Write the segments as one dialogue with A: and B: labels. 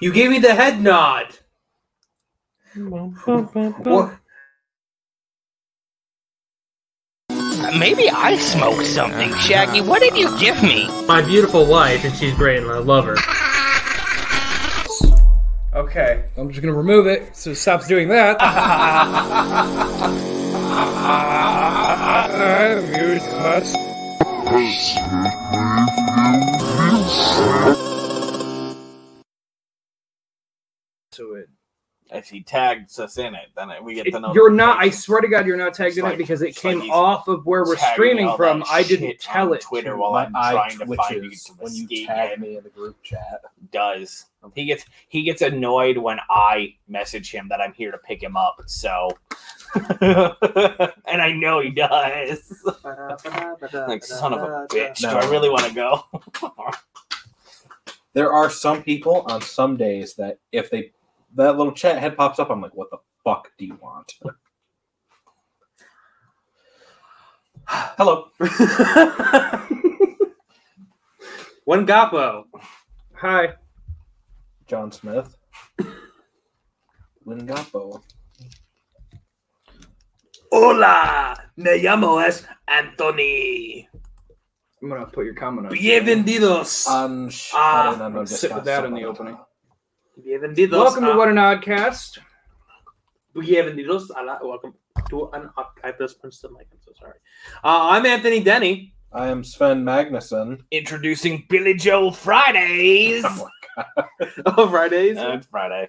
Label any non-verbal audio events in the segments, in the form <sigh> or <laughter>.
A: You gave me the head nod. What?
B: Maybe I smoked something, Shaggy. What did you give me?
C: My beautiful wife, and she's great, and I love her.
A: Okay.
D: I'm just gonna remove it so it stops doing that.
A: To it. If he tags us in it, then we get to know.
D: You're not. I swear to God, you're not tagged in it
A: like-
D: because it
A: it's
D: came
A: like he's
D: off of where we're
A: tagging
D: streaming
A: all
D: from.
A: that
D: I didn't
A: shit
D: tell
A: on
D: it. to
A: Twitter
D: you.
A: while I'm
E: My eye
A: trying to find you
E: twitches
A: to
E: when you
A: escape
E: tag
A: it.
E: me in the group chat.
A: Does he gets he gets annoyed when I message him that I'm here to pick him up? So, <laughs> and I know he does. <laughs> Like son of a bitch. Do I
E: No.
A: really want to go?
E: There are some people on some days that if they that little chat head pops up, I'm like, what the fuck do you want? Hello.
D: <laughs> One Gapo. Hi.
E: John Smith. Lingapo.
A: Hola, me llamo es Anthony.
D: I'm gonna put your comment on.
A: Bienvenidos.
D: Uh,
E: Um, sh-
A: Ah,
E: I don't know.
D: sit with that in the opening.
A: Bienvenidos.
D: Welcome to
A: a-
D: What an Oddcast.
A: Bienvenidos a la, welcome to an archiveless Princeton mic. I'm so sorry. Uh, I'm Anthony Denny, <laughs>
E: I am Sven Magnuson.
A: introducing Billy Joel
D: <laughs>
A: Fridays.
E: <laughs> Oh,
D: Oh, Fridays.
E: Uh,
B: Uh,
A: it's Friday.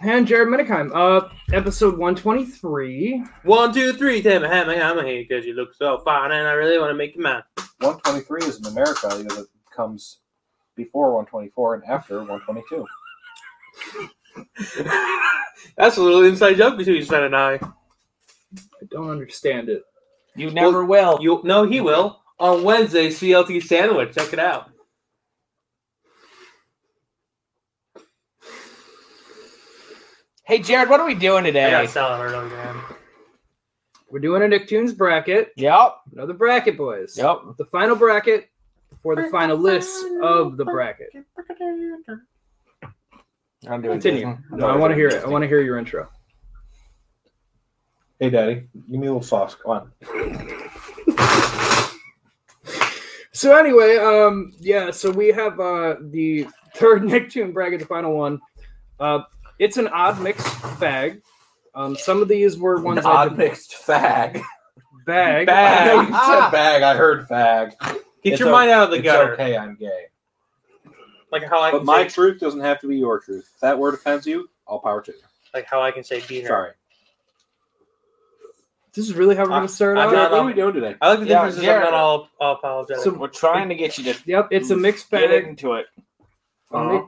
D: and Jared Minikheim. Uh, episode 123.
A: One, two, three, Tim. I'm a here because you look so fine and I really want to make you mine.
E: 123 is in America because it comes before 124 and after 122.
A: <laughs> That's a little inside joke between Sven and I.
D: I don't understand it.
A: You
B: never
A: will. You No, he will. On Wednesday, CLT Sandwich. Check it out.
B: Hey, Jared, what are we doing
A: I got
B: today?
A: to sell it early, man.
D: We're doing a Nicktoons bracket.
B: Yep,
D: Another bracket, boys.
B: yep.
D: The final bracket for the final list of the bracket.
B: I'm doing
D: Continue. No, I want to hear it. I want to hear your intro.
E: Hey, Daddy, give me a little sauce. Come on.
D: So anyway, um, yeah, so we have uh the third <laughs> Nicktoon bracket, the final one. Uh, it's an odd mixed bag. Um, some of these were ones I
E: odd
D: did-
E: mixed fag.
D: bag.
F: Uh,
E: I
F: <laughs>
E: know you
A: Bag.
E: said bag. I heard fag.
A: Get
E: It's
A: your
E: o-
A: mind out of the
E: it's
A: gutter.
E: okay. I'm gay.
A: Like how I
E: But
A: can
E: my
A: say,
E: truth doesn't have to be your truth. If that word offends you, all power to you.
A: like how I can say beaner.
E: Sorry.
D: <laughs> This is really how we're gonna start
A: I'm not-
D: out.
E: Jared, what are we doing today?
A: I like the
B: Yeah,
A: difference is I'm
B: Jared.
A: not all, all apologetic.
D: So-
B: We're trying to get you to
D: Yep, it's a mixed
B: get
D: bag.
B: into it.
E: Uh-huh.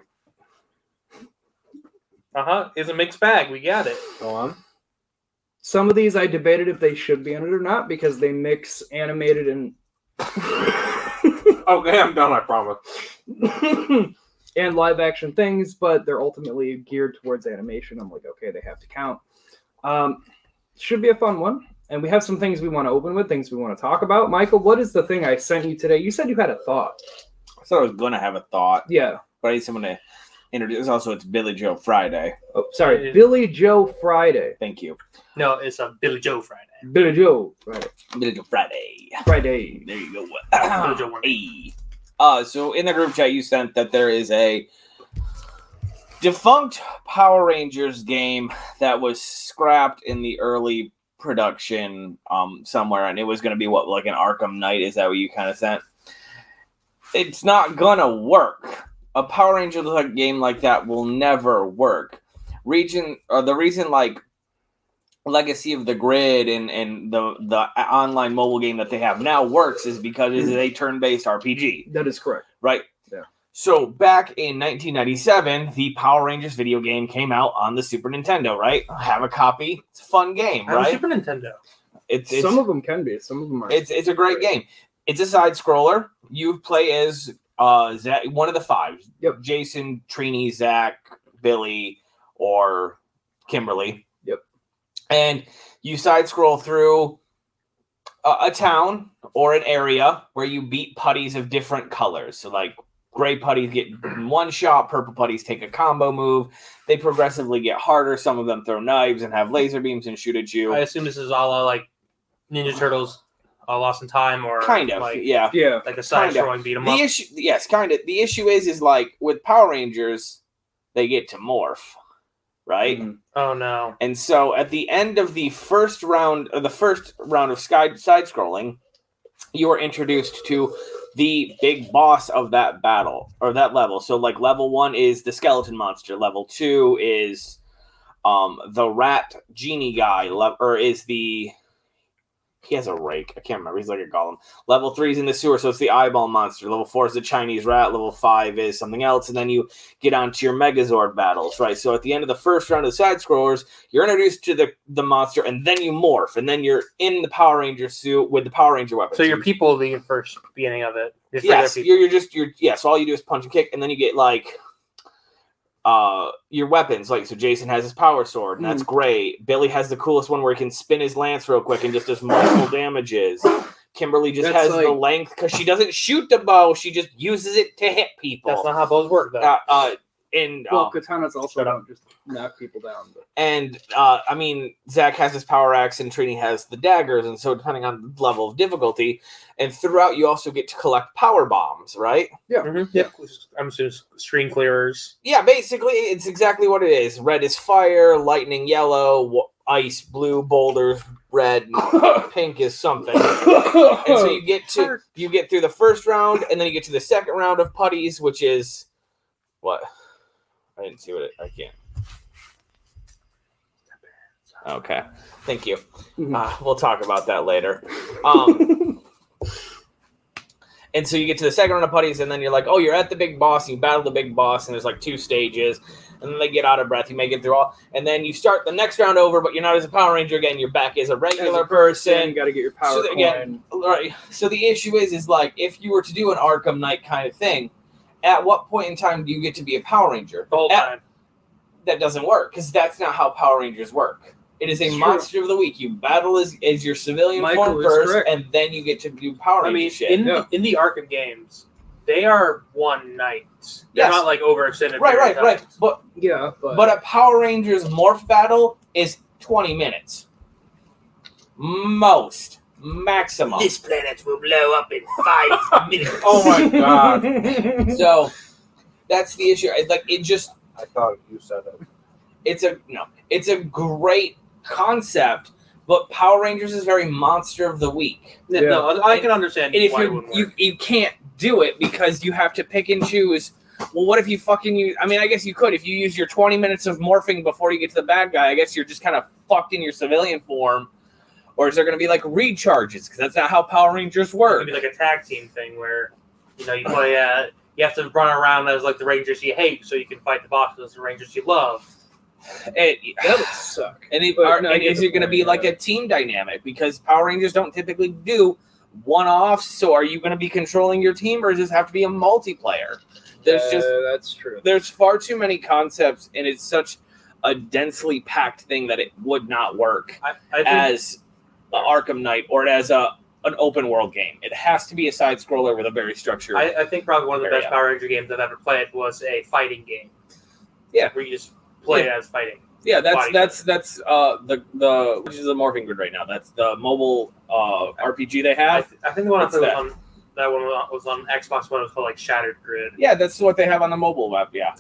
A: uh huh, it's a mixed bag. We got it.
E: Go on.
D: Some of these I debated if they should be in it or not because they mix animated and <laughs>
E: Okay, I'm done. I promise.
D: and live action things, but they're ultimately geared towards animation. I'm like, okay, they have to count. Um, should be a fun one. And we have some things we want to open with, things we want to talk about. Michael, what is the thing I sent you today? You said you had a thought.
B: I thought I was going to have a thought,
D: Yeah.
B: but I need someone to introduce. Also, it's Billy Joe Friday.
D: Oh,
A: It
D: sorry.
A: is-
D: Billy Joe Friday.
B: Thank you.
A: No, it's a Billy Joe Friday.
D: Billy Joe Friday.
B: Billy Joe Friday.
D: Friday.
B: There you go. <clears throat>
A: Billy Joe Friday.
B: Hey. Uh, so in the group chat you sent that there is a defunct Power Rangers game that was scrapped in the early production um somewhere and it was going to be what like an Arkham Knight is that what you kind of sent? It's not going to work. A Power Ranger like game like that will never work. Region or the reason like legacy of the grid and and the the online mobile game that they have now works is because it is a turn-based RPG,
D: That is correct.
B: right?
D: Yeah.
B: So back in 1997, the Power Rangers video game came out on the Super Nintendo, right? I have a copy. It's a fun game,
A: I have a
B: right?
A: Super Nintendo.
B: It's it's
D: some of them can be, some of them are.
B: it's, it's a great game. It's a side scroller. You play as uh Zach, one of the five.
D: Yep.
B: Jason, Trini, Zach, Billy, or Kimberly.
D: Yep.
B: And you side scroll through a, a town or an area where you beat putties of different colors. So like Gray putties get one shot. Purple putties take a combo move. They progressively get harder. Some of them throw knives and have laser beams and shoot at you.
A: I assume this is a la like Ninja Turtles, uh, Lost in Time, or
B: kind of,
A: like,
B: yeah.
D: Yeah.
A: like a side
B: kind of.
A: throwing beat 'em
B: The
A: up.
B: issue, yes, kind of. The issue is, is like with Power Rangers, they get to morph, right?
A: Oh no!
B: And so at the end of the first round, or the first round of sky, side scrolling, you are introduced to the big boss of that battle or that level. So like level one is the skeleton monster. Level two is um the rat genie guy. Le- or is the he has a rake. I can't remember. He's like a golem. Level three is in the sewer, so it's the eyeball monster. Level four is the Chinese rat. Level five is something else, and then you get onto your Megazord battles, right? So at the end of the first round of the side scrollers, you're introduced to the the monster, and then you morph, and then you're in the Power Ranger suit with the Power Ranger weapon.
A: So your people the first beginning of it. Just regular
B: yes,
A: people.
B: you're, you're just you're yeah. So all you do is punch and kick, and then you get like uh your weapons. Like so, Jason has his power sword, and
D: Hmm.
B: that's great. Billy has the coolest one where he can spin his lance real quick and just does multiple damages. Kimberly just
D: That's
B: has the
D: like-
B: length because she doesn't shoot the bow; she just uses it to hit people.
A: That's not how bows work, though.
B: uh, uh, and um,
D: Well, katanas also
A: shut up.
D: don't just knock people down. But
B: And uh, I mean, Zach has his power axe, and Trini has the daggers, and so depending on the level of difficulty, and throughout you also get to collect power bombs, right?
A: Mhm.
D: yeah.
A: I'm assuming screen clearers.
B: Yeah, basically, it's exactly what it is. Red is fire, lightning yellow, w- ice blue, boulders red, <laughs> and pink is something. And so you get to you get through the first round, and then you get to the second round of putties, which is what I didn't see what it. I can't. Okay, thank you.
D: Mhm.
B: Uh, we'll talk about that later. Um,
D: <laughs>
B: and so you get to the second round of putties, and then you're like, oh, you're at the big boss. You battle the big boss, and there's like two stages, and then they get out of breath. You make it through all, and then you start the next round over, but you're not as a Power Ranger again. You're back as a regular
D: <laughs> As a
B: person
D: you got to get your power
B: So
D: coin.
B: again- right. So the issue is, is like if you were to do an Arkham Knight kind of thing, at what point in time do you get to be a Power Ranger?
A: The whole
B: At-
A: time.
B: that doesn't work because that's not how Power Rangers work. It is a
D: It's true.
B: monster of the week. You battle as, as your civilian
D: Michael
B: form
D: is
B: first,
D: correct.
B: and then you get to do Power
A: I
B: Ranger
A: mean,
B: shit.
A: in
D: yeah.
A: the, in the Arkham games, they are one night. They're
B: Yes.
A: not like overextended.
B: right, right,
A: period of
B: right.
A: time.
B: But
D: yeah, but,
B: but a Power Rangers morph battle is twenty minutes, most maximum.
A: This planet will blow up in five minutes.
B: <laughs> Oh my
D: <laughs>
B: god!
D: god.
B: so that's the issue. It's Like it just
E: I thought you said it.
B: it's a no it's a great concept but power rangers is very monster of the week
A: No,
D: Yeah.
A: no, I can understand
B: and if
A: why it
B: you
A: wouldn't
B: you
A: work.
B: you can't do it because you have to pick and choose well what if you fucking use i mean i guess you could if you use your 20 minutes of morphing before you get to the bad guy i guess you're just kind of fucked in your civilian form or is there going to be like recharges because that's not how power rangers
A: It
B: work
A: could be like a tag team thing where you
B: <clears throat>
A: know you play. Uh, you have to run around as like the Rangers you hate, so you can fight the bosses, the Rangers you love. <laughs>
B: It-
D: that would suck.
B: And, it,
D: But
B: are,
D: no, I
B: and
D: get
B: is
D: the
B: it going to
D: point,
B: be like
D: yeah.
B: a team dynamic? Because Power Rangers don't typically do one offs. So are you going to be controlling your team, or does this have to be a multiplayer? There's
D: Uh,
B: just
D: that's true.
B: there's far too many concepts, and it's such a densely packed thing that it would not work
A: I, I think
B: as a Arkham Knight or as a an open world game. It has to be a side scroller with a very structured.
A: I, I think probably one of the
B: Fair,
A: best
B: yeah.
A: Power Ranger games I've ever played was a fighting game.
B: Yeah.
A: where you just play as fighting.
B: yeah, that's
A: body.
B: that's that's uh the the which is the morphing grid right now. That's the mobile uh RPG they
A: I,
B: have.
A: th- I think the one I
B: What's
A: played was
B: that?
A: on that one was on Xbox One. It was called like Shattered Grid.
B: Yeah, that's what they have on the mobile app. Yeah.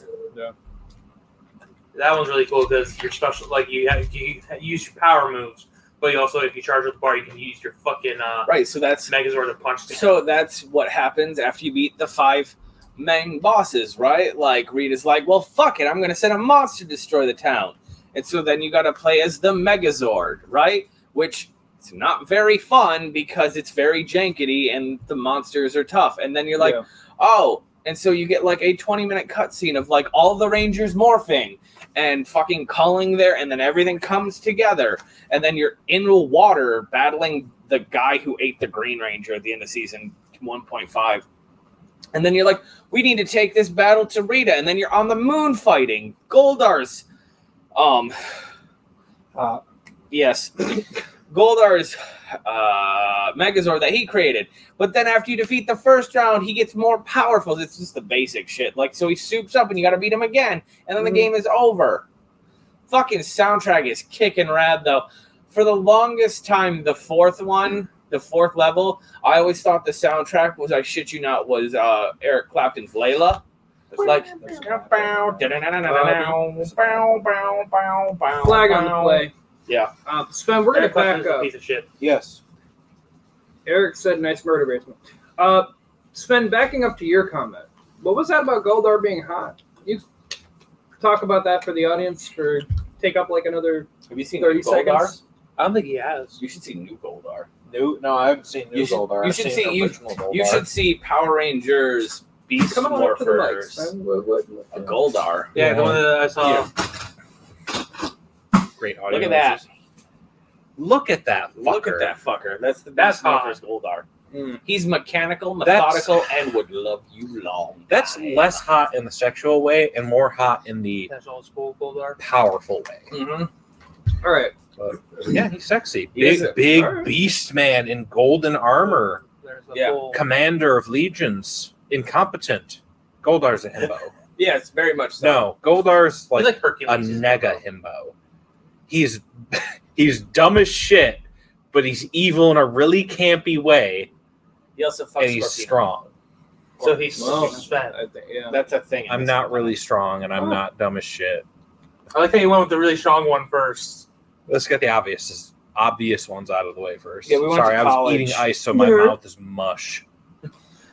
A: That one's really cool because your special, like you have, you use your power moves, but you also if you charge with the bar, you can use your fucking uh,
B: Right. So that's
A: Megazord to punch. them.
B: so that's what happens after you beat the five main bosses, right? Like Reed is like, well, fuck it, I'm gonna send a monster to destroy the town, and so then you gotta play as the Megazord, right? Which it's not very fun because it's very jankety and the monsters are tough, and then you're like,
D: Yeah.
B: oh. And so you get like a 20 minute cutscene of like all the Rangers morphing and fucking culling there, and then everything comes together. And then you're in the water battling the guy who ate the Green Ranger at the end of season 1.5. And then you're like, we need to take this battle to Rita. And then you're on the moon fighting Goldar's. Um,
E: Uh,
B: yes. <coughs> Goldar's uh, Megazord that he created. But then after you defeat the first round, he gets more powerful. It's just the basic shit. Like so, he soups up, and you got to beat him again, and then the
F: Mm-hmm.
D: Mhm.
B: game is over. Fucking soundtrack is kicking rad though. For the longest time, the fourth one, the fourth level, I always thought the soundtrack was I shit you not was uh, Eric Clapton's Layla. It's like
D: Um, Flag
B: flag
D: on the play.
B: Yeah.
D: Uh, Sven, we're going
A: Eric
D: to back
A: Clapton's a
D: up.
A: piece of shit.
E: Yes.
D: Eric said, "Nice murder basement." Uh, Sven, backing up to your comment, what was that about Goldar being hot? You talk about that for the audience, or take up like another
B: Have you seen
D: thirty
B: New Goldar?
D: seconds.
A: I don't think he has.
B: You should see New Goldar.
E: No, no, I haven't seen
B: You
E: New
B: should-
E: Goldar.
B: you
E: I've
B: should
E: seen
B: see- you-
E: original Goldar.
B: You should see Power Rangers Beast
D: Come on up to the mic,
B: Morphers.
D: Sven. What, what, what-
B: A Goldar.
A: Yeah, the one that I saw.
B: Yeah.
F: Great audio.
B: Look at that.
F: Look at that. Fucker.
B: Look at that fucker. That's the
A: That's
B: Beast
A: hot.
B: Morphers Goldar.
D: Mm.
B: He's mechanical,
F: That's-
B: methodical, and would love you long.
F: That's
B: time.
F: less hot in the sexual way and more hot in the
A: That's old school Goldar.
F: powerful way.
B: Mhm.
D: All right,
F: Yeah, he's sexy.
B: He is
F: Big,
B: a-
F: big
D: alright.
F: beast man in golden armor,
A: There's the
B: Yeah.
A: full-
F: commander of legions, incompetent. Goldar's a
B: <laughs>
F: himbo.
B: Yes, very much so.
F: No, Goldar's
A: He's
F: like
A: like
F: a
A: Hercules.
F: nega himbo. He's <laughs> he's dumb as shit, but he's evil in a really campy way,
B: He also fucks
F: and he's
B: Scorpion.
F: strong.
A: So he's
D: Wow.
A: Sven.
D: I think, yeah.
B: That's a thing.
F: I'm not really strong, and I'm not dumb as shit.
A: I like how you went with the really strong one first.
F: Let's get the obvious obvious ones out of the way first.
B: Yeah, we went
F: Sorry,
B: to
F: I was
B: college.
F: eating ice, so my
D: Nerd.
F: mouth is mush.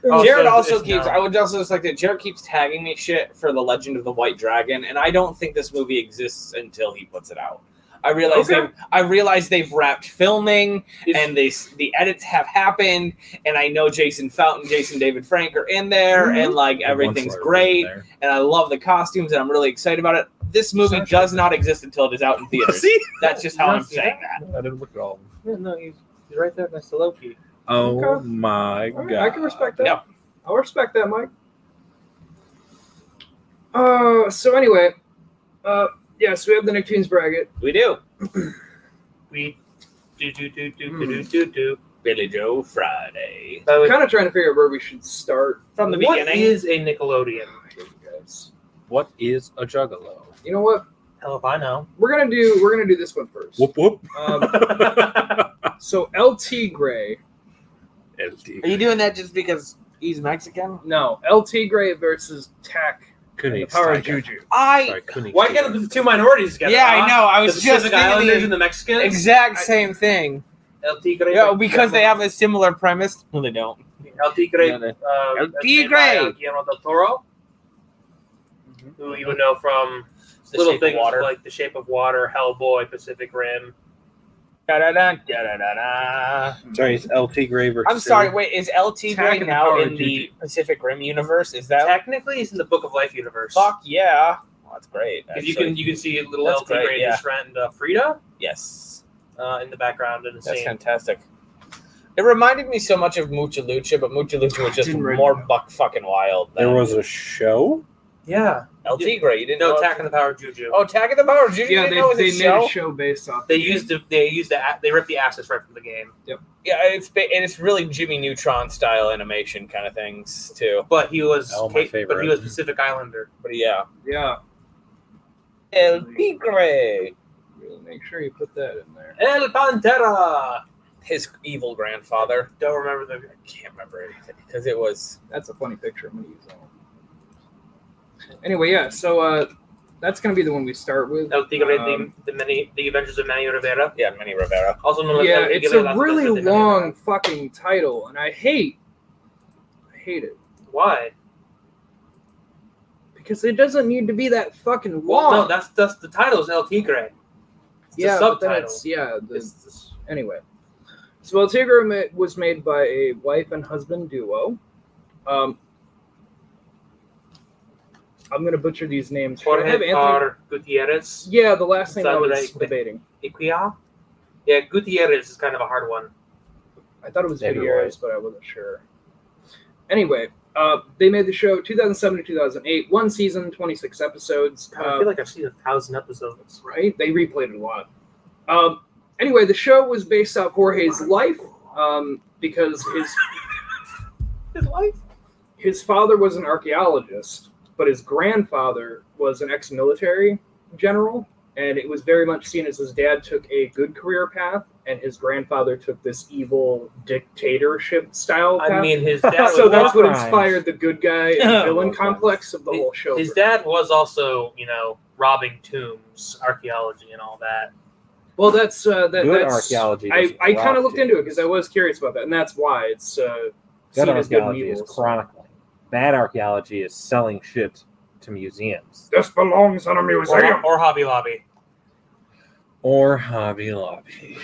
A: Oh,
B: Jared
A: so
B: also
A: it's
B: keeps.
A: now-
B: I would also just like that. Jared keeps tagging me shit for the Legend of the White Dragon, and I don't think this movie exists until he puts it out. I realize
D: Okay.
B: they've. I realize they've wrapped filming,
A: It's-
B: and they s- the edits have happened, and I know Jason Fountain, Jason David Frank are in there, and like everything's
F: Once I was
B: great,
F: in there.
B: and I love the costumes, and I'm really excited about it. This movie
A: Sounds
B: does not exist until it is out in theaters.
F: See,
B: That's just how
A: You
B: I'm
A: don't see
B: saying that.
F: I didn't look at all. Of them.
A: Yeah, no, he's, he's right there next to Loki.
F: Oh
D: Okay.
F: my
D: All right,
F: god!
D: I can respect that.
B: Yeah.
D: I'll respect that, Mike. Uh, so anyway, uh, yes, we have the Nicktoons bracket.
B: We do.
A: We do do do do do do do do.
B: Billy Joe Friday.
A: By the way,
D: Kind of trying to figure out where we should start.
B: From the
A: what
B: beginning.
A: is a Nickelodeon?
D: I hate you guys.
F: What is a juggalo?
D: You know what?
A: Hell if I know.
D: We're gonna do we're gonna do this one first.
F: Whoop <laughs>
B: <laughs>
F: whoop.
D: Um, so LT Gray,
F: LT.
B: Are you doing that just because he's Mexican?
D: no LT Gray versus Tech, and the
F: Kunitz
D: power of
F: tiger.
D: Juju.
B: I
F: Sorry, Kunitz
A: Why
F: tiger.
A: can't the two minorities together?
B: yeah,
A: huh?
B: I know. I was
A: uh-huh. the
B: just
A: Pacific Islanders
B: thinking
A: and
B: the
A: the Mexicans.
B: exact same thing.
A: El Tigre.
B: Yeah, because they have a similar premise. No, they don't.
A: El Tigre.
B: No, they-
A: Uh,
B: El
A: that's made by, uh,
B: Tigre.
A: Guillermo del Toro, who you would know from little things like The Shape of Water, Hellboy, Pacific Rim.
B: Da-da-da, da-da-da-da.
F: Sorry, it's LT Gray versus.
B: I'm sorry. Wait, is LT
D: Attack
B: Gray
D: of the
B: now
D: Power
B: in the Pacific Rim universe? Is that
A: Technically, he's in the Book of Life universe.
B: fuck yeah? Well, that's great.
A: If you
B: actually.
A: can, you can see little
B: That's
A: El
B: great,
A: Tigre
B: yeah.
A: just friend uh, Frida
B: yes,
A: uh, in the background and
B: that's
A: scene.
B: fantastic. It reminded me so much of Mucha Lucha, but Mucha Lucha was just
D: Didn't really
B: more
D: know.
B: buck fucking wild.
F: There
B: than
F: was a show.
A: Yeah.
B: LT Gray. You didn't
A: No,
B: know
A: Attack on
B: LT
A: the Power of Juju.
B: Oh, Attack of the Power. Did you
D: Yeah,
B: didn't
D: they,
B: know it was
D: they
B: a
D: made
B: show?
D: a show based off.
A: They
D: the game.
A: used the they used the a- they ripped the assets right from the game,
B: Yeah, it's ba- and it's really Jimmy Neutron style animation kind of things too.
A: but he was
F: Oh, my
A: Cape- but
F: favorite.
A: he was Pacific Islander.
B: But yeah,
D: yeah.
B: El Tigre,
D: Really make sure you put that in there.
A: El Pantera.
B: his evil grandfather.
A: Don't remember the.
B: I can't remember anything because it was
D: That's a funny picture. I'm gonna use that one. Anyway, yeah. So uh, that's gonna be the one we start with.
A: El Tigre,
D: Um,
A: the, the many, the Adventures of Manny Rivera.
B: yeah, Manny Rivera.
A: Also known as
D: yeah,
A: El
D: it's
A: Tigre,
D: a
A: Las
D: really
A: Adventures de Manny
D: long
A: Rivera.
D: fucking title, and I hate, I hate it
A: Why?
D: because it doesn't need to be that fucking
A: Well,
D: long.
A: no, that's that's the title is El Tigre. It's
D: yeah,
A: a
D: but then
A: subtitle.
D: it's- yeah. the-
A: It's- it's-
D: anyway, so El Tigre ma- was made by a wife and husband duo. Um, I'm gonna butcher these names. Should I have
A: Jorge
D: Anthony-
A: R. Gutierrez.
D: Yeah, the last name I
A: Sounds
D: was
A: like-
D: debating.
A: Iquia? Yeah, Gutierrez is kind of a hard one.
D: I thought it was
F: Maybe
D: Gutierrez, but I wasn't sure. Anyway, uh, they made the show 2007 to 2008, one season, 26 episodes.
A: God, I
D: Uh,
A: feel like I've seen a thousand episodes.
D: right? They replayed it a lot. Um, anyway, the show was based off Jorge's life um, because his
A: <laughs> His life.
D: his father was an archaeologist, but his grandfather was an ex-military general, and it was very much seen as his dad took a good career path, and his grandfather took this evil dictatorship style path.
A: I
D: <laughs>
A: mean, his dad.
D: so
A: was
D: that's
A: also-
D: what inspired the good guy
A: <laughs>
D: and villain complex of the whole show.
A: His dad was also, you know, robbing tombs, archaeology, and all that.
D: well, that's uh, that,
F: Good
D: that's
F: archaeology.
D: I,
F: doesn't
D: I kind
F: rob
D: of looked
F: you.
D: into it because I was curious about that, and that's why it's uh,
F: Good
D: seen as good and
F: archaeology is
D: evil.
F: chronicling. Bad archaeology is selling shit to museums
D: This belongs in a
A: Or, or Hobby Lobby.
F: or Hobby Lobby.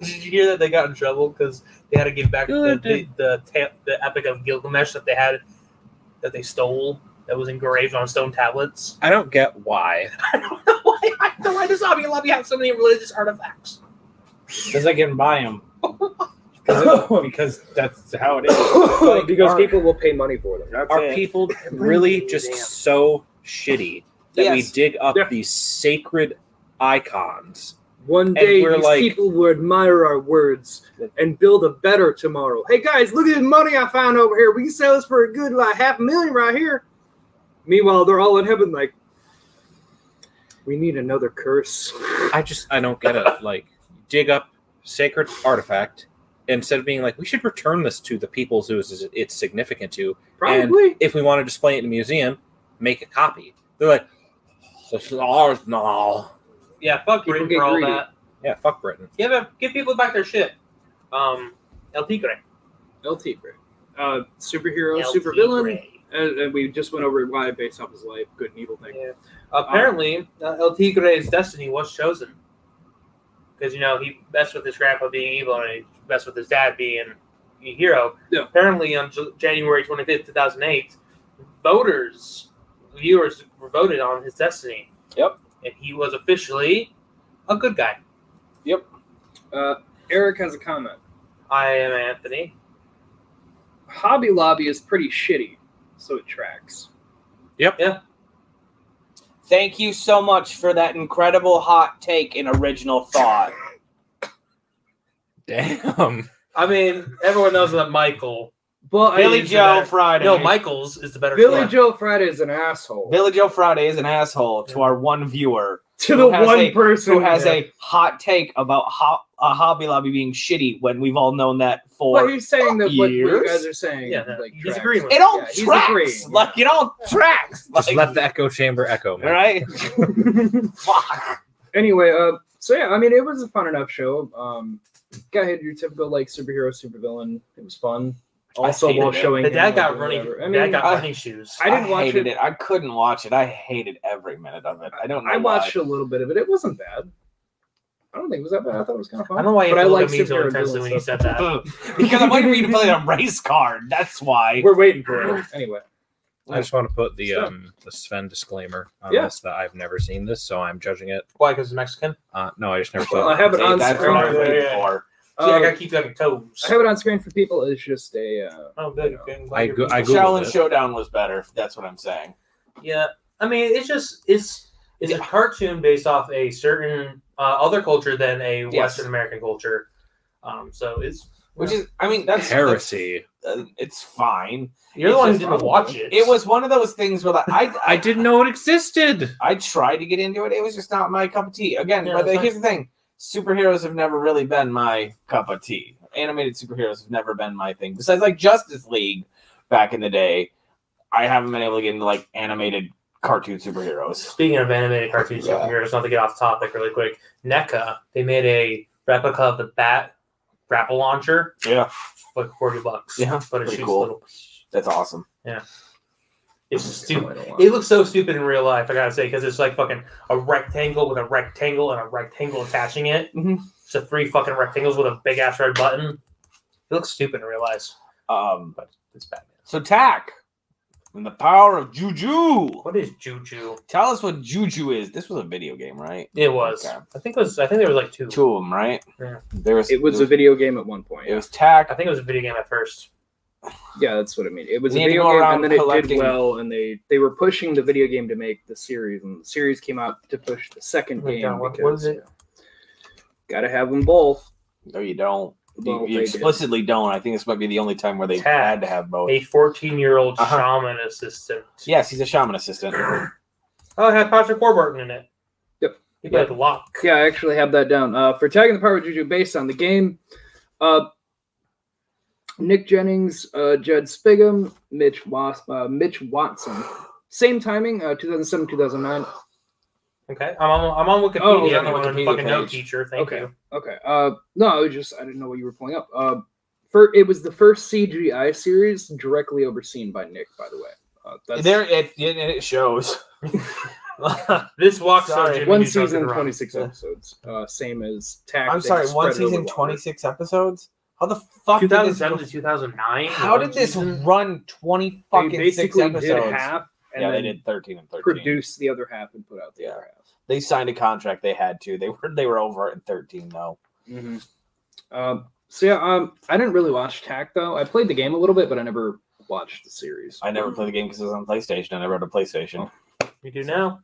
A: Did you hear that they got in trouble because they had to give back the
F: Good.
A: the, the, ta- the Epic of Gilgamesh that they had that they stole that was engraved on stone tablets? <laughs>
F: I don't get
D: <coughs>
F: why.
A: I don't know why. I don't know why does Hobby Lobby have so many religious artifacts?
G: Because I can buy them. because that's how
B: <coughs>
G: it is.
D: Like, <coughs> because
F: Are-
D: people will pay money for them.
G: That's
F: Are
G: it.
F: people really just so shitty that we
B: Yes.
F: dig up
D: Yeah.
F: these sacred icons?
D: One day
F: we're
D: these
F: like-
D: people will admire our words and build a better tomorrow. Hey guys, look at the money I found over here. We can sell this for a good like half a million right here. Meanwhile, they're all in heaven like we need another curse.
F: I just I don't get it. Like dig up sacred artifact instead of being like we should return this to the peoples who is it's significant to.
D: Probably.
F: If we want to display it in a museum, make a copy. They're like, this is ours now.
A: Yeah, fuck
D: People
A: Britain
D: get
A: for all
D: greedy.
A: that.
F: Yeah, fuck Britain.
A: Give it- give people back their shit. Um, El Tigre.
D: El Tigre. Uh, superhero,
A: El
D: supervillain.
A: Tigre.
D: And, and we just went over why based off his life, good and evil thing.
A: Yeah. Apparently, uh, El Tigre's destiny was chosen because you know he messed with his grandpa being evil and he messed with his dad being a hero.
D: Yeah.
A: Apparently, on J- January twenty fifth, two thousand eight, voters, viewers were voted on his destiny.
B: Yep.
A: and he was officially a good guy.
D: Uh, Eric has a comment.
A: I am Anthony.
D: Hobby Lobby is pretty shitty, so it tracks.
B: Thank you so much for that incredible hot take and original thought.
F: Damn.
A: I mean, everyone knows that Michael
D: Well,
B: Billy
A: is
B: Joe
A: that-
B: Friday.
A: No, Michael's is the better.
D: Billy
A: store.
D: Joe Friday is an asshole.
B: Billy Joe Friday is an asshole to our one viewer
D: to
B: who
D: the
B: has
D: one
B: a-
D: person
B: who has a hot take about ho- a Hobby Lobby being shitty when we've all known that
D: But
B: for.
D: he's saying that what, what you
B: years?
D: guys are saying.
A: Yeah, no,
D: like,
A: he's
D: tracks.
A: agreeing with
B: It all
D: Yeah, he's
B: tracks.
D: agreeing,
B: Like it all tracks.
F: Just
B: like-
F: let the echo chamber echo. Man.
D: <laughs>
B: Right? Fuck.
D: Anyway, uh, so yeah, I mean, it was a fun enough show. Um, guy had your typical like superhero, supervillain. It was fun. Also,
B: hated
D: while
B: it.
D: showing
A: The dad
D: him,
A: got
D: like,
A: running.
D: whatever. I
A: I
D: mean,
A: dad got
B: I-
A: running shoes.
D: I didn't watch
B: hated
D: it.
B: it. I couldn't watch it. I hated every minute of it. I don't know.
D: I
B: why.
D: watched a little bit of it. It wasn't bad. I don't think it was that bad. I thought it was kind of fun.
A: I don't know why you
D: but I
A: looked at
D: like
A: me so
D: superhero
A: intensely when you
D: villains.
A: said that.
B: because I'm waiting for you to
D: <laughs>
B: play a race card. That's why.
D: We're waiting for it. Anyway,
F: I just want to put the
D: Sure.
F: um the Sven disclaimer on
D: Yeah.
F: this that I've never seen this, so I'm judging it.
A: Why? Because Mexican.
F: Uh, no, I just never
D: Well,
F: saw
D: I
F: it.
D: have it
B: See,
D: on
B: that's what
D: screen.
B: I'm
A: Yeah,
B: waiting
A: yeah.
B: for.
A: See, I
B: Oh.
D: Uh,
A: gotta keep you on your toes.
D: I have it on screen for people. It's just a. Uh,
A: oh, good. good. I'm glad
F: I
A: you're-
F: go- I go- Googled
B: Shaolin
F: it.
B: Showdown was better. That's what I'm saying.
A: yeah, I mean, it's just it's it's a cartoon based off a certain uh, other culture than a Western American culture. Um, so it's
B: Which is, I mean, that's
F: Heresy.
B: that's- uh, it's fine.
A: you're
B: It's
A: the one who
B: just
A: didn't
B: wrong.
A: watch it.
B: It was one of those things where like, I,
F: I didn't know it existed.
B: I tried to get into it. It was just not my cup of tea. Again,
A: Yeah,
B: but
A: that's
B: here's the thing: superheroes have never really been my cup of tea. Animated superheroes have never been my thing. Besides, like Justice League back in the day, I haven't been able to get into like animated cartoon superheroes.
A: Speaking of
B: Oh
A: animated cartoons,
B: Yeah.
A: here, just not to get off topic really quick. NECA they made a replica of the Bat grapple launcher
B: Yeah,
A: for like forty bucks.
B: Yeah,
A: but it
B: pretty
A: shoots
B: cool.
A: little.
B: that's awesome.
A: It's stupid.
D: I don't want it.
A: It looks so stupid in real life, I gotta say, because it's like fucking a rectangle with a rectangle and a rectangle attaching it.
B: Mhm.
A: So three fucking rectangles with a big ass red button. It looks stupid in real life,
B: Um,
A: but it's Batman.
B: so Tack, and the power of Juju.
A: What is Juju?
B: Tell us what Juju is. This was a video game, right?
A: It was.
B: Okay.
A: I think it was. I think there was like two.
B: Two of them, right?
A: Yeah.
B: There was.
D: It was
B: there
D: a video game at one point.
B: It was
A: I
B: Tack.
A: think it was a video game at first.
D: Yeah, that's what I mean. It was
B: They
D: a
B: had to
D: video
B: go
D: game,
B: around
D: and then it
B: collecting-
D: did well, and they they were pushing the video game to make the series, and the series came out to push the second
B: Oh
A: Wait,
D: game.
A: John, what-
D: because,
A: what is it?
D: Gotta have them both.
B: No, you don't. You-
D: Well,
B: you
D: they did.
B: explicitly don't. I think this might be the only time where they
A: Tad.
B: had to have both.
A: A 14 year old
B: Uh-huh.
A: shaman assistant.
B: Yes, he's a shaman
D: <coughs>
B: assistant.
A: Oh, it had Patrick Warburton in it.
D: Yep.
A: He played Locke.
D: Yeah, I actually have that down. Uh, for tagging the Power Juju based on the game, uh, Nick Jennings, uh, Jed Spigum, Mitch, Was- uh, Mitch Watson. Same timing, uh, 2007, 2009.
A: Okay. I'm on, I'm on Wikipedia.
D: Oh,
A: I'm
D: yeah,
A: not
B: the
A: on a
B: Wikipedia
A: fucking note
B: page.
A: teacher. Thank
D: Okay.
A: you.
D: Okay. Uh, no, I was just I didn't know what you were pulling up. Uh, for it was the first CGI series directly overseen by Nick, by the way. Uh, that's
B: there, it, it, it <laughs> shows.
A: This walks
B: Sorry.
A: on Jimmy
D: one
A: Neutron's
D: season,
A: Run.
D: 26
B: Yeah.
D: episodes. Uh, same as Tack.
B: I'm
D: they
B: sorry,
D: spread
B: one
D: it over
B: season,
D: longer.
B: 26 episodes? How the fuck did this
A: 2007 to 2009.
B: How did this run 20
D: They
B: fucking six
D: basically
B: episodes?
D: did half and
B: yeah, they
D: then
B: did 13 and 13.
D: produced the other half and put out the
B: Yeah.
D: other half.
B: They signed a contract they had to. They were they were over at 13 though.
D: Um, so yeah, um, I didn't really watch Tack though. I played the game a little bit, but I never watched the series.
B: I never played the game because it was on PlayStation and I wrote a PlayStation.
A: You do now?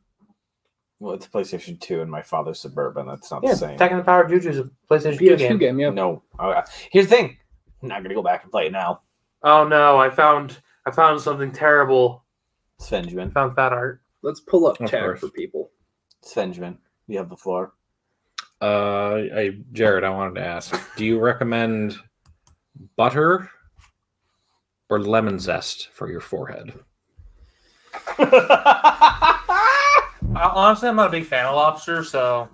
B: Well, it's PlayStation 2 and my father's Suburban. That's not
A: Yeah.
B: the same.
A: Attacking the Power Juju is a PlayStation 2
D: PS2
A: game.
D: game. yeah.
B: No. Oh, yeah. Here's the thing. I'm not going to go back and play it now.
A: Oh no, I found I found something terrible. I
B: Svenjamin.
A: found fat
B: <laughs>
A: art.
D: Let's pull up
F: Of
D: Tack
F: course.
D: for people.
B: Svenjamin. You have
A: <laughs>
B: the floor.
F: Uh, I, Jared, I wanted to ask: Do you recommend butter or lemon zest for your forehead?
A: I, honestly, I'm not a big fan of lobster, so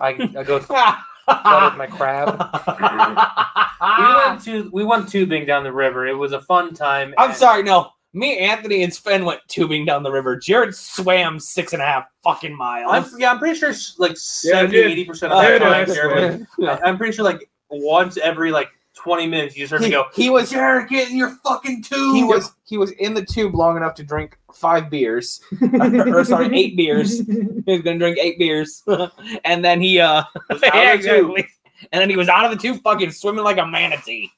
A: I, I
B: <laughs>
A: go with butter with my crab. We went to we went tubing down the river. It was a fun time.
B: I'm
A: and-
B: sorry, no. Me, Anthony, and Sven went tubing down the river. Jared swam six and a half fucking
A: I'm,
B: miles.
A: yeah, I'm pretty sure it's like 70,
D: did.
A: 80 percent of
B: Uh,
A: the
D: Yeah,
A: time.
D: that's
A: Jared, I- I'm pretty sure like once every like 20 minutes, you just heard me
B: he,
A: go,
B: he was
A: Jared, get in your fucking tube.
B: he was he was in the tube long enough to drink five beers,
A: <laughs>
B: or sorry, eight beers. <laughs> He was gonna drink eight beers, <laughs> and then
A: <laughs>
B: he uh,
D: <laughs>
A: Was out of the tube.
B: and then he was out of the tube, fucking swimming like a manatee.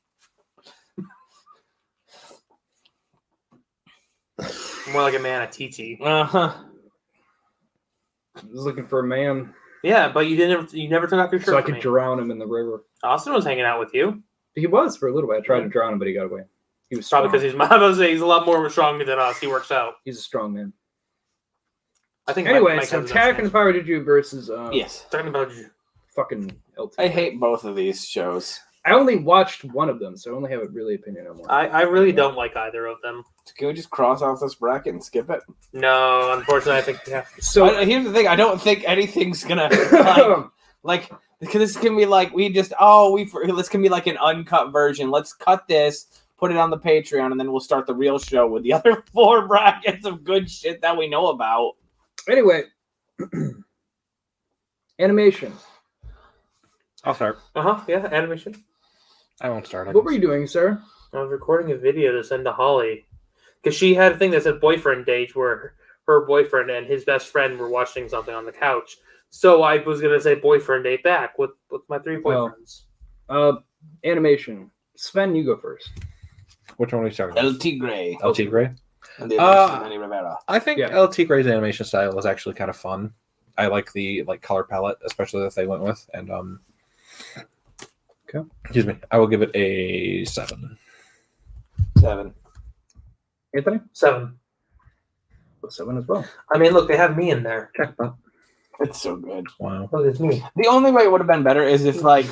A: more like a man a TT.
B: Uh huh.
A: Uh-huh.
D: I was looking for a man
A: Yeah, but you didn't. You never took off your shirt.
D: so I
A: for
D: could
A: me.
D: drown him in the river.
A: Austin was hanging out with you.
D: He was for a little bit. I tried to drown him, but he got away. He was strong.
A: Probably because he's my <laughs> I was saying he's a lot more stronger than us. He works out.
D: he's a strong man.
A: I think. my-
D: Anyway,
A: my
D: so
A: cousin's
D: Tack
A: upstairs.
D: and the Power Juju versus uh,
B: Yes,
A: talking about you.
D: fucking LT.
B: I hate both of these shows.
D: I only watched one of them, so I only have a really opinion on one.
A: I, I really don't like either of them.
B: Can we just cross off this bracket and skip it?
A: No, unfortunately, I think yeah.
D: so
B: I- here's the thing: I don't think anything's gonna like, Like, because this can be like we just oh we for, this can be like an uncut version. Let's cut this, put it on the Patreon, and then we'll start the real show with the <laughs> other four brackets of good shit that we know about.
D: anyway, <clears throat> animation.
F: I'll start.
A: Uh huh. Yeah, animation.
F: I won't start. I
D: What
F: can-
D: were you doing, sir?
A: I was recording a video to send to Holly because she had a thing that said boyfriend date where her boyfriend and his best friend were watching something on the couch. So I was gonna say boyfriend date back with with my three
D: Well,
A: boyfriends.
D: Uh, animation. Sven, you go first.
F: Which one are we starting? with?
B: El Tigre.
F: LT Gray.
B: And the
F: Uh,
B: Manny Rivera.
F: I think
D: Yeah.
F: LT Gray's animation style is actually kind of fun. I like the like color palette, especially that they went with. And um, okay, excuse me. I will give it a seven.
B: Seven.
D: Anthony,
A: Seven.
D: seven as well.
A: I mean, look, they have me in there.
B: It's so good.
F: Wow.
A: Look, it's me.
B: The only way it would have been better is if like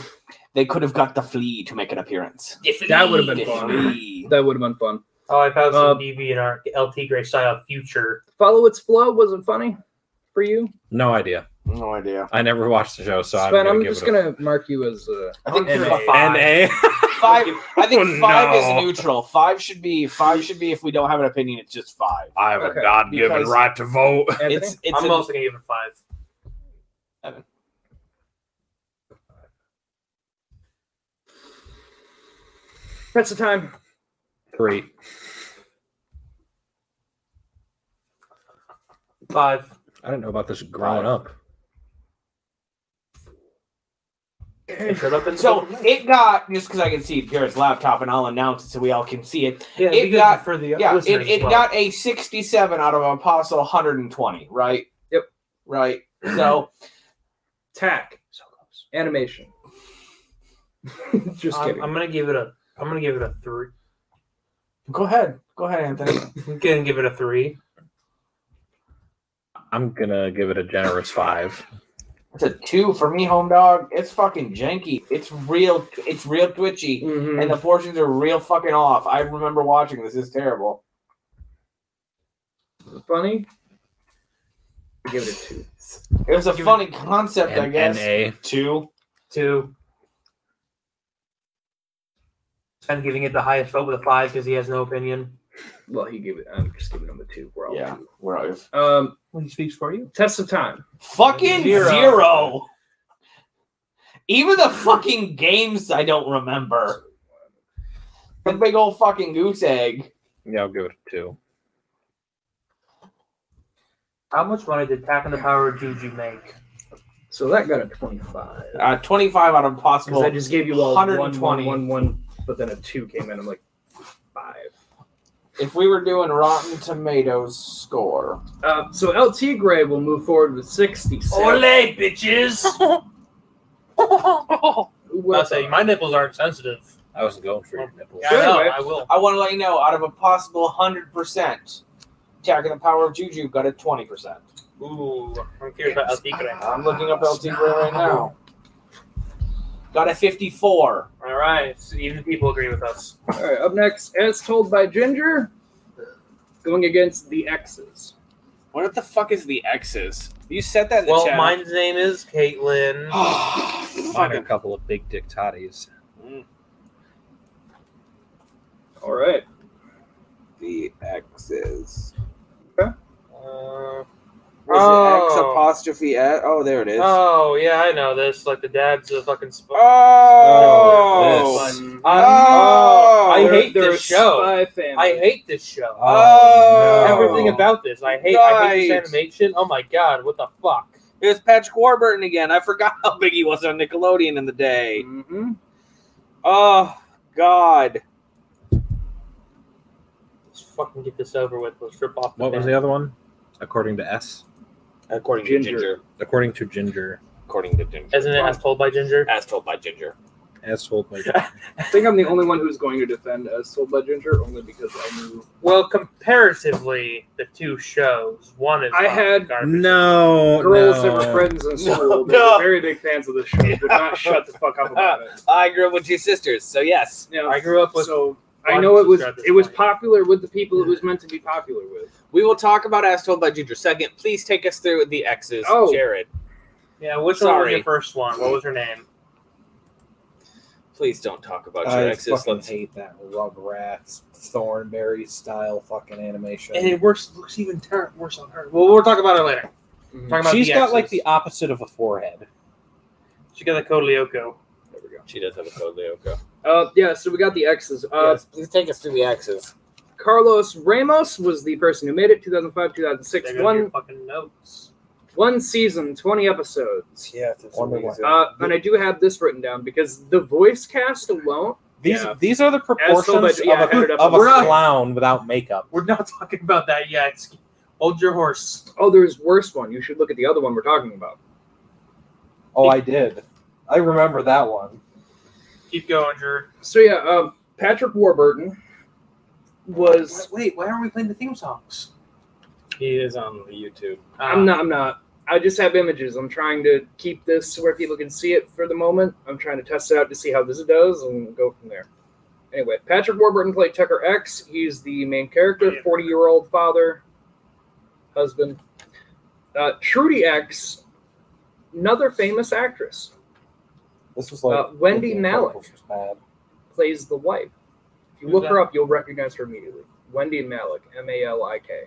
B: they could have got the flea to make an appearance.
D: That would have
B: The
D: been fun.
B: flea.
D: That would have been fun.
A: Oh, I found
D: Uh,
A: some DV in our LT Gray style future.
D: Follow its flow wasn't funny for you,
F: No idea.
B: No idea.
F: I never watched the show, so I'm
D: Sven.
F: gonna
D: I'm,
F: give
D: just
F: it a-
D: gonna mark you as uh,
B: I think
A: An
B: a
A: A.
B: five.
F: An A.
B: Five. I think
F: Oh,
B: five
F: no.
B: is neutral. Five should be five should be if we don't have an opinion, it's just five.
F: I have
D: Okay,
F: a God-given
B: because-
F: right to vote.
D: Anthony.
B: It's it's
A: I'm
B: a-
A: also gonna give it five.
D: That's the time.
F: Three.
A: Five.
F: I didn't know about this growing up.
A: It showed up in
B: So it got just because I can see Jared's laptop, and I'll announce it so we all can see it.
A: yeah,
B: it got-
A: for the
B: Yeah, it,
A: listeners as
B: it
A: well.
B: got a 67 out of Apostle 120, right?
D: Yep.
B: Right. So
D: Tack.
F: So close.
D: Animation. <laughs> Just
A: I'm,
D: kidding.
A: I'm gonna give it a. I'm gonna give it a three.
G: Go ahead. Go ahead, Anthony.
A: I'm gonna give it a three.
F: I'm gonna give it a
A: <laughs>
F: generous five.
B: <clears throat> It's a two for me, home dog. It's fucking janky. It's real. It's real twitchy,
D: Mhm.
B: and the portions are real fucking off. I remember watching this. It's terrible.
D: funny. I give it a two.
B: It was a
A: Give it-
B: funny concept, I
F: And
B: guess.
F: NA.
B: Two.
A: Two. I'm giving it the highest vote with a five because he has no opinion.
D: Well, he gave it. I'm just giving him a two. We're all
B: Yeah.
D: two.
B: Where are you?
D: Um,
A: Well, he speaks for you.
D: test of time.
B: Fucking
D: Zero.
B: zero. Even the fucking games I don't remember. The big old fucking goose egg.
F: Yeah, I'll give it a two.
A: How much money did Attack on the Power Juju make?
D: So that got a twenty-five.
B: Uh, 25 out of
D: Because
B: possible.
D: I just gave you all
B: 120.
D: 120. One, one, one, but then a two came in. I'm like five.
B: if we were doing Rotten Tomatoes score,
D: Uh, so LT Gray will move forward with sixty-six.
A: bitches!
D: Who
A: <laughs> I'll
D: else?
A: say my nipples aren't sensitive.
F: I wasn't going for your nipples.
A: Yeah, I know,
D: Anyway.
A: I will.
B: I want to let you know out of a possible 100%, Attack of the Power of Juju got a 20%.
A: Ooh, I'm curious about El Tigre.
B: I'm looking up LT Gray right now. Got a 54.
A: All right, so even the people agree with us.
D: All right, up next, as told by Ginger, going against the X's.
G: What the fuck is the X's? You said that in the
A: Well,
G: chat.
A: mine's name is
D: <sighs>
A: Caitlin.
F: Mine are a couple of big dick toddies.
D: All right.
B: the X's.
A: Uh,
B: Was it X
A: Oh.
B: apostrophe S? Oh, there it is.
A: oh yeah, I know this. Like the dad's a fucking. Sp-
B: oh,
F: this.
A: Um,
B: Oh.
A: I
B: They're-
A: hate
D: They're a
A: this show.
D: spy family.
A: I hate this show.
B: Oh.
A: Everything about this. I hate. I hate this
B: Right.
A: animation. Oh my god, what the fuck?
B: it was Patrick Warburton again. I forgot how big he was on Nickelodeon in the day.
D: Mhm.
B: Oh God,
A: Let's fucking get this over with. Let's rip off. The
F: What was the other one? According to S.
B: according
D: to Ginger.
F: According to Ginger,
B: according to Ginger,
A: Isn't it as told by Ginger?
B: as told by Ginger?
F: as
E: <laughs>
F: told by
D: I think I'm the only one who's going to defend as told by Ginger, only because I knew.
A: Well, comparatively, the two shows. One is
D: I
A: fucking
D: had
A: garbage.
F: No,
D: Girls that
F: Oh, no.
D: were friends in school
A: <laughs>
B: No,
D: that
B: no.
D: were very big fans of this show would not shut the fuck up
A: <laughs>
D: about it.
B: I grew up with two sisters, so yes.
D: Yeah.
A: I grew up with.
D: so
A: Why
D: I know it
A: did you
D: was
A: grab this
D: it was
A: mic?
D: popular with the people it was meant to be popular with.
B: We will talk about as told by Ginger second. Please take us through the X's,
D: Oh.
B: Jared.
A: yeah, which one was
B: Sorry.
A: your first one? What was her name?
B: Please don't talk about your
E: I
B: X's.
E: fucking
B: Let's
E: hate that Rugrats Thornberry style fucking animation.
A: And it worse looks even ter- worse on her. Well, we'll talk about it later. Talking
D: Mhm.
A: about
E: She's
A: the
E: got like
A: exes.
E: the opposite of a forehead.
A: She got the code Lyoko.
D: There we go.
B: She does have a code Lyoko.
D: Uh, yeah, so we got the X's. Uh,
B: yes, please take us through the X's.
D: Carlos Ramos was the person who made it 2005
A: There
D: 2006
A: goes
D: one
A: your fucking notes.
D: one season 20 episodes.
G: Yeah,
E: Wonder why.
A: Oh,
D: Uh, and I do have this written down because the voice cast alone
E: These
D: Yeah.
E: these are the
D: As told by-
E: proportions
D: yeah, I
E: of
D: had it
E: a,
D: up
E: of a
A: We're not-
E: clown without makeup.
A: We're not <laughs> talking about that yet. Hold your horse.
D: Oh, there's worse one. You should look at the other one we're talking about.
E: Oh, I did. I remember that one.
A: Keep going, Jared.
D: So yeah, um, Patrick Warburton was.
A: Wait, why aren't we playing the theme songs?
G: He is on the YouTube.
A: Ah.
D: I'm not. I'm not. I just have images. I'm trying to keep this where people can see it for the moment. I'm trying to test it out to see how this does and go from there. Anyway, Patrick Warburton played Tucker X. He's the main character, 40 year old father, husband. Uh, Trudy X, another famous actress,
E: This was like
D: Uh, Wendy
E: Indian
D: Malick.
E: Chronicles was bad.
D: plays the wife. If you
A: Who's
D: look
A: that?
D: her up, you'll recognize her immediately. Wendy Malik, M A L I K.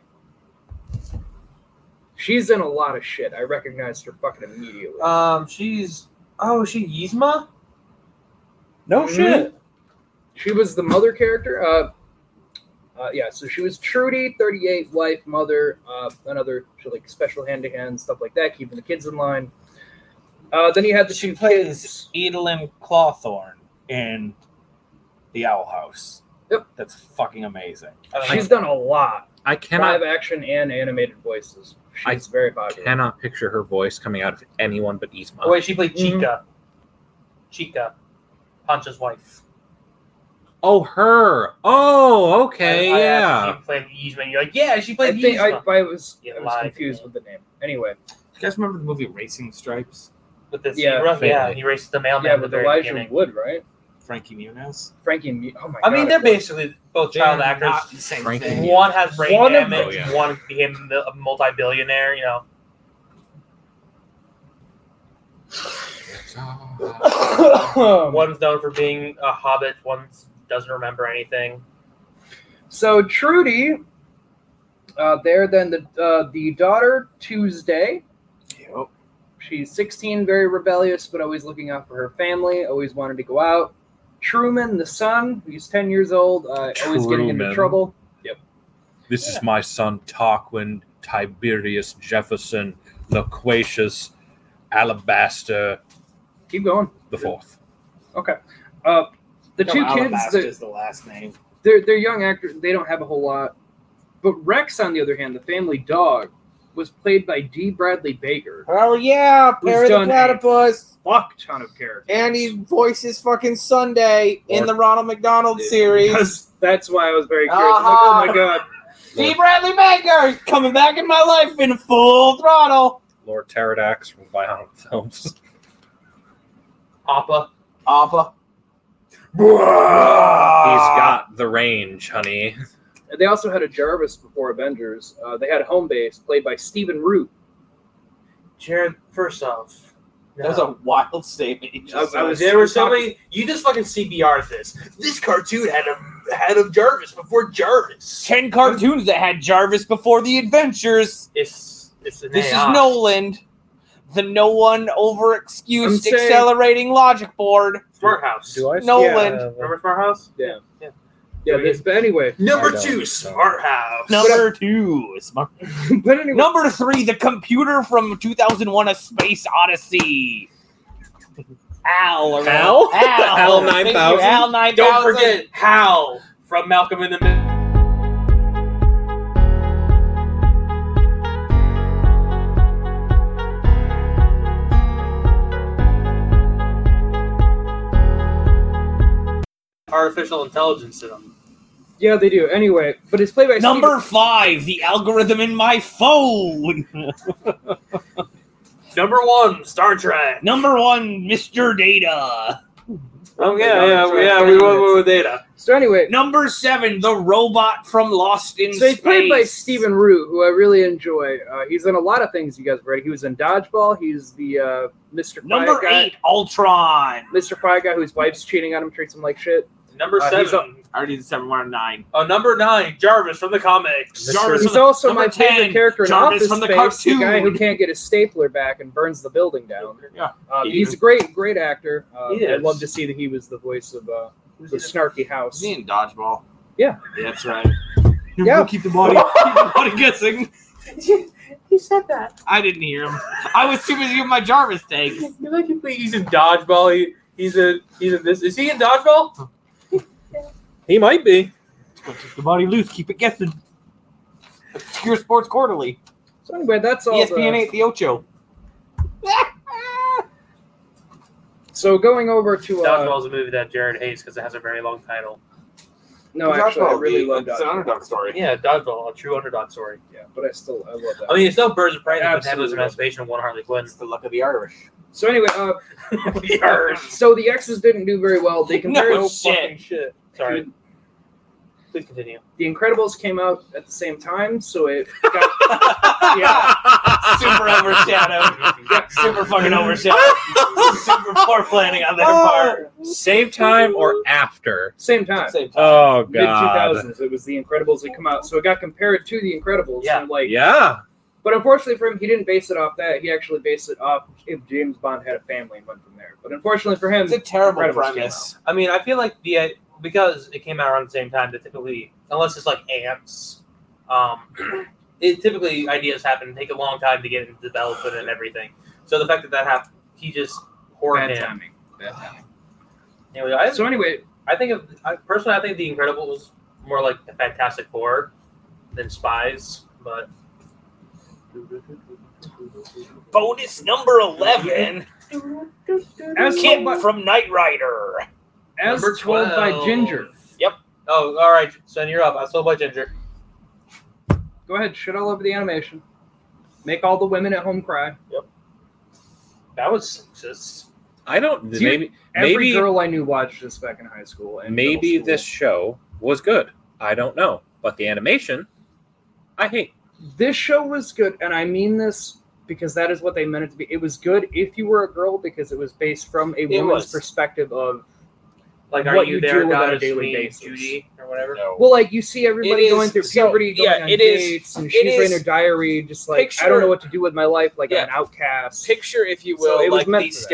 D: She's in a lot of shit. I recognized her fucking immediately.
A: Um, she's. Oh, is she Yzma?
E: No
A: Mm-hmm.
D: Mhm.
E: shit.
D: she was the mother character. Uh, uh, yeah, so she was Trudy, 38, wife, mother, uh, another she like special hand to hand stuff like that, keeping the kids in line. Uh, then you had the
G: She
D: two
G: plays
D: kids.
G: Edelin Clawthorne in The Owl House.
D: Yep.
G: That's fucking amazing.
A: uh,
D: She's done a lot,
F: I cannot
D: live action and animated voices.
F: I
D: She's very popular.
F: cannot picture her voice coming out of anyone but Yzma.
A: Oh, wait, she played Chica. Chica, Pancha's wife.
F: Oh, her. Oh, okay,
A: I- I asked
F: yeah.
A: if She played Yzma. You're like, yeah, she
D: I
A: played
D: think I,
A: Yzma
D: I was,
A: You
D: I was
A: lied to
D: confused
A: me.
D: with the name. Anyway,
G: You guys remember the movie Racing Stripes?
A: with this
D: yeah,
A: zebra. Yeah,
F: faintly.
A: he races the mailman.
D: yeah,
A: at the
D: with
A: very
D: Elijah
A: beginning.
D: Wood, right?
G: Frankie Muniz.
D: Frankie and Mu- oh my
A: I
D: god.
A: mean, they're
D: <coughs>
A: basically both child
G: They're
A: actors.
G: not the same
F: Frankie
G: thing.
A: One has brain
D: One of
A: damage.
F: them.
A: One became the- a multi-billionaire. You know,
D: Um,
A: one's known for being a hobbit. One's doesn't remember anything.
D: So Trudy, uh, there then the uh, the daughter Tuesday.
G: Yep.
D: She's 16, very rebellious, but always looking out for her family. Always wanted to go out. Truman, the son, who's 10 years old, uh, always getting into
F: Truman.
D: trouble.
F: This is my son Tarquin Tiberius Jefferson Loquacious Alabaster
D: Keep going.
F: the Fourth.
D: Uh, the
G: No,
D: two kids,
G: Alabaster
D: they're,
G: is the last name.
D: they're they're young actors. They don't have a whole lot. But Rex, on the other hand, the family dog, was played by D. Bradley Baker.
B: Hell yeah,
D: Who's
B: Perry the
D: done a
B: Platypus.
D: Fuck ton of characters.
B: And he voices fucking Sunday in
E: Lord.
B: the Ronald McDonald <laughs> series. Ah.
D: Because that's why I was very curious.
B: Aha.
D: I'm like, oh my god.
B: D. Bradley Baker coming back in my life in full throttle.
F: Lord Pterodax from Bionic Films.
A: Appa.
B: Appa.
D: Ah.
F: He's got the range, honey.
D: And They also had a Jarvis before Avengers. Uh, they had a home base played by Stephen Root.
A: Jared, first off,
B: That was a wild statement. he just
D: I- I was-
B: said.
A: there were so many. You just fucking CBR this. This cartoon had a had a Jarvis before Jarvis.
B: ten cartoons that had Jarvis before the adventures.
A: It's it's an
B: This is
A: AI.
B: Noland, the no one over
D: I'm
B: excused
D: saying-
B: accelerating logic board.
A: Smart House.
F: I
B: Nolan.
A: Remember Smart House?
D: Yeah.
A: Yeah.
D: Yeah, this, but anyway. <laughs>
F: I
A: Number
F: don't
A: two,
F: know.
A: Smart House.
B: Number two, smart.
D: but anyway,
B: Number three, the computer from 2001: A Space Odyssey. Al, or-
F: Al?
B: Al,
F: <laughs> Al
B: Thank you,
F: 9000?
B: Al nine
A: Don't forget Hal from Malcolm in the Middle. Artificial intelligence in them.
D: yeah, they do. Anyway, but it's played by
B: Number five, the algorithm in my phone.
A: Number one, Star Trek.
B: Number one, Mr. Data.
A: Oh
D: yeah, yeah, yeah, we went
A: with data.
D: Stephen, so anyway,
B: Number seven, the robot from Lost in
D: so
B: Space.
D: it's played by Stephen Root, who I really enjoy. Uh, he's in a lot of things you guys read. He was in Dodgeball. He's the uh, Mr. Quiet
B: Number
D: guy.
B: eight, Ultron.
D: Mr. Quiet guy whose wife's cheating on him, treats him like shit.
A: Number
D: Uh, he's
A: seven.
B: I already did seven, one, nine.
A: Oh, number nine, Jarvis from the comics.
F: Mr.
A: Jarvis
D: He's
A: from the-
D: also
B: number
D: my
B: 10,
D: favorite character in
B: Jarvis
D: Office
B: from the
D: Space,
B: cartoon.
D: guy who can't get his stapler back and burns the building down.
B: Yeah.
D: Uh,
B: He
D: he's
B: is.
D: a great, great actor. Uh,
A: He
D: I'd
A: is.
D: love to see that he was the voice of uh,
A: Who's
D: the
A: he-
D: Snarky House.
B: in dodgeball?
D: Yeah.
B: that's right.
D: Yeah.
B: Keep the body, <laughs> keep the body guessing.
A: He said that.
B: I didn't hear him. I was too busy with my Jarvis takes.
A: You like you think he's in dodgeball. He, he's a he's in this. Is he in dodgeball?
F: <laughs> He might be.
B: Keep the body loose. Keep it guessing. Secure Sports Quarterly. E
D: So anyway, that's
A: E
D: all.
B: ESPN
D: The,
B: eight, the Ocho.
D: so going over to uh,
A: Dodgeball is a movie that Jared hates because it has a very long title.
D: no, actually, I really love
B: It's an
D: Dodgeball.
B: underdog story.
A: Yeah, Dodgeball, a true underdog story.
D: Yeah, but I still I love that.
A: I mean, it's no Birds of Prey that
D: Absolutely.
A: was an emancipation of one Harley Quinn. <laughs>
B: It's the luck of the Irish.
D: so anyway, uh,
A: Yarr.
D: so the X's didn't do very well.
A: <laughs>
D: They compared
B: No shit.
A: Fucking shit. Sorry. Please continue.
D: The Incredibles came out at the same time, so it got
A: <laughs>
D: yeah.
B: <laughs> super <laughs> overshadowed. super fucking
A: <laughs>
B: overshadowed. super poor planning on their part.
F: Same time or after?
D: Same time.
F: Oh
D: Mid two
F: god.
D: thousands, it was the Incredibles that come out, so it got compared to the Incredibles.
A: Yeah.
D: and like,
F: Yeah.
D: but unfortunately for him, he didn't base it off that. He actually based it off if James Bond had a family and went from there. But unfortunately for him,
B: It's a terrible
D: Incredibles came
B: premise.
A: I mean, I feel like the because it came out around the same time that typically, unless it's like ants, um, <clears throat> it typically ideas happen take a long time to get into development and everything. So the fact that that happened, he just
D: out.
A: poured
D: bad
A: in.
D: timing. Bad timing.
A: Anyway, I,
D: So anyway,
A: I think of I, personally, I think the Incredibles more like the Fantastic Four than spies, but
B: Bonus number 11.
D: As
B: Kid
D: told by,
B: from Knight Rider.
D: as
A: Number
D: told by
A: 12.
D: Ginger.
A: Oh, all right, Son, you're up. I sold by Ginger.
D: Go ahead, shit all over the animation. Make all the women at home cry.
A: That was just
F: I don't.
D: Do you-
F: maybe
D: Every
F: maybe
D: girl I knew watched this back in high school. And middle
F: maybe
D: school.
F: this show was good. I don't know, but the animation, I hate.
D: this show was good, and I mean this because that is what they meant it to be. It was good if you were a girl because it was based from a woman's
B: was.
D: perspective of
A: like, are
D: What
A: you
D: you
A: there,
D: do on a
A: God,
D: daily
A: daily
D: basis.
A: Judy, or whatever?
D: well, like you see everybody
B: It is-
D: going through
B: so,
D: puberty, going
B: yeah,
D: on
B: it is-
D: dates, and
B: it
D: she's writing
B: is-
D: her diary, just like I
B: picture-
D: don't know what to do with my life, like
B: Yeah.
D: I'm an outcast.
B: Picture, if you
D: So
B: will,
D: it was
B: like the
D: meant for that.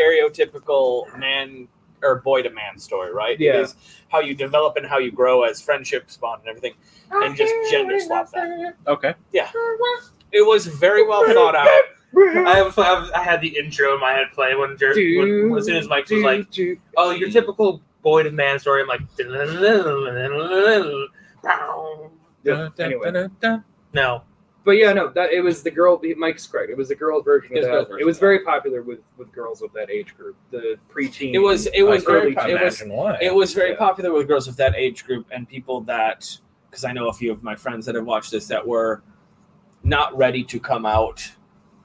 B: stereotypical man or boy to man story, right?
D: Yeah.
B: It is how you develop and how you grow as friendships bond and everything, and just gender swap that.
F: <laughs> Okay,
B: It was very well thought
D: <laughs>
B: out.
A: I, have, I, have, I had the intro in my head play when, Jer-
D: Do,
A: when as soon as Mike was
D: do,
A: like,
D: do.
A: "Oh, your typical boy to man story." I'm like,
D: Yeah, anyway.
A: <laughs> no,
D: But yeah, no, that it was the girl. Mike's correct. It was the girl version.
F: It
D: Of
F: was girl
D: that.
F: version,
D: It was
F: yeah.
D: very popular with with girls of that age group, the preteen.
B: It was. It was
D: I
B: very.
D: totally
B: po-
D: can
B: It was
F: imagine why.
B: It was very
D: Yeah.
B: popular with girls of that age group and people that, because I know a few of my friends that have watched this that were not ready to come out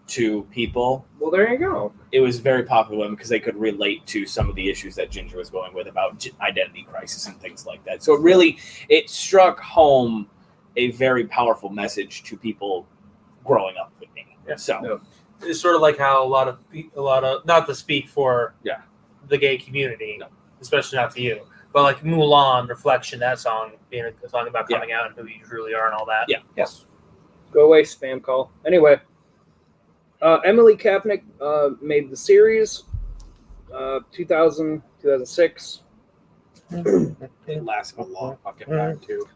B: to people.
D: well. There you go.
B: It was very popular with them because they could relate to some of the issues that Ginger was going with about g- identity crisis and things like that. So it really it struck home a very powerful message to people growing up with me. So
D: Yeah.
A: it's sort of like how a lot of pe- a lot of not to speak for
B: Yeah.
A: the gay community, especially not to you, but like Mulan, Reflection, that song being a song about
B: Yeah.
A: coming out and who you truly are and all that.
B: Yeah.
F: yes.
D: Go away, spam call. Anyway, uh, Emily Kapnick uh, made the series, uh, 2000, 2006.
G: It lasted a long fucking
F: Mm.
G: time too.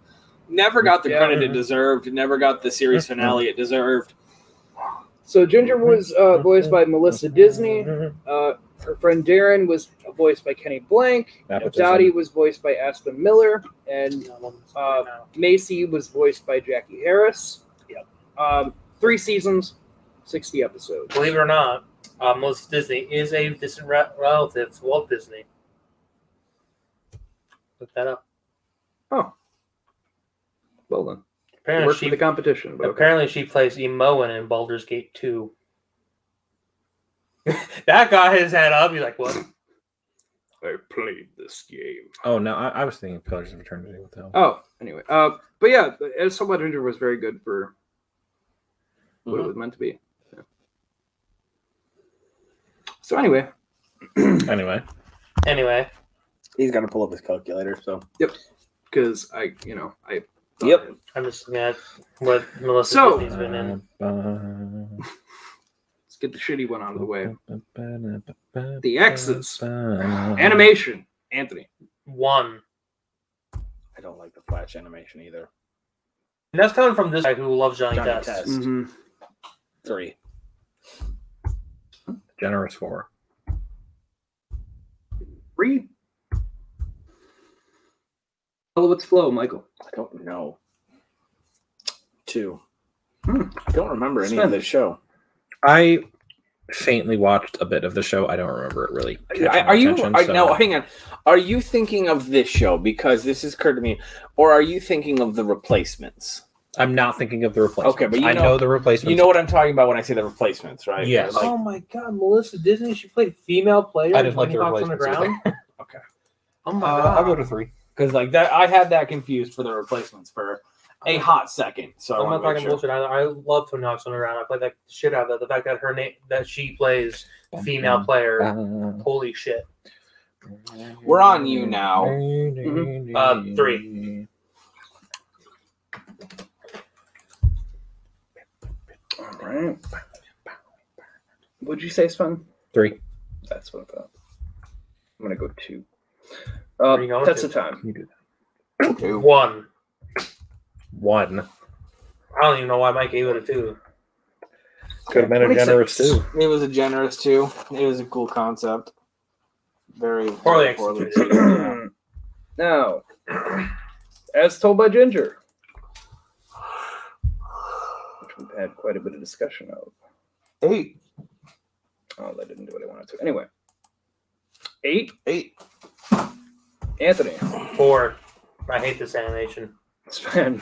B: never got the
D: Yeah.
B: credit it deserved. Never got the series
F: Mm-hmm.
B: finale it deserved.
D: So Ginger was uh, voiced by Melissa Disney. Uh, her friend Darren was voiced by Kenny Blank.
F: Nepotism.
D: Dottie was voiced by Aspen Miller, and Uh,
A: Mm-hmm. No.
D: Macy was voiced by Jackie Harris. Yep. Um, three seasons, sixty episodes.
A: Believe it or not, uh, Melissa Disney is a distant re- relative to Walt Disney. Look that up.
D: Well done. It
A: Apparently
D: worked for
A: she,
D: the competition, but okay.
A: apparently she plays Emoan in Baldur's Gate <laughs> 2. that guy his head up. He's like, what?
D: I played this game.
F: Oh no, I, I was thinking Pillars of Eternity with them.
D: Oh, anyway. Uh, but yeah, as Somewhat Ginger was very good for what it was meant to be. Yeah. So anyway,
F: Anyway,
A: Anyway,
B: He's got to pull up his calculator. So
D: because I, you know, I.
B: Yep.
A: I'm just looking at what Melissa
D: So-
A: Disney's been in.
D: Let's get the shitty one out of the way.
F: the
D: The X's.
B: Uh-huh.
D: Animation. Anthony.
A: One.
B: I don't like the Flash animation either.
A: And that's coming from this guy who loves Johnny,
B: Johnny
A: Test.
B: Test.
D: Mm-hmm.
B: Three.
F: Generous four.
D: Three. Follow what's flow, Michael.
B: I don't know. Two.
D: Hmm.
B: I don't remember any
D: Spend.
B: of this show.
F: I faintly watched a bit of the show. I don't remember it really. catching my
B: are you?
F: attention,
B: Are,
F: so-
B: No, hang on. Are you thinking of this show because this has occurred to me, or are you thinking of the replacements?
F: I'm not thinking of the replacements.
B: Okay, but you
F: I
B: know-
F: know, the replacements.
B: You know what I'm talking about when I say the replacements, right?
F: Yes.
B: Like,
A: oh my god, Melissa Disney, she played female player.
F: I didn't like
A: Johnny
F: her
A: Fox on the ground. <laughs>
F: replacements
B: Okay.
A: Oh my
B: Uh,
A: god.
B: I'll go
F: to three.
B: Because like that, I had that confused for the replacements for a hot second. So
A: I'm not
B: I want to
A: talking
B: make
A: bullshit.
B: sure.
A: I, I love Tony Hawk's on the ground. I play that shit out of that. The fact that her name that she plays
B: Mm-hmm.
A: female player.
F: Uh,
A: Holy shit.
B: We're on you now.
F: Mm-hmm.
A: Uh,
F: three.
D: All right. What'd you say, Spun?
F: Three.
D: That's what I thought. I'm gonna go two.
A: are you
D: Uh,
A: going
D: that's
A: to?
D: the time.
A: One.
F: One.
A: I don't even know why Mike gave it a two.
F: Could have been a
D: 26.
F: generous two.
B: It was a generous two. It was a cool concept. Very
A: Poorly
B: very poorly
A: executed.
B: <clears throat> executed.
D: <clears throat> now, as told by Ginger, which we've had quite a bit of discussion of.
B: Eight.
D: Oh, that didn't do what I wanted to. Anyway. Eight. Eight. Anthony.
A: Four. I hate this animation.
D: Sven.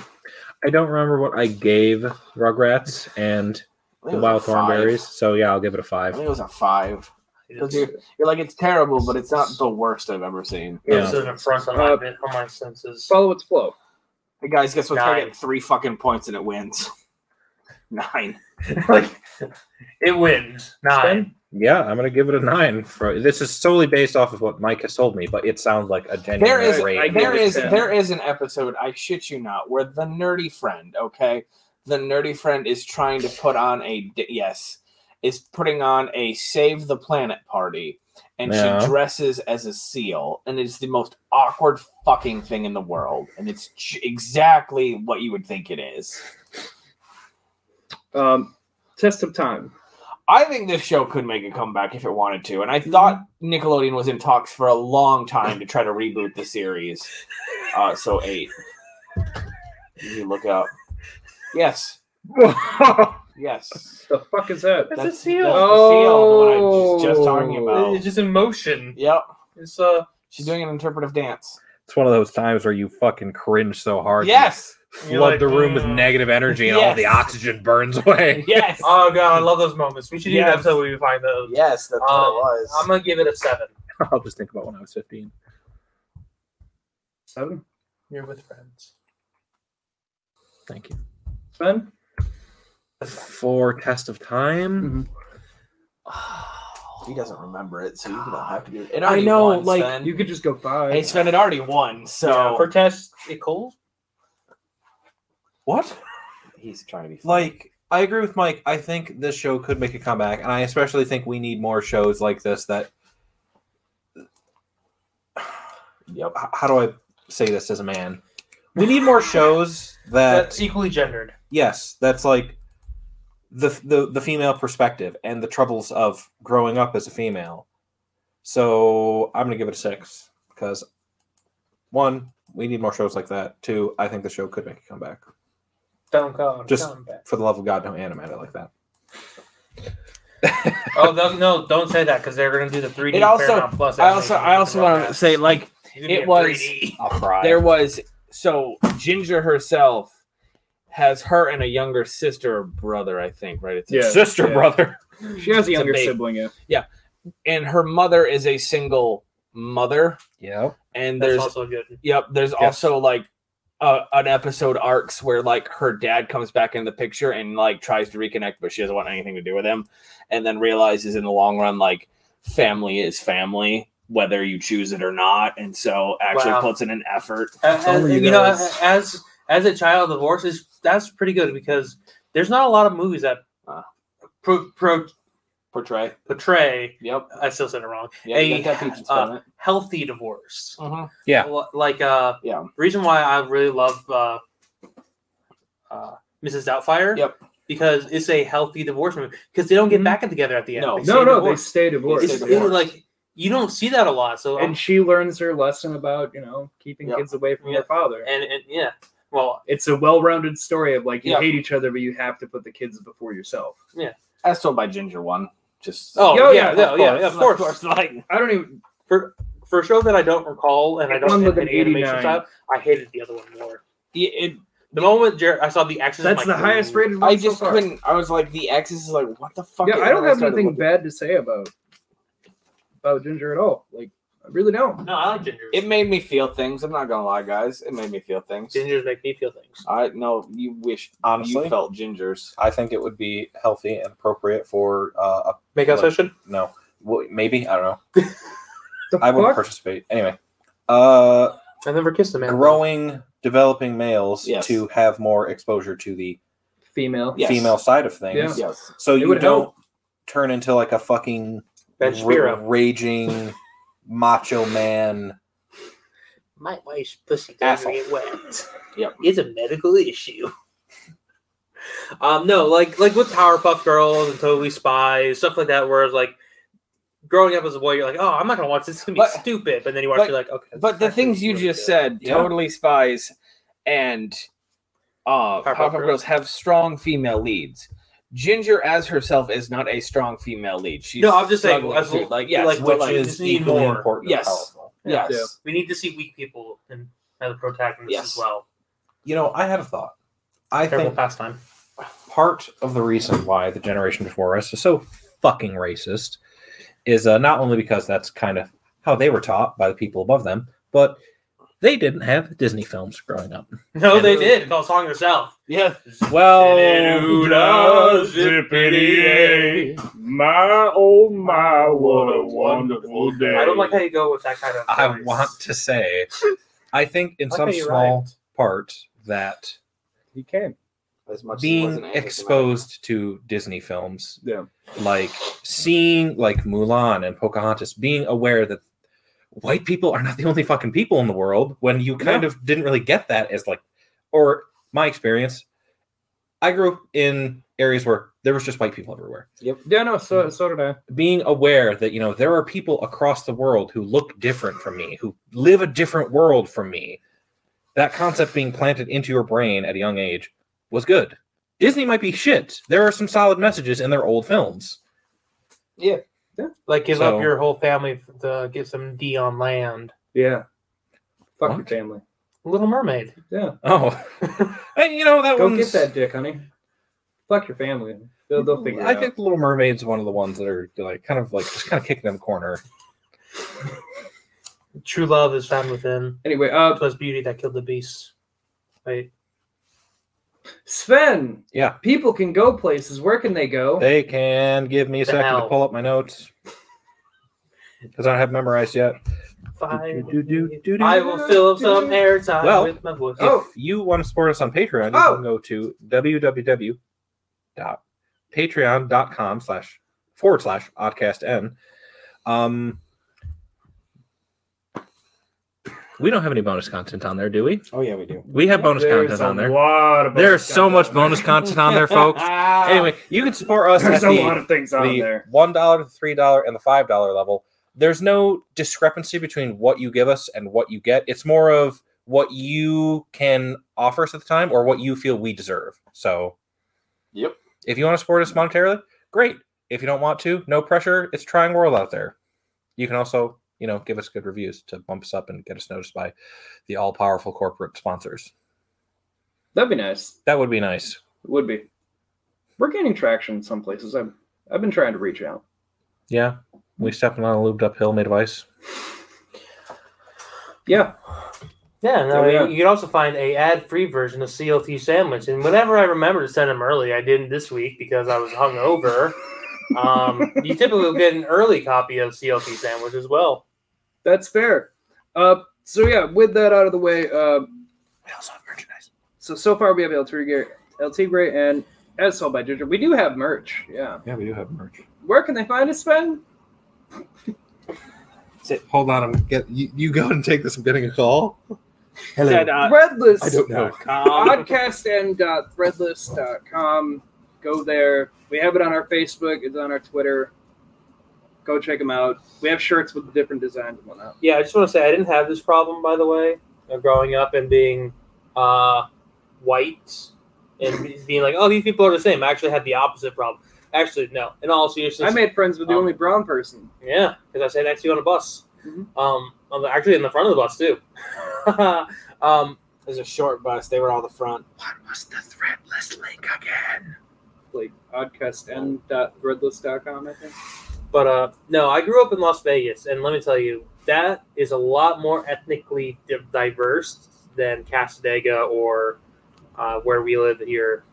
F: I don't remember what I gave Rugrats and
B: I think it
F: the
B: was
F: Wild
B: a five.
F: Thornberries, so yeah, I'll give it a
B: I
F: five.
B: think it was a five. Because You're, you're like it's terrible, but it's not the worst I've ever seen.
F: Yeah.
A: This is an affront on
B: Uh,
A: my, bit- on my senses.
D: Follow its flow.
B: Hey guys, guess what? I
A: Nine.
B: get three fucking points and it wins. <laughs> Nine.
A: like, it wins. Nine.
F: Yeah, I'm gonna give it a nine. For this is solely based off of what Mike has told me, but it sounds like a genuine
B: There is
F: grade.
D: I
B: there
D: get it,
B: is
D: Sam.
B: there is an episode I shit you not where the nerdy friend, okay, the nerdy friend is trying to put on a d- yes, is putting on a save the planet party, and
F: Yeah.
B: she dresses as a seal, and it's the most awkward fucking thing in the world, and it's j- exactly what you would think it is.
D: Um, test of time.
B: I think this show could make a comeback if it wanted to, and I thought Nickelodeon was in talks for a long time to try to reboot the series. Uh, so eight. You look up. Yes,
D: the
B: yes.
D: fuck is that?
A: That's,
B: That's-
A: a seal.
B: That's the seal, the one I was just talking about.
A: It's just in motion.
B: Yep,
A: It's uh,
B: she's doing an interpretive dance.
F: <laughs> It's one of those times where you fucking cringe so hard. you
B: Yes,
A: You're
F: <laughs> flood
A: like,
F: the room with
A: mm.
F: negative energy, and all the
B: Yes.
F: oxygen burns away. <laughs>
A: <laughs>
B: yes,
A: oh god, I love those moments. We should do
B: Yes.
A: an episode where we find those.
B: yes. That's what
A: Um,
B: it was.
A: I'm gonna give it a seven.
F: I'll just think about when I was 15.
D: Seven.
A: You're with friends.
F: Thank you.
D: Sven.
F: For test of time.
B: <sighs> he doesn't remember it, so you don't have to do it. it
D: I
B: already
D: know,
B: won,
D: like
B: Sven.
D: you could just go five.
B: Hey, Sven, it already won. So
A: Yeah, for test, it cold.
F: What?
B: he's trying to be funny.
F: Like, I agree with Mike. I think this show could make a comeback, and I especially think we need more shows like this that. <sighs>
B: Yep.
F: h- How do I say this as a man? We need more shows
B: Uh,
F: that
A: That's equally gendered.
F: yes that's like the, the the female perspective and the troubles of growing up as a female so i'm gonna give it a six because one we need more shows like that two i think the show could make a comeback
A: Don't go.
F: Just-
A: Don't bet.
F: for the love of god don't animate it like that
A: Oh don't, no! Don't say that because they're gonna do the 3D.
B: It also-
A: Paramount Plus.
B: I also, I also want to say, like, it was-
F: <laughs>
B: <laughs>
F: i'll cry
B: there was so ginger herself has her and a younger sister or brother i think right it's
D: Yeah.
F: sister
D: Yeah.
F: brother <laughs>
D: She has a
B: It's a
D: younger
B: babe.
D: sibling. Yeah.
B: and her mother is a single mother
F: yeah
B: and
A: That's
B: there's
A: also good.
B: yep there's also like uh, an episode arcs where like her dad comes back into the picture and like tries to reconnect but she doesn't want anything to do with him and then realizes in the long run like family is family whether you choose it or not and so actually
A: Wow.
B: puts in an effort
A: As,
D: all you
A: you know,
D: guys.
A: as as a child divorce is that's pretty good because there's not a lot of movies that uh,
B: Ah.
A: pro, pro,
B: portray
A: portray.
B: yep
A: I still said it wrong.
B: Yeah, you
A: a,
B: got that peach
A: uh,
B: in it.
A: Healthy divorce.
B: Mhm.
F: Yeah.
A: L- Like uh,
B: Yeah.
A: Reason why I really love uh, uh, Mrs. Doubtfire.
B: Yep. Mm-hmm.
A: Because it's a healthy divorce movie. Because they don't get
D: Mhm.
A: back at together at the end.
B: No.
A: They Oh,
D: No,
A: stay
D: no, they
A: divorced.
D: stay divorced.
A: It's,
B: stay
A: it's
B: divorced.
A: like you don't see that a lot. So
D: and
A: and
D: she learns her lesson about you know keeping
B: Yeah.
D: kids away from
A: Yeah.
D: their father.
A: and, and yeah, well,
D: it's a well-rounded story of like you
B: Yeah.
D: hate each other, but you have to put the kids before yourself.
B: As told by Ginger One. Just
A: oh
D: Yeah,
A: yeah,
D: yeah,
A: yeah, yeah, of course.
B: Like
D: I don't even.
A: For for a show that I don't recall and I don't
D: One
A: have
D: with an
A: any animation
D: 89.
A: style, I hated the other one more.
B: it, it-
A: The moment Jared, I saw the X's, I'm
D: That's the
A: like,
D: highest
A: "Ooh."
D: rated. One
B: I just
D: so far.
B: couldn't. I was like, the X's is like, what the fuck?
D: Yeah,
B: is-
D: I don't
B: when
D: have
B: started
D: anything
B: looking-
D: bad to say about about Ginger at all. Like, I really don't.
A: No, I like gingers.
B: It made me feel things. I'm not gonna lie, guys. It made me feel things.
A: gingers make me feel things.
B: I know you wished
F: Honestly?
B: you felt gingers.
F: i think it would be healthy and appropriate for uh a,
A: Make out
F: Like-
A: session.
F: no well, maybe i don't know
D: The
F: i wouldn't
D: fuck?
F: participate anyway uh
A: I never kissed a man.
F: growing developing males
B: Yes.
F: to have more exposure to the
D: Female.
B: Yes.
F: female side of things
D: Yeah.
B: Yes.
F: so you don't
D: would help.
F: turn into like a fucking
A: Ben
F: ra-
A: Shapiro.
F: raging macho man
A: My wife's pussy
F: Asshole.
A: get wet.
B: Yep.
A: It's a medical issue. <laughs> um, no, like like with Powerpuff Girls and Totally Spies, stuff like that, where it's like growing up as a boy, you're like, oh, I'm not gonna watch this. It's gonna be
B: But-
A: stupid. But then you watch,
B: but-
A: you're like, okay.
B: But the
A: that's
B: things you
A: really
B: just
A: good.
B: said,
F: Yeah.
B: totally spies, and uh,
A: Powerpuff
B: Powerpuff
A: Girls.
B: Girls have strong female leads. Ginger as herself is not a strong female lead. She's
A: No, I'm just saying,
B: struggling
A: as a-
B: to- like yes,
A: like
B: but,
F: which
A: like,
F: is
A: just need
F: equally
A: more.
F: important. and
B: Yes.
F: powerful.
B: yes.
D: Yeah.
A: We need to see weak people and as protagonists
B: Yes.
A: as well.
F: You know, I had a thought. I
A: Terrible
F: think
A: pastime.
F: part of the reason why the generation before us is so fucking racist is uh, not only because that's kind of how they were taught by the people above them, but they didn't have Disney films growing up.
A: No,
F: Yeah.
A: they did. Call song yourself.
B: Yeah.
F: Well,
G: My oh my, what a wonderful day!
A: I don't like how you go with that kind of.
F: I
A: voice.
F: want to say, I think in
D: Like
F: some
D: how you
F: small
D: rhymed.
F: part that
D: He came.
E: As much as it
F: being
E: wasn't anti-Semitic.
F: exposed to Disney films,
D: Yeah.
F: like seeing like Mulan and Pocahontas, being aware that white people are not the only fucking people in the world. When you kind of didn't really get that as like, or my experience, I grew up in areas where there was just white people everywhere.
D: Yeah, no, so so did I.
F: Being aware that you know there are people across the world who look different from me, who live a different world from me. That concept being planted into your brain at a young age was good. Disney might be shit. There are some solid messages in their old films.
A: Like give
F: So-
A: up your whole family f- to get some D on land.
D: Yeah. Fuck your
F: What?
D: family.
A: Little Mermaid.
D: Yeah. <laughs>
F: Oh, Hey, you know that
D: Go
F: one's-
D: get that dick, honey. Fuck your family. They'll, they'll figure it
F: I
D: out.
F: think Little Mermaid's one of the ones that are like kind of like just kind of kicking in the corner.
A: True love is found within.
D: Anyway, uh,
A: It was beauty that killed the beast. Wait,
D: Sven.
F: Yeah.
D: People can go places. Where can they go?
F: They can give me a
A: The
F: second to
A: hell.
F: pull up my notes because I don't have memorized yet.
A: fine.
F: Do-do-do-do-do-do.
A: I will fill up some airtime
F: Well,
A: with my voice.
D: Oh.
F: If you want to support us on Patreon, you
D: Oh.
F: can go to www.patreon.com slash forward slash oddcast n. Um, we don't have any bonus content on there, do we?
G: Oh yeah, we do.
F: We have bonus
G: There's
F: content
G: a
F: on there.
G: lot of
F: There's
G: bonus
F: so much
G: content.
F: bonus content on there,
G: <laughs>
F: folks. Anyway, you can support us
G: There's
F: at
G: a lot
F: the,
G: of things on
F: the
G: there.
F: one dollar to three dollar and the five dollar level. There's no discrepancy between what you give us and what you get. It's more of what you can offer us at the time or what you feel we deserve. So,
B: Yep.
F: If you want to support us monetarily, great. If you don't want to, no pressure. It's a trying world out there. You can also, you know, give us good reviews to bump us up and get us noticed by the all powerful corporate sponsors.
D: That'd be nice.
F: That would be nice.
D: It would be. We're gaining traction in some places. I've I've been trying to reach out.
F: Yeah. We stepped on a lubed up hill made of ice.
D: Yeah.
A: Yeah, no,
D: Oh, yeah.
A: You, you can also find a ad-free version of CLT sandwich. And whenever I remember to send them early, I didn't this week because I was
F: <laughs>
A: hungover. um, you typically will get an early copy of CLT sandwich as well.
D: That's fair. Uh, so yeah, with that out of the way, uh,
F: We also have merchandise.
D: so so far we have El Tigre, El Tigre, and as sold by Ginger. We do have merch. Yeah.
F: Yeah, we do have merch.
D: Where can they find us, Ben?
F: Hold on, I'm get you, you go and take this. I'm getting a call. Hello.
B: <laughs>
G: Said, uh,
D: Threadless.
F: I don't know.
H: Um,
G: com.
D: uh, podcastn.threadless.com. Go there. We have it on our Facebook. It's on our Twitter. Go check them out. We have shirts with different designs and whatnot.
A: Yeah, I just want to say I didn't have this problem, by the way, of growing up and being uh, white and be- being like, oh, these people are the same. I actually had the opposite problem. Actually, no. In all seriousness,
D: I made friends with the
A: Um,
D: only brown person.
A: Yeah, because I sat next to you on a bus.
D: Mhm.
A: Um, on the- actually in the front of the bus too. <laughs> um,
G: There's a short bus. They were all the front.
F: What's the threadless link again?
D: Like podcastn.threadless.com, I think.
A: but uh, no, I grew up in Las Vegas, and let me tell you, that is a lot more ethnically di- diverse than Casadega or uh, where we live here.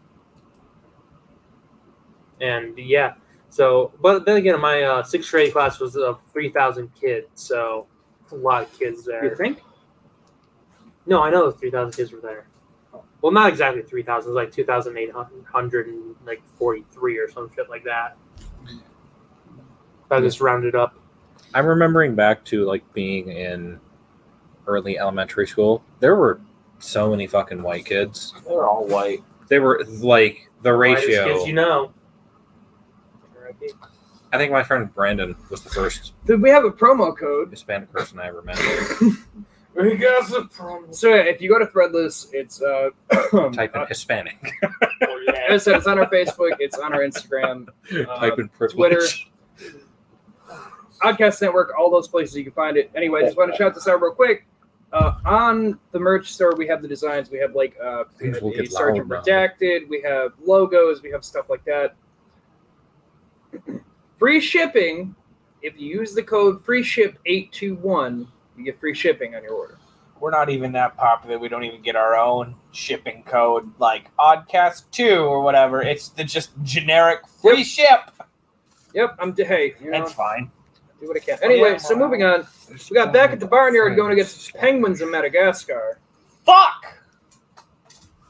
A: And yeah, so but then again, my uh, sixth grade class was uh, three thousand kids, so a lot of kids there.
D: You think?
A: No, I know the 3,000 kids were there. Well, not exactly 3,000. It was like 2,843 or some shit like that. I just rounded up.
F: I'm remembering back to like being in early elementary school. There were so many fucking white kids.
G: They were all white.
F: They were like the
A: Whitest
F: ratio.
A: Kids you
D: <laughs>
A: know.
F: I think my friend Brandon was the first
H: <laughs>
D: Did we have a promo
E: <laughs>
D: code?
F: Hispanic person I ever met.
D: We got
H: uh,
D: some problems. So yeah, if you go to Threadless, it's uh, <coughs>
H: Type in Hispanic.
D: as I said, it's on our Facebook, it's on our Instagram,
H: <laughs>
E: Uh,
H: Type in privilege.
D: Twitter. Podcast Network, all those places you can find it. Anyway, I just want to shout this out real quick. Uh, on the merch store, we have the designs. We have like uh,
H: Things will
D: the
H: get
D: Sergeant
H: loud now.
D: Redacted. We have logos. We have stuff like that. free shipping. If you use the code free ship eight two one, you get free shipping on your order.
G: We're not even that popular. We don't even get our own shipping code like Oddcast Two or whatever. It's the just generic free ship.
D: Yep, I'm hey, you know,
G: That's fine.
D: do what I can. Anyway, so
G: Yeah.
D: moving on, we got back at the barnyard going against penguins in Madagascar.
G: Fuck!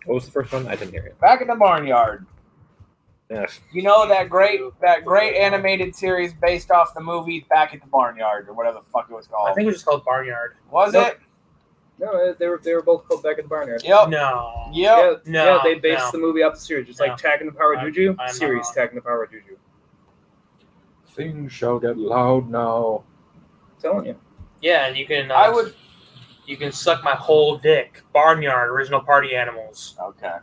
H: What was the first one? I didn't hear it.
G: Back in the barnyard.
H: Yes.
G: You know that great that great animated series based off the movie Back at the Barnyard or whatever the fuck it was called.
A: I think it was just called Barnyard.
G: was
D: Nope.
G: it?
D: No, they were they were both called back at the barnyard.
G: Yep.
A: No.
G: Yep.
D: yeah,
A: No,
D: yeah, they based
A: no.
D: the movie off the series, just
A: No.
D: like Tack and the Power of
A: I'm-
D: Juju
A: I'm not
D: series,
A: wrong.
D: Tack and the Power of Juju.
E: Things shall get loud now.
D: telling you,
A: Yeah, and you can. Uh,
G: I would
A: You can suck my whole dick. Barnyard, original party animals.
B: Okay.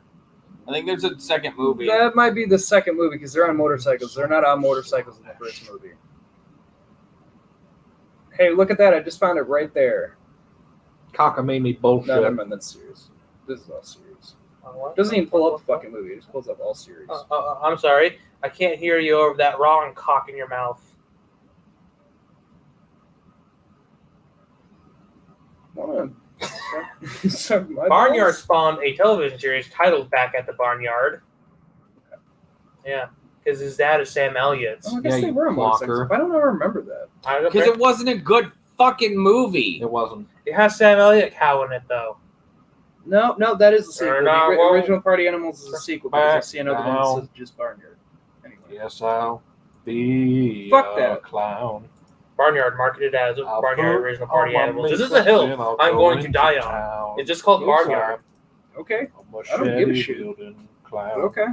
B: I think there's a second movie.
D: that might be the second movie because they're on motorcycles. They're not on motorcycles in the first movie. Hey, look at that! I just found it right there.
E: Cockamamie bullshit.
D: No, never mind. That's series. This is all series.
A: Uh, what?
D: It doesn't even pull up the fucking movie. It just pulls up all series.
A: Uh, uh, I'm sorry, I can't hear you over that wrong cock in your mouth.
D: <laughs> Come on. Suck my
A: Barnyard
D: balls.
A: spawned a television series titled "Back at the Barnyard." Yeah, because his dad is Sam Elliott.
D: Oh, I guess
E: Yeah,
D: they
E: you
D: were on
E: blocker.
D: motorcycles. Why don't I remember that?
A: I don't
B: Because
A: remember-
B: it wasn't a good fucking movie.
E: It wasn't.
A: It has Sam Elliott cow in it though.
D: No, no, that is the sequel.
A: Or
D: The
A: not,
D: ori-
A: well-
D: original Party Animals is a sequel because I see another
E: now.
D: one that's just Barnyard. Anyway.
E: Yes, I'll be
D: Fuck
E: a
D: that.
E: clown.
A: Barnyard marketed as
E: I'll
A: Barnyard
E: put
A: original party
E: on my
A: animals. This is
E: makeup
A: a hill
E: and I'll
A: I'm
E: go
A: going to
E: into
A: die on.
E: town.
A: It's just called Barnyard.
D: Okay.
E: I'm a
D: I don't give a
E: shitty
D: shit.
E: building clown.
D: Okay.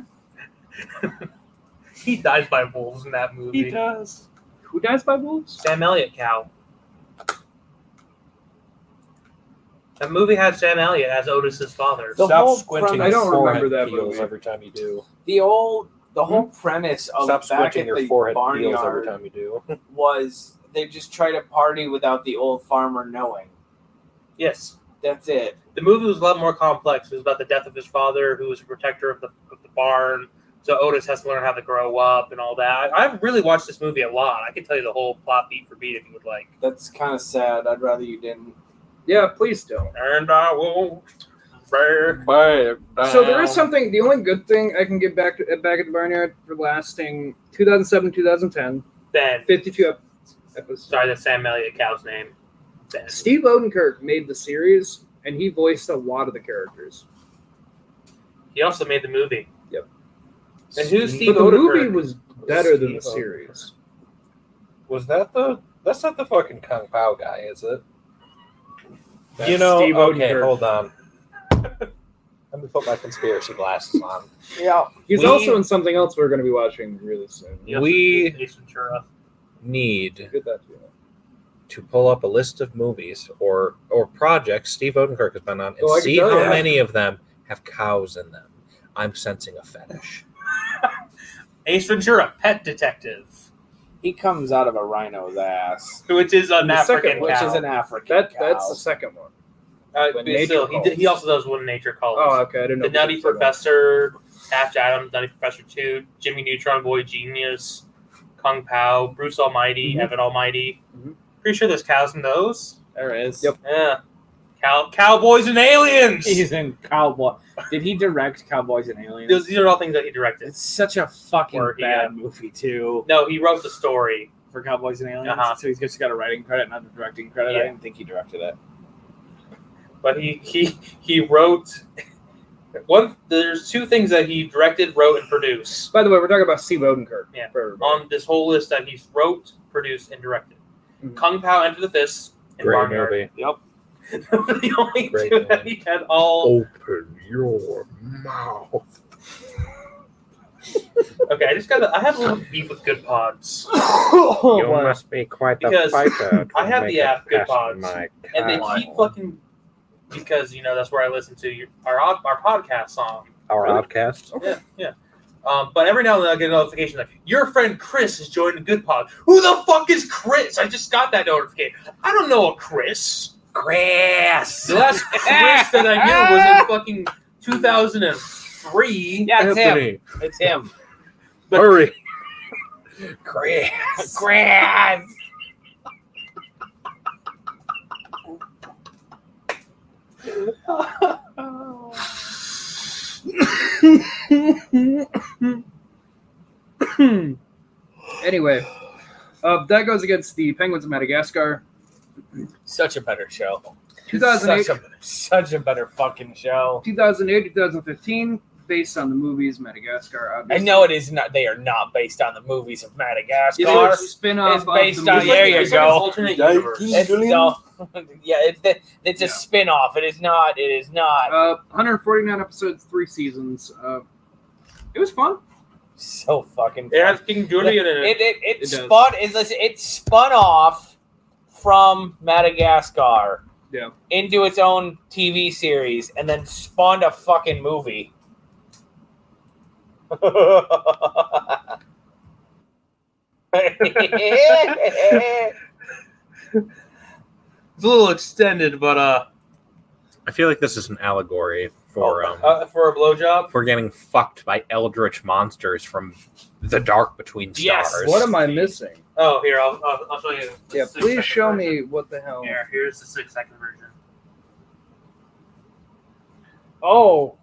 A: He dies by wolves in that movie.
E: He does.
D: Who dies by wolves?
A: Sam Elliott cow. That movie had Sam Elliott as Otis's father.
B: The
F: Stop
B: whole
F: squinting.
B: premise-
F: your
D: I don't remember
F: forehead
D: that
F: peels
D: movie.
F: every time you do.
B: The old the whole premise of
F: Hmm? Stop
B: back
F: squinting
B: at
F: your
B: the
F: forehead peels every
B: barnyard
F: time you do.
B: was they just try to party without the old farmer knowing.
A: Yes.
B: That's it.
A: The movie was a lot more complex. It was about the death of his father, who was a protector of the, of the barn. So Otis has to learn how to grow up and all that. I, I've really watched this movie a lot. I can tell you the whole plot beat for beat if you would like.
B: That's kind of sad. I'd rather you didn't.
D: Yeah, please don't.
A: And I won't bear
D: So there is something. The only good thing I can get back to, uh, back at the Barnyard for lasting 2007, 2010,
A: Ben.
D: 52 ep- episodes.
A: Sorry, that's Sam Elliott Cow's name. Ben.
D: Steve Odenkirk made the series, and he voiced a lot of the characters.
A: He also made the movie.
D: Yep.
A: And who's Steve
D: but the movie
A: Odenkirk?
D: was better than the
F: Steve Odenkirk.
D: series.
F: Was that the? That's not the fucking Kung Pao guy, is it?
D: That's
F: you know.
D: Steve
F: okay,
D: Odenkirk.
F: hold on. <laughs> Let me put my conspiracy glasses on.
B: Yeah.
D: He's
F: We-
D: also in something else we're going to be watching really soon.
A: He also
H: We-
A: did Ace Ventura.
H: Need
D: Get that to you.
H: to pull up a list of movies or or projects Steve Odenkirk has been on and
D: Oh, I can
H: see
D: tell
H: how
D: you.
H: many of them have cows in them. I'm sensing a fetish.
A: Ace Ventura, Pet Detective,
B: He comes out of a rhino's ass,
A: which is an
D: The
A: African
D: second
A: cow.
D: one
B: which is an African
D: That
B: cow.
D: that's the second one.
A: Uh,
D: When
A: but
D: nature
A: still, he,
D: calls.
A: did- he also does When Nature Calls.
D: Oh, okay. I didn't know.
A: the
D: if you
A: Nutty
D: said that.
A: Professor, Patch Adams, Nutty Professor 2, Jimmy Neutron, Boy Genius, Kung Pao, Bruce Almighty,
D: Mhm.
A: Evan Almighty.
D: Mhm.
A: Pretty sure there's cows in those.
B: there is.
D: Yep.
A: Yeah. Cow- cowboys and aliens!
G: He's in Cowboy. Did he direct Cowboys and Aliens?
A: Those, these are all things that he directed.
G: it's such a fucking
A: Or he uh,
G: bad
A: got-
G: movie too
A: No, he wrote the story.
G: for Cowboys and Aliens.
A: Uh-huh.
G: So he's just got a writing credit, not a directing credit.
A: Yeah.
G: I didn't think he
F: <laughs>
G: directed it.
A: but he he he wrote one there's two things that he directed wrote and produced
D: By the way, we're talking about Steve Odenkirk.
A: Yeah.
D: For everybody.
A: on this whole list that he's wrote produced and directed
D: Mhm.
A: kung pao enter the fist and
H: Great
A: Barnyard.
H: movie.
A: <laughs> the only
H: Great
A: two
H: movie.
A: that he had all
H: Open your mouth.
A: Okay, I just got. to I have a little beef with Good Pods,
F: You must be quite the
A: Because
F: fighter. to
A: I have
F: make
A: the
F: it
A: app, Good
F: past
A: Pods,
F: my
A: and they
F: car.
A: keep fucking because you know that's where I listen to your, our od- our podcast song.
F: our outcast.
A: Yeah, yeah. Um, but every now and then I get a notification like your friend Chris has joined the Good Pod. Who the fuck is Chris? I just got that notification. I don't know a Chris. Chris. The last Chris that
B: <laughs>
A: I knew was in fucking 2003.
B: Yeah, it's him.
F: Anthony,
B: It's him.
F: hurry!
B: Chris. Chris.
D: <clears throat> Anyway, uh, that goes against the Penguins of Madagascar.
B: Such a better show.
D: 2008,
B: Such a, such a better fucking show.
D: 2008, 2015, based on the movies Madagascar.
B: I
D: Obviously.
B: know it is not. They are not based on the movies of Madagascar.
D: It's a spin-off
B: It's based
D: of the
B: on-
D: movie.
B: there you
A: it's like an
B: go.
A: alternate universe.
B: It's no, <laughs> yeah, it's the- it's a
D: Yeah.
B: spin-off. It is not. It is not
D: Uh, 149 episodes, three seasons. Uh, it was fun.
B: so fucking.
A: It has King Julian in it.
B: it it, it,
D: It does.
B: spun is it spun off from Madagascar
D: Yeah.
B: into its own TV series and then spawned a fucking movie. <laughs>
A: It's a little extended, but uh,
F: I feel like this is an allegory for um,
A: uh for a blowjob.
F: for getting fucked by eldritch monsters from the dark between
A: Yes,
F: stars.
D: What am I missing?
A: Oh, here I'll, I'll, I'll show you. the
D: Yeah,
A: six
D: please
A: second
D: show
A: version.
D: me what the hell.
A: Here, here's the six second version.
B: oh,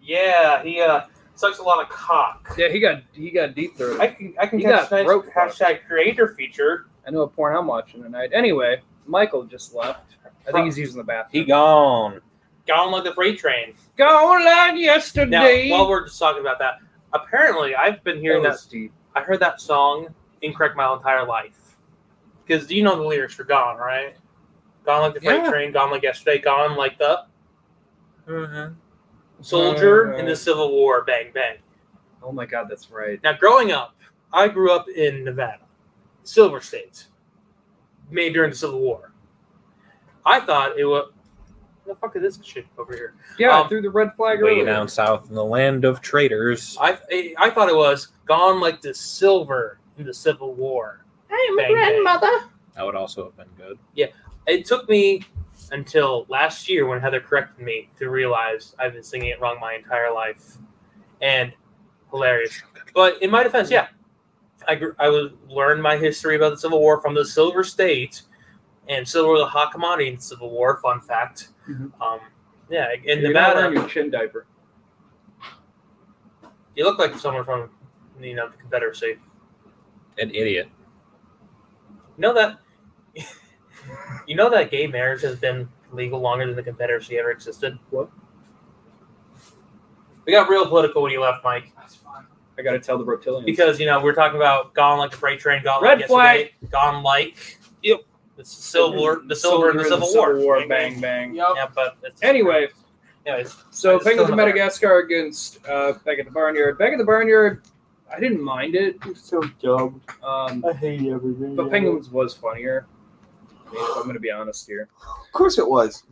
A: Yeah, he uh sucks a lot of cock.
D: Yeah, he got he got deep through.
A: I
D: I,
A: can I can
D: He
A: catch
D: got
A: tonight's
D: throat
A: hashtag creator feature.
D: I know a porn I'm watching tonight. Anyway, Michael just left. I think he's using the bathroom.
I: He gone.
A: Gone like the freight train.
D: gone like
A: Now,
D: yesterday.
A: while we're just talking about that, apparently I've been hearing
D: That
A: that,
D: was deep.
A: I heard that song incorrect my entire life. Because do you know the lyrics for Gone, right? Gone like the freight
I: Yeah.
A: train, gone like yesterday, gone like the
B: Mm-hmm.
A: soldier in the Civil War, bang bang.
D: Oh my god, that's right.
A: Now, growing up, I grew up in Nevada, Silver State, made during the Civil War. I thought it was. The fuck is this shit over here?
D: Yeah,
A: Um,
D: I threw the red flag
F: Way
D: earlier.
F: down south in the land of traitors.
A: I I, I thought it was gone like the silver in the Civil War.
J: I am
A: Bang,
J: a grandmother.
F: That would also have been good.
A: It took me until last year when Heather corrected me to realize I've been singing it wrong my entire life, and hilarious. But in my defense, yeah, I grew, I was learned my history about the Civil War from the Silver State, and silver was a hot commodity in the Civil War. Fun fact.
D: Mhm.
A: Um, yeah, in
D: You're not
A: Nevada,
D: wearing your chin diaper.
A: you look like someone from you know the Confederacy.
F: An idiot.
A: You know that <laughs> you know that gay marriage has been legal longer than the Confederacy ever existed.
D: What?
A: We got real political when you left, Mike,
D: I gotta tell the reptilians.
A: because you know we're talking about gone like the freight train, gone
D: Red
A: like yesterday, gone like
D: Yep.
A: the silver, the silver, and the Civil, War.
D: Bang bang.
B: yep.
A: Yeah, but it's,
D: Anyway,
A: anyways,
D: So
A: It's
D: Penguins
A: still not bad.
D: of Madagascar against uh, Back at the Barnyard. Back at the Barnyard, I didn't mind it,
K: so dumb.
D: um,
K: I hate everything.
D: but Penguins was funnier. I mean, if I'm going to be honest here.
K: Of course it was.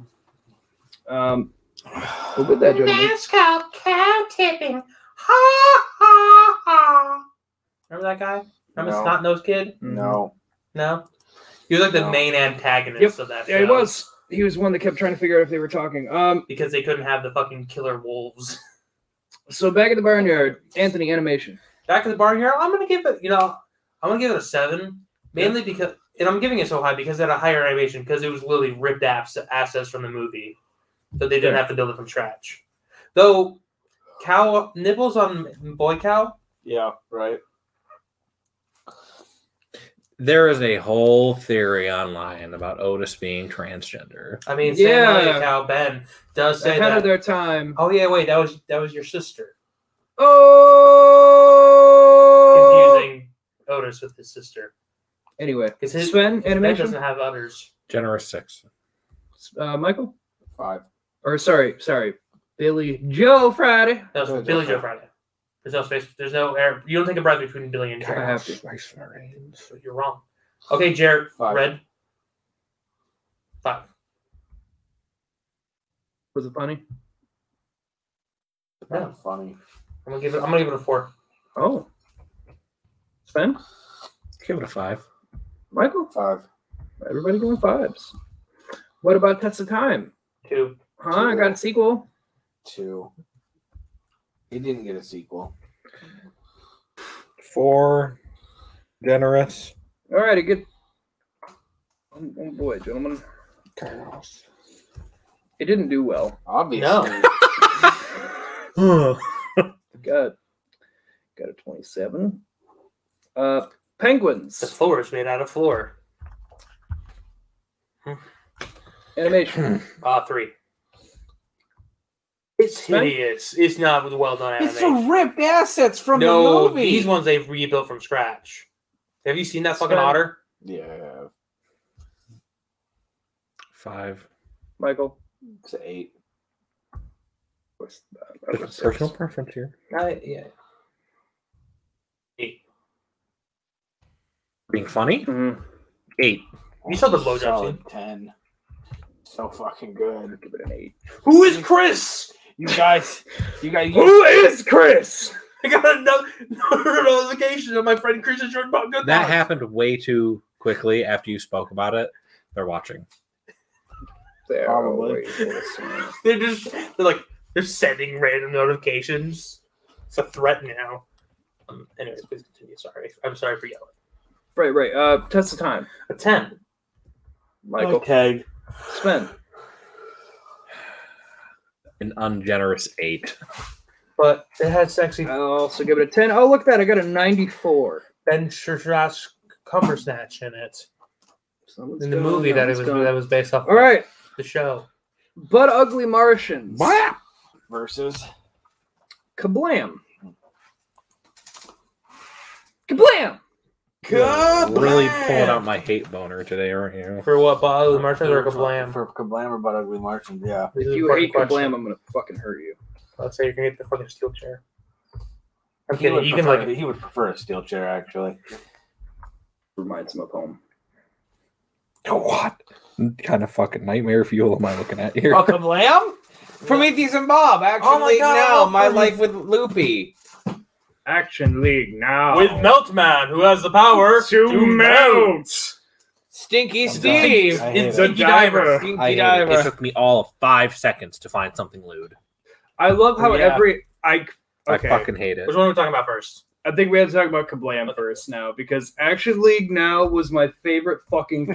D: Um, but with that, gentlemen,
J: Mascot cow tipping. Ha ha ha.
A: remember that guy? Remember
K: No.
A: the snot nosed kid?
K: No.
A: No, he was like the
K: No.
A: main antagonist
D: Yep.
A: of that.
D: yeah, he
A: show,
D: was. He was one that kept trying to figure out if they were talking. Um,
A: because they couldn't have the fucking killer wolves.
D: so Back at the Barnyard, Anthony animation.
A: Back in the barnyard, I'm gonna give it. You know, I'm gonna give it a seven, mainly because, and I'm giving it so high because it had a higher animation because it was literally ripped apps, assets from the movie, so they didn't have to build it from scratch. Though, cow nipples on boy cow.
K: Yeah, right.
F: There is a whole theory online about Otis being transgender.
A: I mean,
D: Yeah.
A: yeah, cow Ben does say
D: Ahead of
A: that.
D: their time.
A: oh yeah, wait, that was that was your sister
D: Oh.
A: confusing Otis with his sister
D: Anyway,
A: because his Ben
D: Sven animation.
A: doesn't have udders.
F: Generous six.
D: Uh, Michael
K: Five.
D: or sorry, sorry, Billy Joe Friday.
A: That was
E: Billy Joe
A: Billy
E: Friday.
A: Joe Friday. There's no space. There's no air. You don't take a breath between Billy and
D: I
A: Jared.
D: have to.
A: So you're wrong. Okay, Jared.
G: Five.
A: Red. Five.
D: Was it funny?
A: No.
B: funny.
A: I'm gonna give it. I'm gonna give it a four.
D: Oh. Sven?
H: Give it a five.
D: Michael?
B: Five.
D: Everybody going fives. What about Test of Time?
A: Two.
D: Huh? I got a sequel.
B: Two. It didn't get a sequel.
F: Four. <sighs> Generous.
D: All right, a good. Oh, oh boy, gentlemen. It didn't do well.
B: Obviously.
D: Got got a twenty-seven. Uh, Penguins
A: The floor is made out of floor.
D: animation.
A: Ah, three. It's hideous. It's not well done animation.
G: It's the ripped assets from
A: no,
G: the movie.
A: these ones they've rebuilt from scratch. Have you seen that fucking
D: Sven.
A: otter?
B: Yeah.
H: Five.
D: Michael,
B: It's an eight.
D: what's that?
H: It's a personal preference here.
A: I, yeah. Eight.
H: Being funny.
D: Mhm.
H: Eight.
A: You saw the blowjob
B: Solid
A: scene.
B: ten. So fucking good.
D: Give it an eight.
A: Who is Chris?
B: You guys, you guys, you,
D: Who is Chris?
A: <laughs> I got another notification of my friend Chris is Jordan Bob. Good
H: That
A: luck.
H: happened way too quickly after you spoke about it. They're watching.
D: There.
B: Probably.
A: They're just they're like they're sending random notifications. It's a threat now. Um, anyways, please continue. Sorry, I'm sorry for yelling.
D: Right, right. Uh, test of time.
A: A ten.
D: Michael,
B: okay.
D: Sven.
H: An ungenerous eight.
A: But it had sexy
D: I'll also give it a ten. Oh, look at that! I got a ninety-four.
A: Ben Shirash Cumbersnatch in it
D: Someone's
A: in the
D: gone,
A: movie that it
D: someone's
A: was
D: gone.
A: that was based off.
D: All right,
A: the show.
D: but ugly Martians.
B: Versus
D: Kablam. Kablam.
H: Really pulling out my hate boner today, aren't you?
A: For what, Bob? The Martians or Kablam?
B: for Kablam or Bud Ugly Martians. Yeah.
A: This is an
D: If you
A: important
D: hate
A: question.
D: Kablam, uh, I'm gonna fucking hurt you.
A: Let's say you're gonna get the fucking steel chair. I'm
B: He
A: kidding.
B: would,
A: You can
B: prefer,
A: like
B: he would prefer a steel chair, actually.
D: Reminds him of home.
F: What kind of fucking nightmare fuel am I looking at here?
G: Uncle Lamb? Prometheus and Bob. Actually,
B: Oh my God, I
G: now
B: love
G: my
B: Prometheus.
G: life with Loopy.
D: Action League now.
A: with Meltman, who has the power
G: Stinky
F: done.
G: Steve.
F: I hate
A: It's
F: it.
A: Dinky Diver.
G: Stinky
H: I hate it.
G: Diver.
H: it took me all five seconds to find something lewd.
D: I love how
G: Yeah.
D: every I
H: I
D: okay.
H: fucking hate it.
A: Which one are we talking about first?
D: I think we have to talk about Kablam first now because Action League now was my favorite fucking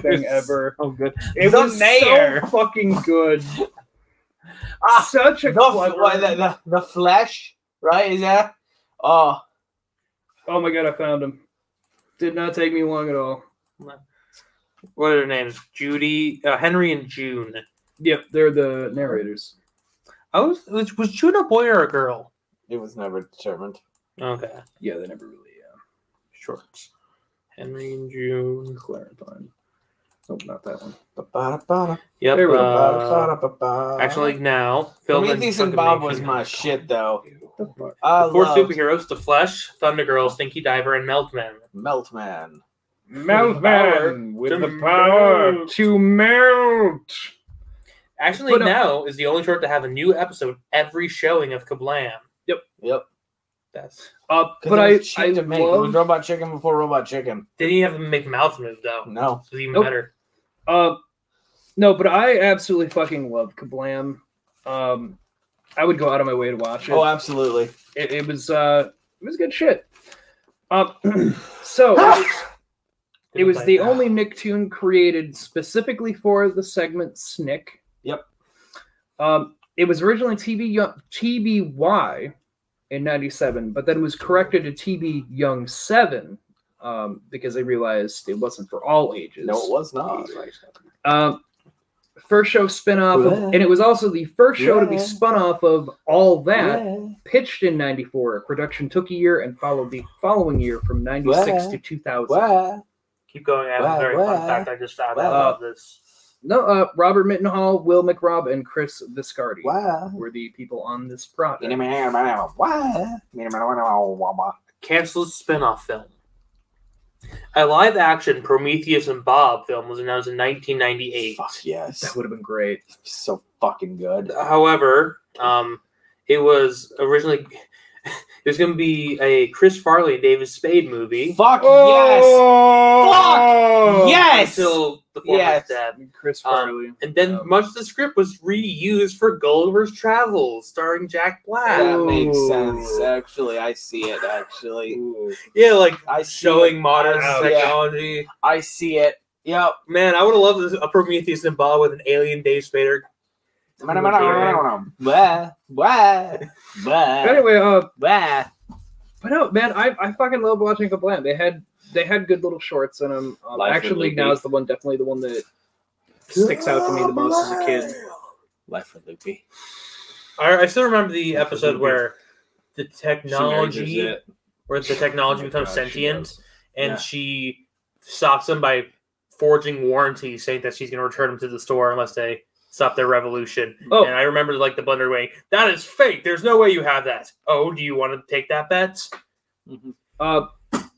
H: <laughs>
D: thing ever.
G: Oh, good.
D: It
G: The
D: was
G: mayor.
D: so fucking
B: <laughs>
D: good.
G: Ah,
D: Such
G: the,
D: a
G: fl- what,
D: clever.
G: the, the, the flesh, right? Is that? Oh,
D: Oh my god, I found him. Did not take me long at all.
A: What are their names? Judy, uh, Henry, and June.
D: Yep, they're the narrators.
A: I was was, was June a boy or a girl?
B: It was never determined.
A: Okay,
D: Yeah, they never really uh,
A: shorts. Henry and June.
D: clarifying. Nope, not that one.
B: Ba-ba-da-ba-da,
A: Yep.
D: There we go.
A: Uh,
B: ba-ba-da-ba-ba.
A: actually, now Phil and
G: Prometheus and
A: fucking
G: Bob
A: Mason.
G: was my shit, though.
D: The fuck?
G: I
A: The four
G: loved
A: superheroes: The Flesh, Thunder Girl, Stinky Diver, and Meltman.
B: Meltman.
D: Meltman with the power to melt.
A: Actually,
D: But, uh,
A: now is the only short to have a new episode every showing of Kablam.
B: Yep.
A: That's
D: Uh,
B: 'Cause
D: but
B: it
D: I,
B: was cheap
D: I
B: to make. It was
D: love,
B: Robot Chicken before Robot Chicken.
A: they didn't even make mouth move though.
B: No. Oh,
A: It's even
D: Nope.
A: better.
D: uh, no, but I absolutely fucking love Kablam. Um, I would go out of my way to watch it.
B: Oh, absolutely.
D: it, it was, uh, it was good shit. Um, <clears throat> so it was the only Nicktoon created specifically for the segment Snick.
B: Yep.
D: Um, it was originally TB Young, TBY in 97, but then was corrected to TB Young 7 um, because they realized it wasn't for all ages.
B: No, it was not.
D: Um, first show spin off, of,
B: Yeah.
D: and it was also the first show to be
B: Yeah.
D: spun off of All That,
B: Yeah.
D: pitched in 94. Production took a year and followed the following year from 96
B: Yeah.
D: to 2000.
B: Wah.
A: Keep going. I have a
B: Wah,
A: very
B: wah,
A: fun fact I just found
B: wah.
A: out about this.
D: No, uh, Robert Mittenhall, Will McRob, and Chris Viscardi
B: Wow.
D: were the people on this project.
A: Canceled spin-off film. A live-action Prometheus and Bob film was announced in 1998.
B: Fuck
D: That
B: yes.
D: would have been great.
B: So fucking good.
A: However, um, it was originally <laughs> it was going to be a Chris Farley and David Spade movie
B: Fuck Oh!
A: Oh!
B: yes. Fuck yes.
A: until the former's
B: Yes.
A: death.
D: Chris
A: Um,
D: Farley.
A: And then
D: Um,
A: much of the script was reused for Gulliver's Travels, starring Jack Black.
B: That makes
D: Ooh.
B: sense. Actually, I see it. Actually,
A: Yeah, like
B: I see
A: showing
B: it.
A: modern
B: I- yeah,
A: technology.
B: I see it. Yep.
A: Man, I would have loved this, a Prometheus and Bob with an alien Dave Spader.
B: Blah, blah, blah,
D: Anyway, uh,
B: blah.
D: But no, man, I, I fucking love watching Kablam. They had they had good little shorts in them. Um,
B: Life
D: Action
B: and
D: League
B: Loopy.
D: now is the one, definitely the one that sticks out to me the most as a kid.
B: Life with Loopy.
A: I, I still remember the episode where the technology,
E: it.
A: where the technology
E: Oh my
A: becomes
E: God, she
A: sentient, and
B: Yeah.
A: she stops them by forging warranties, saying that she's going to return them to the store unless they stop their revolution.
D: Oh.
A: And I remember like the blunder way, that is fake. There's no way you have that. Oh, do you want to take that bet?
D: Uh,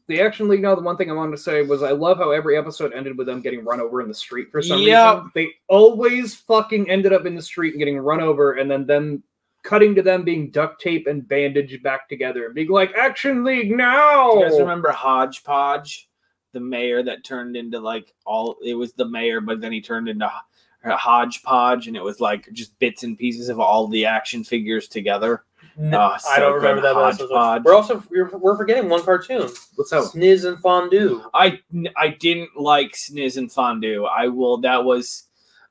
D: the Action League now, the one thing I wanted to say was I love how every episode ended with them getting run over in the street for some
B: Yep.
D: reason. They always fucking ended up in the street and getting run over, and then them cutting to them being duct tape and bandaged back together and being like, Action League now!
B: Do you guys remember Hodgepodge, the mayor that turned into like all? It was the mayor, but then he turned into Ho- Hodgepodge, and it was like just bits and pieces of all the action figures together.
A: No,
B: Oh,
A: I
B: so
A: don't remember
B: good.
A: that. last episode.
B: Hodgepodge.
A: We're also we're, we're forgetting one cartoon,
D: What's up?
A: Sniz and Fondue.
B: I I didn't like Sniz and Fondue. I will. That was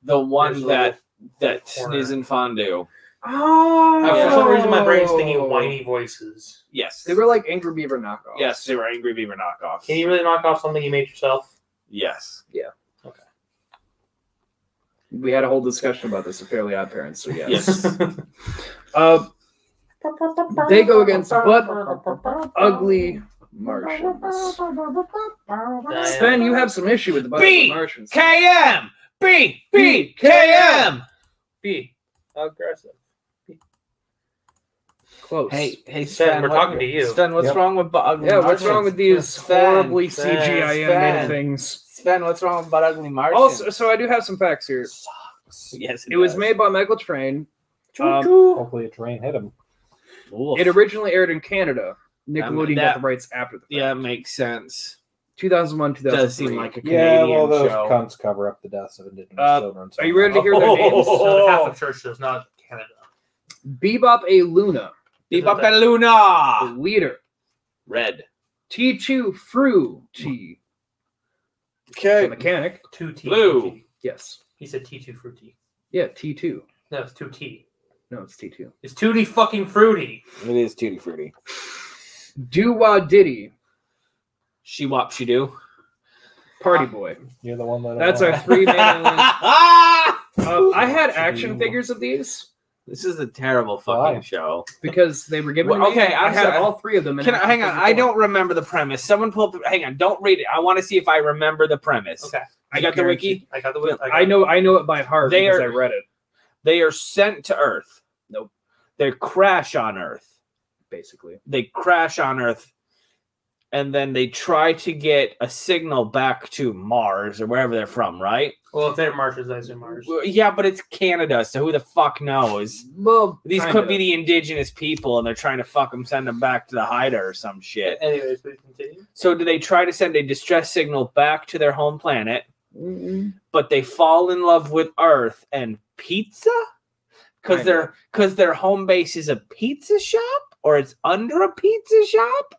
B: the
A: There's
B: one
A: a
B: that that
A: little corner.
B: Sniz and Fondue.
D: Oh!
A: Uh, For some reason, my brain's thinking whiny voices.
B: Yes.
D: They were like Angry Beaver knockoffs.
B: Yes, they were Angry Beaver knockoffs.
A: Can you really knock off something you made yourself?
B: Yes.
D: We had a whole discussion about this at Fairly Odd Parents, so yes.
A: <laughs>
B: Yes.
D: <laughs> Uh,
J: They go against butt
D: ugly
J: ugly
D: Martians.
J: Martians.
D: Sven, you have some issue with the butt
B: B.
D: ugly Martians.
B: KM! B! B!
D: BKM!
B: KM!
A: Be aggressive.
D: Close.
B: Hey, hey,
A: Sven,
B: Sven,
A: we're
B: what-
A: talking to you.
B: Sven, what's
E: Yep.
B: wrong with butt ugly
D: Yeah, what's
B: Martians?
D: wrong with these
B: Sven,
D: horribly
B: Sven,
D: CGI
B: Sven.
D: animated things?
B: Sven? What's wrong with butt ugly Martians?
D: Also, so I do have some facts here.
B: <laughs> yes,
D: It was
B: does.
D: made by Michael Train. Um,
E: Hopefully, a train hit him.
B: Oof. Um,
D: it originally aired in Canada. Nickelodeon
B: that-
D: got the rights after the fact.
B: yeah, it makes sense.
D: 2001, 2003.
B: Does seem like a
E: Yeah,
B: Canadian
E: well, those
B: show.
E: cunts cover up the deaths of indigenous
D: Uh,
E: children. Oh!
D: are you ready to hear their names?
A: No, half the church does not Canada.
D: Bebop A. Luna,
B: Bebop
A: that-
B: and
D: the
B: Luna.
D: leader.
B: Red.
D: T2 Fruity, the
B: Okay.
D: mechanic.
A: Two T.
B: Blue.
A: two T.
D: Yes.
A: He said T two fruity.
D: Yeah, T2.
A: No, it's two T.
D: No, it's T2.
A: It's two D fucking fruity.
B: It is Tutti Frutti.
D: Do Wah Diddy,
B: She wop she do.
D: Party Boy.
E: You're the one that.
D: That's our three main.
E: <laughs>
D: uh, I had action figures of these
B: <laughs> this is a terrible
E: Why?
B: fucking show.
D: because they were given. to
B: Well,
D: me.
B: okay,
D: I
B: I'm
D: had
B: sorry.
D: all three of them. in
B: Can I, hang on,
D: action
B: I
D: figure
B: don't remember the premise. Someone pull up. The, hang on, don't read it. I want to see if I remember the premise.
A: Okay.
B: I got the
D: guarantee-
B: wiki.
A: I got the
D: form. I know. I know it by heart
B: They
D: because
B: are-
D: I read it.
B: They are sent to Earth. Nope. They crash on Earth.
D: Basically,
B: They crash on Earth, and then they try to get a signal back to Mars or wherever they're from. Right?
A: Well, if they're Martians, I assume Mars.
B: Well, Yeah, but it's Canada, so who the fuck knows?
D: well,
B: These could be the indigenous people, and they're trying to fuck them, send them back to the hider or some shit.
A: Anyways, please continue.
B: So do they try to send a distress signal back to their home planet? But they fall in love with Earth and pizza because
D: Kinda.
B: their because their home base is a pizza shop or it's under a pizza shop,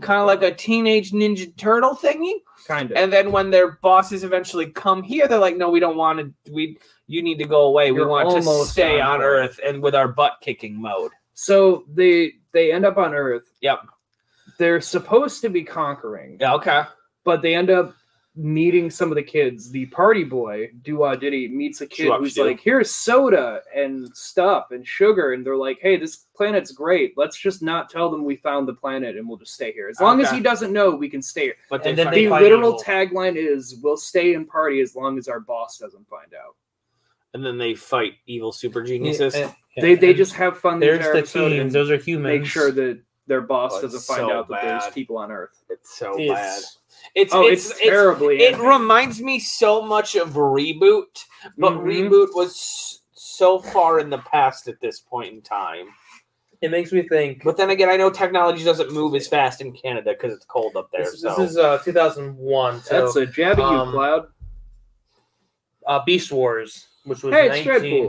B: kind of like a teenage ninja turtle thingy.
D: kind of.
B: And then when their bosses eventually come here, they're like, "No, we don't want to. We you need to go away.
D: You're
B: we want to
D: almost
B: stay
D: on
B: on Earth and with our butt kicking mode."
D: so they they end up on Earth.
B: Yep.
D: They're supposed to be conquering,
B: Yeah, okay.
D: but they end up meeting some of the kids. The party boy, Doo-Wah Diddy, meets a kid
G: Doo-Wah
D: who's
G: Diddy.
D: like, here's soda and stuff and sugar. And they're like, hey, this planet's great. Let's just not tell them we found the planet and we'll just stay here. As long as
G: Okay.
D: he doesn't know, we can stay here.
G: But
D: and then
G: fucking
D: the
G: fight
D: literal
G: evil.
D: tagline is, we'll stay and party as long as our boss doesn't find out.
G: and then they fight evil super geniuses.
F: Yeah, yeah.
D: They, they just have fun. the
C: There's
D: entire
C: the
D: episode
C: teens.
D: and
C: Those are humans.
D: Make sure that their boss
G: Oh, it's
D: doesn't find
G: so
D: out that there's
G: bad.
D: people on Earth.
G: It's so
F: It's-
G: bad. It's
D: oh,
G: it's,
D: it's,
G: it's,
D: terribly.
G: it
D: animated.
G: reminds me so much of reboot, but
A: Mm-hmm.
D: Mhm.
G: reboot was s- so far in the past at this point in time.
A: It makes me think.
G: But then again, I know technology doesn't move as fast in Canada because it's cold up there.
A: This, this
G: so
A: is uh, 2001. So
D: That's a jab at
A: um,
D: you, Cloud.
A: uh, Beast Wars, which was
D: Hey, it's
A: 19,
D: Deadpool.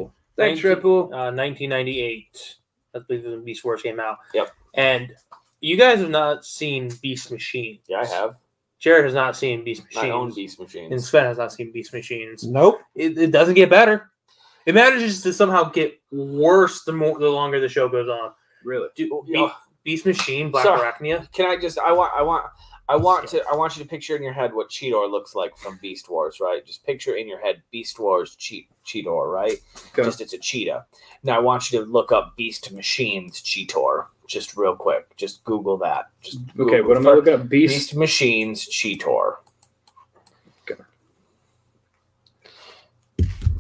A: 19
D: Thanks, Triple.
A: Uh, 1998. I believe when Beast Wars came out.
G: Yep.
A: And you guys have not seen Beast Machine.
G: yeah, I have.
A: Jared has not seen Beast Machines.
G: I own Beast Machines.
A: And Sven has not seen Beast Machines.
F: Nope.
A: It, it doesn't get better. It manages to somehow get worse the more the longer the show goes on.
D: Really?
A: Dude, Be-
G: Yeah.
A: Beast Machine, Black
G: Sorry.
A: Arachnia.
G: Can I just? I want. I want. I want to. I want you to picture in your head what Cheetor looks like from Beast Wars, right? Just picture in your head Beast Wars che- Cheetor, right?
D: Go.
G: Just it's a cheetah. Now I want you to look up Beast Machines Cheetor, just real quick. Just Google that. Just
D: Okay,
G: Google
D: what am I
G: fir-
D: looking at?
G: Beast,
D: Beast.
G: Machines Cheetor.
D: Okay.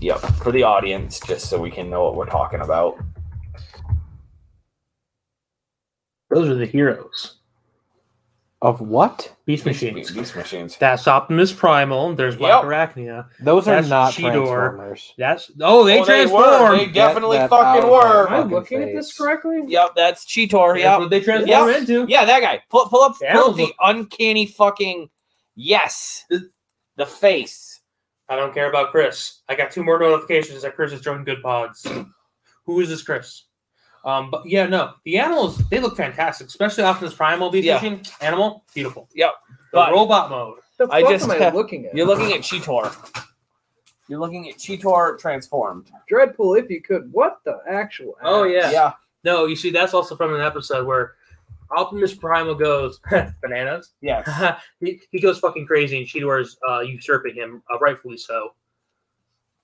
G: Yep, for the audience, just so we can know what we're talking about.
A: Those are the heroes.
F: Of what?
A: Beast Machines.
G: Beast Machines.
A: That's Optimus Primal. There's Black
G: Yep.
A: Arachnia.
F: Those
A: That's
F: are not
A: Cheetor.
F: Transformers.
A: That's oh, they
G: Oh, they were.
A: transform.
G: They definitely
F: Get that
G: fucking
F: out of my
G: were.
D: Am I
F: fucking
D: looking at this
F: face.
D: correctly?
G: Yep, that's Cheetor.
A: That's
G: Yep.
A: what they transform
G: Yep.
A: into.
G: Yeah, that guy. Pull, pull up,
A: Yeah,
G: pull
A: look-
G: up the uncanny fucking yes. The face.
A: I don't care about Chris. I got two more notifications that Chris is joining Good
G: <clears throat>
A: Pods. Who is this Chris? Um, but yeah, no, the animals they look fantastic, especially Optimus Primal Beast
G: Yeah.
A: Machine animal, beautiful.
G: Yep.
A: the
G: But-
A: robot mode.
D: The fuck
G: I just-
D: am I looking at?
G: You're looking at Cheetor. You're looking at Cheetor transformed.
D: Dreadful, if you could. What the actual?
A: Oh,
D: ass?
A: Yeah. No, you see, that's also from an episode where Optimus Primal goes <laughs> bananas.
G: Yes.
A: <laughs> he, he goes fucking crazy, and Cheetor is uh, usurping him, uh, rightfully so.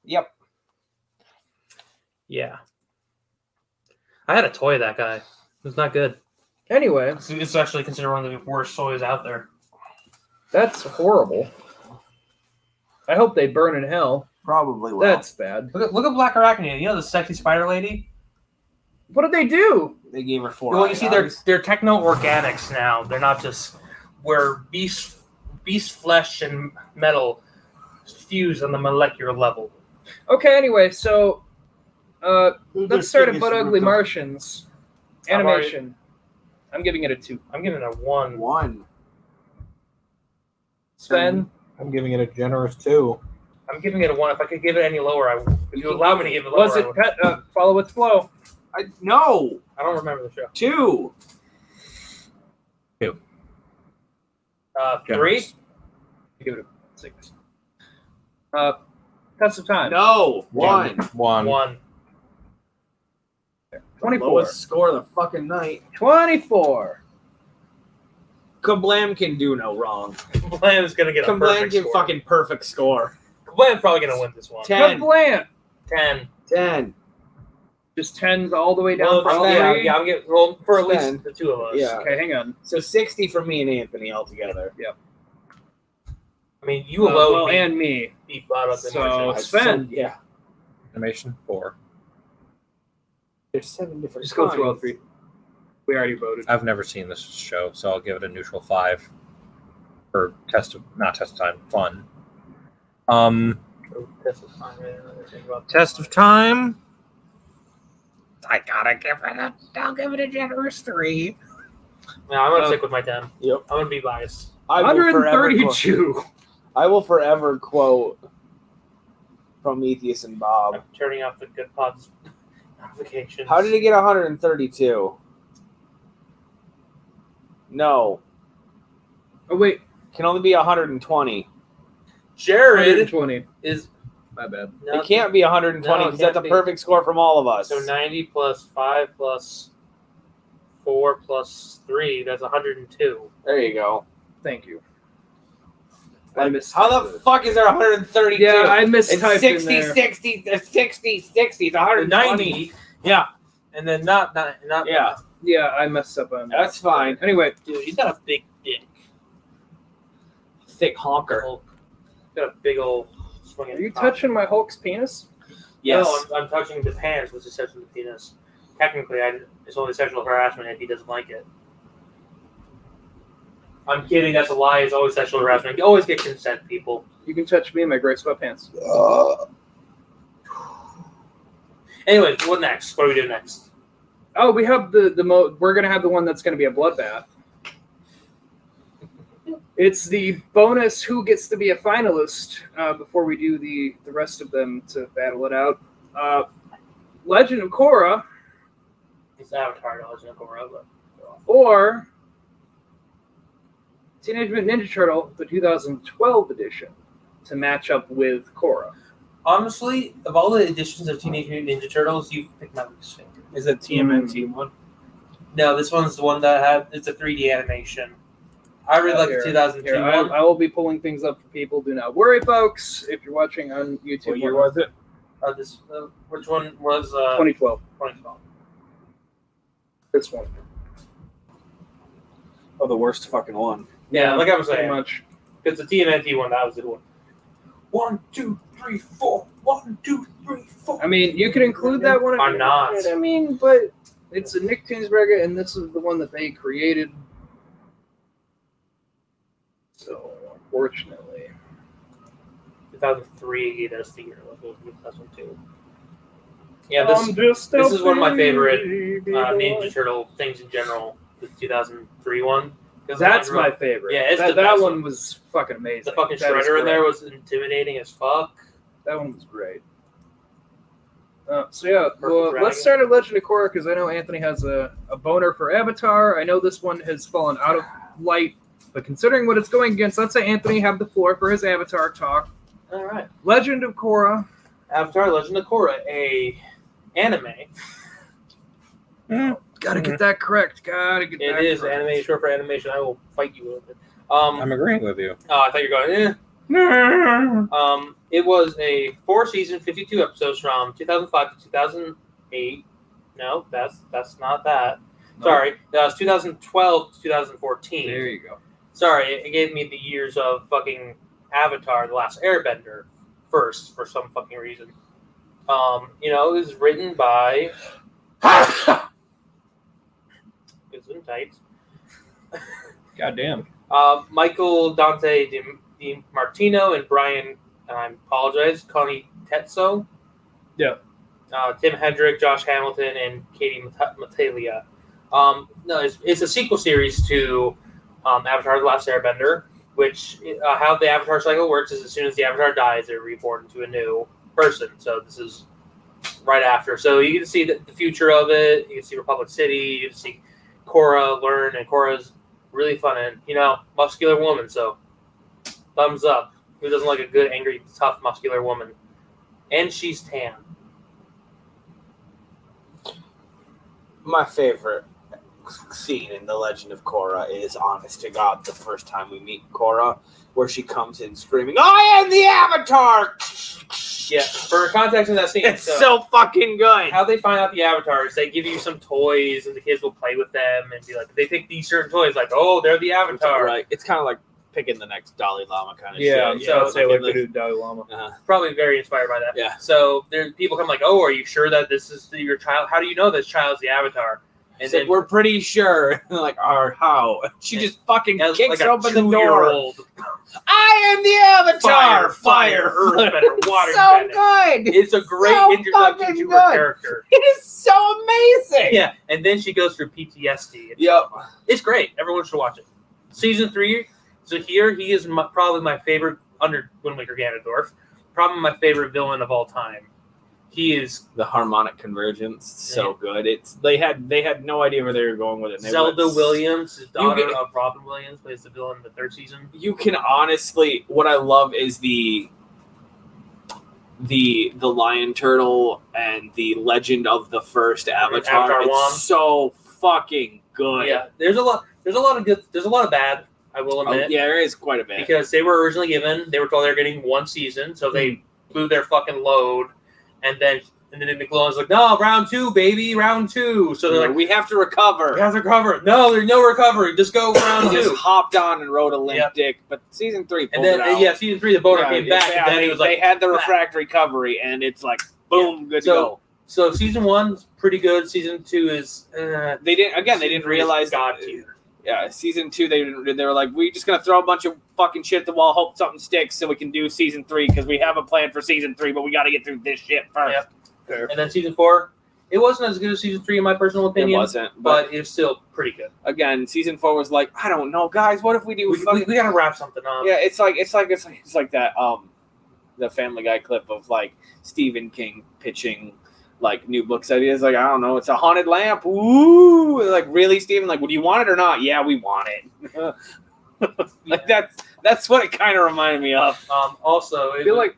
G: Yep.
A: Yeah, I had a toy of that guy. It was not good.
D: Anyway,
A: It's, it's actually considered one of the worst toys out there.
D: that's horrible. I hope they burn in hell.
B: Probably will.
D: That's bad.
A: Look at, look at Black Arachnia. You know the sexy spider lady.
D: What did they do?
G: They gave her four.
A: Well, you see, they're
G: ions.
A: they're techno organics now. They're not just where beast beast flesh and metal fuse on the molecular level.
D: Okay, anyway, so uh, let's start at
G: biggest
D: But Ugly Martians
A: I've already-
D: animation. I'm giving it a two.
A: I'm giving it a one.
B: one.
D: Sven,
F: I'm giving it a generous two.
A: I'm giving it a one. If I could give it any lower, I would. If you allow me to give it lower,
D: was
A: I,
D: it
A: would.
D: pet, uh, follow with flow?
B: I, no,
A: I don't remember the show.
B: two.
A: Uh, three.
F: Generous.
D: Give it a six. Uh, test of time.
B: No, one.
F: One.
A: One. <laughs>
D: 24.
B: Lowest score of the fucking night.
D: 24.
B: Kablam can do no wrong.
A: Kablam's gonna get a
B: Kablam
A: perfect
B: can
A: score.
B: fucking perfect score.
A: Kablam's probably gonna win this one.
D: Red
B: Ten.
D: Blant.
A: Ten.
B: Ten.
D: Just tens all the way down
B: Well,
D: for all
B: Sven,
A: Yeah,
D: three?
A: yeah. I'm getting well for at least
B: Ten.
A: the two of us.
B: Yeah.
D: Okay, hang on.
B: So 60 for me and Anthony altogether.
A: I mean, you
D: Uh,
A: alone
D: well,
A: beat,
D: and me.
A: beat Bob up in
D: so-
A: Martian.
D: Oh, Sven.
B: So, yeah.
F: Animation four.
B: There's seven different
D: Just go through all
B: kinds.
D: three. We already voted.
H: I've never seen this show, so I'll give it a neutral five for test of not test of time fun. Um,
A: Test of time. I don't know anything about that.
H: test of time. I gotta give it a. I'll give it a generous three.
A: No, I'm gonna
B: Uh,
A: stick with my ten.
B: yep.
A: I'm gonna be biased.
B: I will, forever quote,
D: 132.
B: I will forever quote Prometheus and
A: I'm
B: Bob.
A: turning off the good pods <laughs> notifications.
B: How did he get 132? No.
D: Oh, wait.
B: Can only be 120.
A: Jared
D: 120.
A: is
D: My bad.
A: no,
B: it can't be 120
A: No, it
B: because that's a
A: can't be.
B: perfect score from all of us.
A: So 90 plus 5 plus 4 plus 3, that's 102.
B: there you go.
D: Thank you. I
B: Like,
D: missed.
B: How the fuck is there 132?
D: Yeah, I
B: it's
D: mistyped
B: 60,
D: in there.
B: 60, uh, 60, 60, it's 190.
A: 90.
B: Yeah.
A: And then not, not, not.
B: Yeah,
D: Yeah, I messed up on that.
B: that's fine.
D: Anyway,
A: Dude, he's got a big dick.
B: Thick honker.
A: Hulk. Got a big old swinging.
D: are you
A: cock.
D: touching my Hulk's penis?
B: Yes.
A: No, I'm, I'm touching the pants, which is touching the penis. Technically, I, it's only sexual harassment if he doesn't like it. I'm kidding. That's a lie. It's always sexual harassment. You always get consent, people.
D: You can touch me in my gray sweatpants.
B: Uh.
A: Anyways, what next? What do we do next?
D: Oh, we have the the mo. We're gonna have the one that's gonna be a bloodbath. It's the bonus who gets to be a finalist uh, before we do the the rest of them to battle it out. Uh, Legend of Korra
A: It's Avatar, no, it's Uncle Robot.
D: or Teenage Mutant Ninja Turtle, the 2012 edition, to match up with Korra.
A: Honestly, of all the editions of Teenage Mutant Ninja Turtles, you picked my least favorite.
B: Is it TMNT
A: Mm.
B: one?
A: No, this one's the one that had it's a 3D animation. I really like
D: Oh, Here,
A: the 2002
D: Here, I,
A: one.
D: I will be pulling things up for people. Do not worry, folks. If you're watching on YouTube,
G: What year was it?
A: Uh, this, uh, which one was uh,
D: 2012.
A: 2012?
D: This one.
B: Oh, the worst fucking one.
A: Yeah, like I was
D: Pretty
A: saying,
D: much.
A: Because the TMNT one, that was the one. One, two, three, four. One, two, three, four.
D: I mean, you could include that one. if
A: I'm
D: you
A: not.
D: wanted, I mean, but it's a Nick Tunesberger, and this is the one that they created. So, unfortunately.
A: 2003, that's the year. That was that's one too. Yeah, this,
D: I'm just
A: this is one of my favorite,
D: baby
A: uh, Ninja Turtle things in general, the 2003 one. 'Cause
D: That's
A: the one
D: my
A: where
D: favorite.
A: Yeah, it's
D: that,
A: the
D: that
A: best
D: one,
A: one.
D: was fucking amazing.
A: The fucking
D: That is
A: shredder in there
D: correct.
A: was intimidating as fuck.
D: That one was great. Uh, so yeah,
A: Purple
D: well,
A: Dragon.
D: let's start at Legend of Korra because I know Anthony has a, a boner for Avatar. I know this one has fallen out of light, but considering what it's going against, let's say Anthony have the floor for his Avatar talk.
A: All right.
D: Legend of Korra.
A: Avatar: Legend of Korra, a anime.
D: Gotta get that correct. Gotta get that
A: It is
D: correct.
A: anime,
D: <laughs>
A: short for animation. I will fight you with it. Um,
H: I'm agreeing with you.
A: Oh, I thought you were going, eh. um, it was a four season, 52 episodes from 2005 to 2008. No, that's that's not that. Sorry, that was 2012 to 2014.
D: There you go.
A: Sorry, it gave me the years of fucking Avatar, The Last Airbender, first for some fucking reason. Um, you know, it was written
D: <laughs>
A: by. Good tights.
H: Goddamn.
A: Uh, Michael Dante Di, Di Martino and Brian, I apologize, Connie Tetzo.
D: Yeah.
A: Uh, Tim Hedrick, Josh Hamilton, and Katie Mat- Matalia. Um, no, it's, it's a sequel series to um, Avatar: The Last Airbender, which uh, how the Avatar cycle works is as soon as the Avatar dies, they're reborn into a new person. So this is right after. So you can see the, the future of it. You can see Republic City. You can see Korra learn, and Korra's really fun and you know muscular woman. So thumbs up. Who doesn't like a good, angry, tough, muscular woman? And she's tan.
B: My favorite scene in The Legend of Korra is, honest to God, the first time we meet Korra, where she comes in screaming, I am the Avatar!
A: Yeah. For context in that scene,
B: It's so fucking good.
A: how they find out the avatars? They give you some toys, and the kids will play with them and be like, they pick these certain toys, like, oh, they're the avatar.
B: Right. It's kind of like picking the next Dalai Lama kind of
D: Yeah,
A: so
B: shit. you know,
A: it's
D: Say
B: like
D: like the new Dalai Lama.
B: uh,
A: Probably very inspired by that.
B: Yeah.
A: So there, people come like, oh, are you sure that this is your child? How do you know this child's the avatar?
B: and then, we're pretty sure. <laughs> like, or how? She
A: And-
B: just fucking
A: as,
B: kicks
A: like a
B: open the door.
A: two-year-old,
B: I am the
A: Fire,
B: Avatar!
A: fire, earth bender, water
B: <laughs> so
A: bender.
B: good!
A: It's a great
B: So
A: introduction
B: fucking
A: to her
B: good.
A: character.
B: <laughs> It is so amazing!
A: Yeah, and then she goes through PTSD.
B: Yep.
A: It's great. Everyone should watch it. Season three. So here he is, my, probably my favorite under Wind Waker Ganondorf. Probably my favorite villain of all time. He is
B: the harmonic convergence so good it's they had they had no idea where they were going with it They
A: Zelda
B: went-
A: Williams, his daughter
B: get-
A: of Robin Williams, plays the villain in the third season.
B: you can honestly what i love is the the the lion turtle and the legend of the first avatar,
A: Avatar
B: it's
A: Wong.
B: so fucking good
A: yeah, there's a lot. There's a lot of good. There's a lot of bad. I will
B: Oh,
A: admit.
B: yeah, there is quite a bit.
A: because they were originally given they were told they're getting one season, so they
B: Hmm.
A: blew their fucking load, and then and then McClellan's like, no, round two, baby, round two. So they're like,
B: we have to recover.
A: you guys are
D: <laughs>
A: covered. No, there's no recovery. Just
B: <coughs>
A: go round
B: just
A: two.
B: hopped on and rode a limp
A: Yep.
B: dick. But season three,
A: And
B: pulled
A: then
B: it out.
A: yeah, season three, the boner
B: Yeah,
A: came
B: yeah,
A: back, and then
B: they,
A: he was
B: they
A: like,
B: had the
A: "Nah."
B: refractory recovery, and it's like boom, good
A: So-
B: to go.
A: so season one's pretty good. Season two is uh,
B: They didn't again. They
A: season
B: didn't
A: three is
B: realize
A: god
B: that.
A: tier.
B: Yeah, season two, they didn't, they were like, we're just gonna throw a bunch of fucking shit at the wall, hope something sticks, so we can do season three because we have a plan for season three, but we got to get through this shit first.
A: Yep. And then season four, it wasn't as good as season three in my personal
B: It
A: opinion,
B: wasn't, but,
A: but it's still pretty good.
B: again, season four was like, I don't know, guys, what if we do?
A: We,
B: fucking-
A: we, we gotta wrap something up.
B: yeah, it's like it's like it's like it's like that um the Family Guy clip of like Stephen King pitching like new books ideas. Like I don't know, it's a haunted lamp. Ooh, like really, Stephen? Like, well, do you want it or not? Yeah, we want it. <laughs> like that's that's what it kind of reminded me of.
A: Um, also,
D: I
A: it
D: feel
A: was,
D: like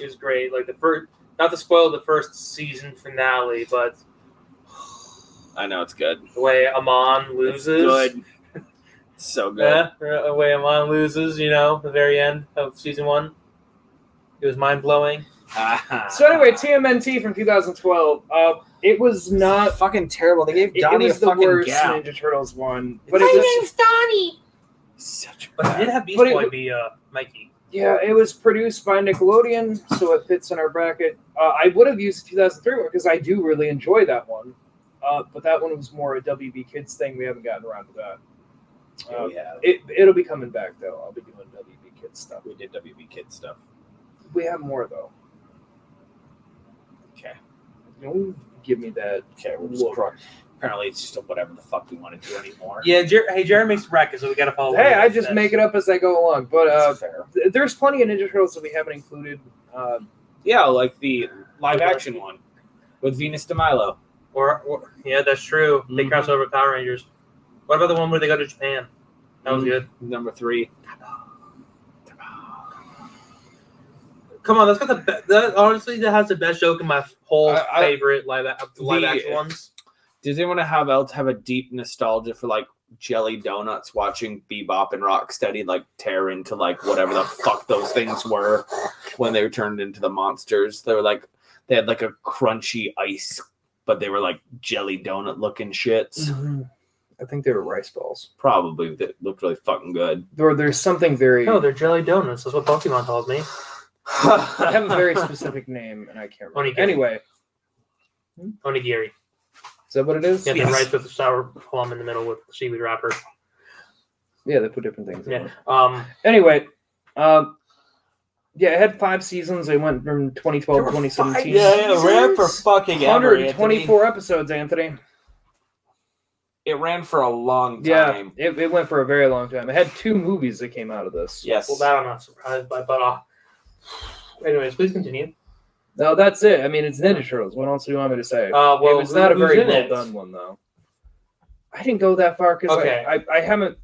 A: it was great. Like the first, not to spoil the first season finale, but
B: I know it's good.
A: the way Amon
B: It's
A: loses,
B: good. It's so good.
A: yeah, the way Amon loses, you know, the very end of season one, it was mind blowing.
B: Ah.
D: So anyway, TMNT from 2012. Uh, it was not.
G: fucking terrible. They gave
D: It, it
G: Donnie
D: was
G: a
D: the
G: fucking
D: worst
G: gout.
D: Ninja Turtles one,
J: My
D: but it was.
J: name's Donnie.
B: Such
A: But it did have Beast
D: But it
A: Boy
D: w-
A: be uh, Mikey.
D: Yeah, it was produced by Nickelodeon, so it fits in our bracket. Uh, I would have used the 2003 one because I do really enjoy that one, uh, but that one was more a WB Kids thing. We haven't gotten around to that. Uh,
B: yeah,
D: it, it'll be coming back though. I'll be doing WB Kids stuff.
B: we did WB Kid stuff.
D: We have more though.
B: Okay.
D: Don't give me that.
B: Okay, we're
D: Look.
B: just cr- apparently it's just whatever the fuck we want to do anymore.
A: Yeah, Jer- hey, Jared makes brackets, so we gotta follow.
D: Hey, I just make it up as I go along. But uh,
B: That's fair.
D: th- there's plenty of Ninja Turtles that we haven't included. Uh,
B: Yeah, like the live action one with Venus de Milo.
A: Or, or yeah, that's true. They
B: Mhm.
A: cross over with Power Rangers. What about the one where they go to Japan? That was
B: Mhm.
A: good.
B: Number three.
A: Come on, that's got the, be- that honestly that has the best joke in my whole
B: I- I-
A: favorite live a- live
B: The-
A: action ones.
B: Does anyone have else have a deep nostalgia for like jelly donuts watching Bebop and Rocksteady like tear into like whatever the fuck those things were when they were turned into the monsters? They were like they had like a crunchy ice, but they were like jelly donut looking shits.
D: Mm. Mm-hmm. I think they were rice balls.
B: Probably that looked really fucking good.
D: Or there's something very.
A: No, they're jelly donuts. That's what Pokemon tells me.
D: <laughs> I
B: <laughs>
D: have a very specific name, and I can't remember.
A: Onigiri.
D: Anyway,
A: Onigiri.
D: is that what it is?
A: Yeah, the rice with the sour plum in the middle with the seaweed wrapper.
D: Yeah, they put different things in
A: Yeah.
D: it.
A: Um,
D: Anyway, um, yeah, it had five seasons. It went from 2012 to 2017.
F: yeah, rap for fucking ever. Anthony.
D: 124 episodes, Anthony.
B: It ran for a long
D: Yeah,
B: time.
D: it, it went for a very long time. It had two movies that came out of this.
B: Yes.
A: well,
B: <laughs>
A: that I'm not surprised by, but uh, anyways, please continue.
D: No, that's it. I mean, it's Ninja Turtles. What else do you want me to say?
A: Uh, well,
D: it was not a
A: who- who's
D: very
A: in
D: well
A: it?
D: done one, though. I didn't go that far because
A: Okay.
D: I, I, I haven't.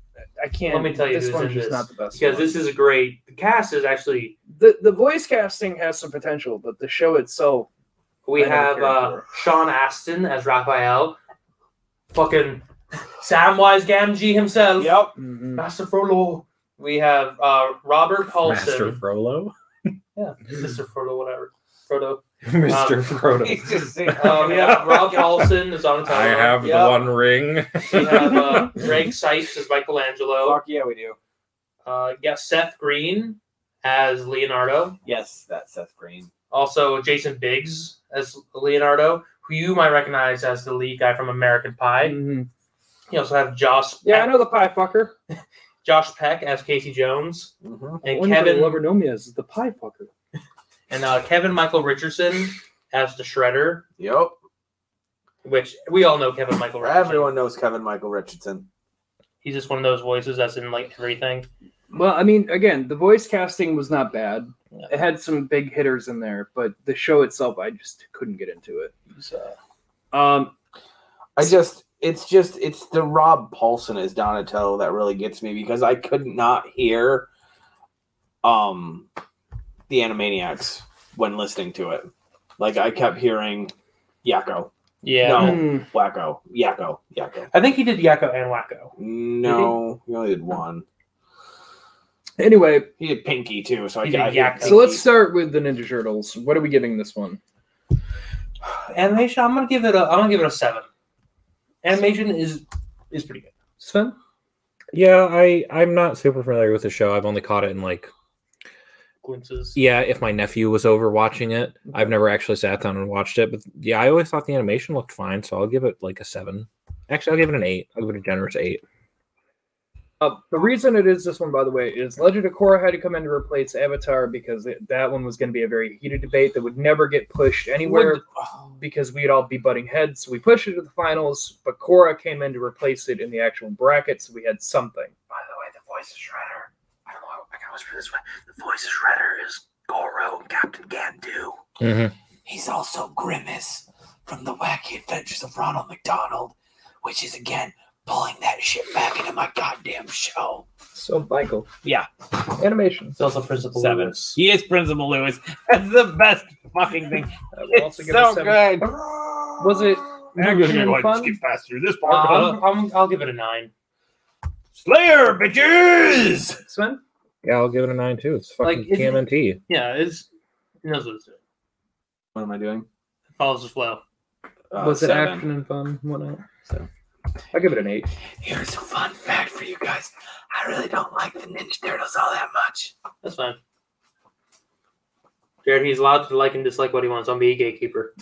D: I can't.
A: Let me tell you
D: this
A: who's
D: one's
A: in
D: just
A: this,
D: not the best.
A: Because
D: one.
A: this is a great. The cast is actually.
D: the the voice casting has some potential, but the show itself.
A: We
D: I don't
A: have
D: care
A: uh,
D: for-
A: Sean Astin as Raphael, fucking Samwise Gamgee himself,
B: Yep.
A: Master Frollo. We have uh, Robert
H: Master
A: Paulson, <laughs>
H: Frollo,
A: Mister Frollo, whatever, Frodo.
F: Mr.
A: Um,
F: Frodo.
B: <laughs> "Oh,
A: Uh, we have Rob Paulson as Donatello.
H: <laughs> I have
B: Yep.
H: the One Ring.
A: We have
H: <laughs>
A: uh, Greg Sykes as Michelangelo.
B: Fuck yeah, we do.
A: Uh, yeah, Seth Green as Leonardo.
B: Yes, that's Seth Green.
A: Also, Jason Biggs as Leonardo, who you might recognize as the lead guy from American Pie.
D: Mhm.
A: You also have Josh
D: Yeah, I
A: Peck,
D: know the pie fucker.
A: Josh Peck as Casey Jones,
B: Mm-hmm.
A: and
D: One you'll
A: Kevin
D: ever know me as is the pie fucker.
A: and uh, Kevin Michael Richardson as the Shredder,
B: Yep.
A: which we all know Kevin Michael Richardson.
B: Everyone knows Kevin Michael Richardson.
A: He's just one of those voices that's in like everything.
D: Well, I mean, again, the voice casting was not bad.
A: Yeah.
D: It had some big hitters in there, but the show itself, I just couldn't get into it.
A: uh,
D: Um,
B: I just, it's just, it's the Rob Paulson as Donatello that really gets me because I could not hear, um, the Animaniacs when listening to it. Like I kept hearing, Yakko,
A: Yeah,
B: No.
D: mm,
B: Wacko, Yakko, Yakko.
A: I think he did Yakko and Wacko.
B: No, we only did one.
D: Anyway,
B: He did Pinky too, so I,
A: He did
B: I did
A: Yak
D: so let's
B: Pinky.
D: start with the Ninja Turtles. What are we giving this one?
A: Animation, I'm gonna give it a I'm gonna give it a seven. Animation is is pretty good.
D: Sven?
H: Yeah, I I'm not super familiar with the show. I've only caught it in like
A: Glimpses.
H: yeah, if my nephew was over watching it. I've never actually sat down and watched it, but yeah, I always thought the animation looked fine, so I'll give it like a seven. Actually, I'll give it an eight. I'll give it a generous eight.
D: Uh, the reason it is this one, by the way, is Legend of Korra had to come in to replace Avatar because it, that one was going to be a very heated debate that would never get pushed anywhere
B: oh.
D: because we'd all be butting heads. So we pushed it to the finals, but Korra came in to replace it in the actual bracket, so we had something.
A: By the way, the voice is Shredder. I don't know. I gotta whisper this way. The voice is Shredder is Goro and Captain Gandu.
B: He's also Grimace from the Wacky Adventures of Ronald McDonald, which is again pulling that shit back into my goddamn show.
D: So, Michael.
B: Yeah.
D: Animations.
A: It's also Principal
B: Seven.
A: Lewis.
B: He is Principal Lewis. That's the best fucking thing.
D: I will
B: <laughs> It's
D: also give it a
B: so
D: seven.
B: good.
D: Was it action and fun?
B: past through this
A: Uh, I'm, I'm, I'll give it a nine.
B: Slayer, bitches!
D: Sven?
H: Yeah, I'll give it a nine too. It's
A: Like,
H: fucking
A: is it-
H: TMNT.
A: Yeah, it's it knows what it's doing.
B: What am I doing?
A: It follows the flow.
B: Uh,
D: was it
B: seven.
D: action and fun? What not?
B: Seven.
D: I give it an eight.
B: Here's a fun fact for you guys. I really don't like the Ninja Turtles all that much.
A: That's fine. Jared, he's allowed to like and dislike what he wants. I'm be a gatekeeper.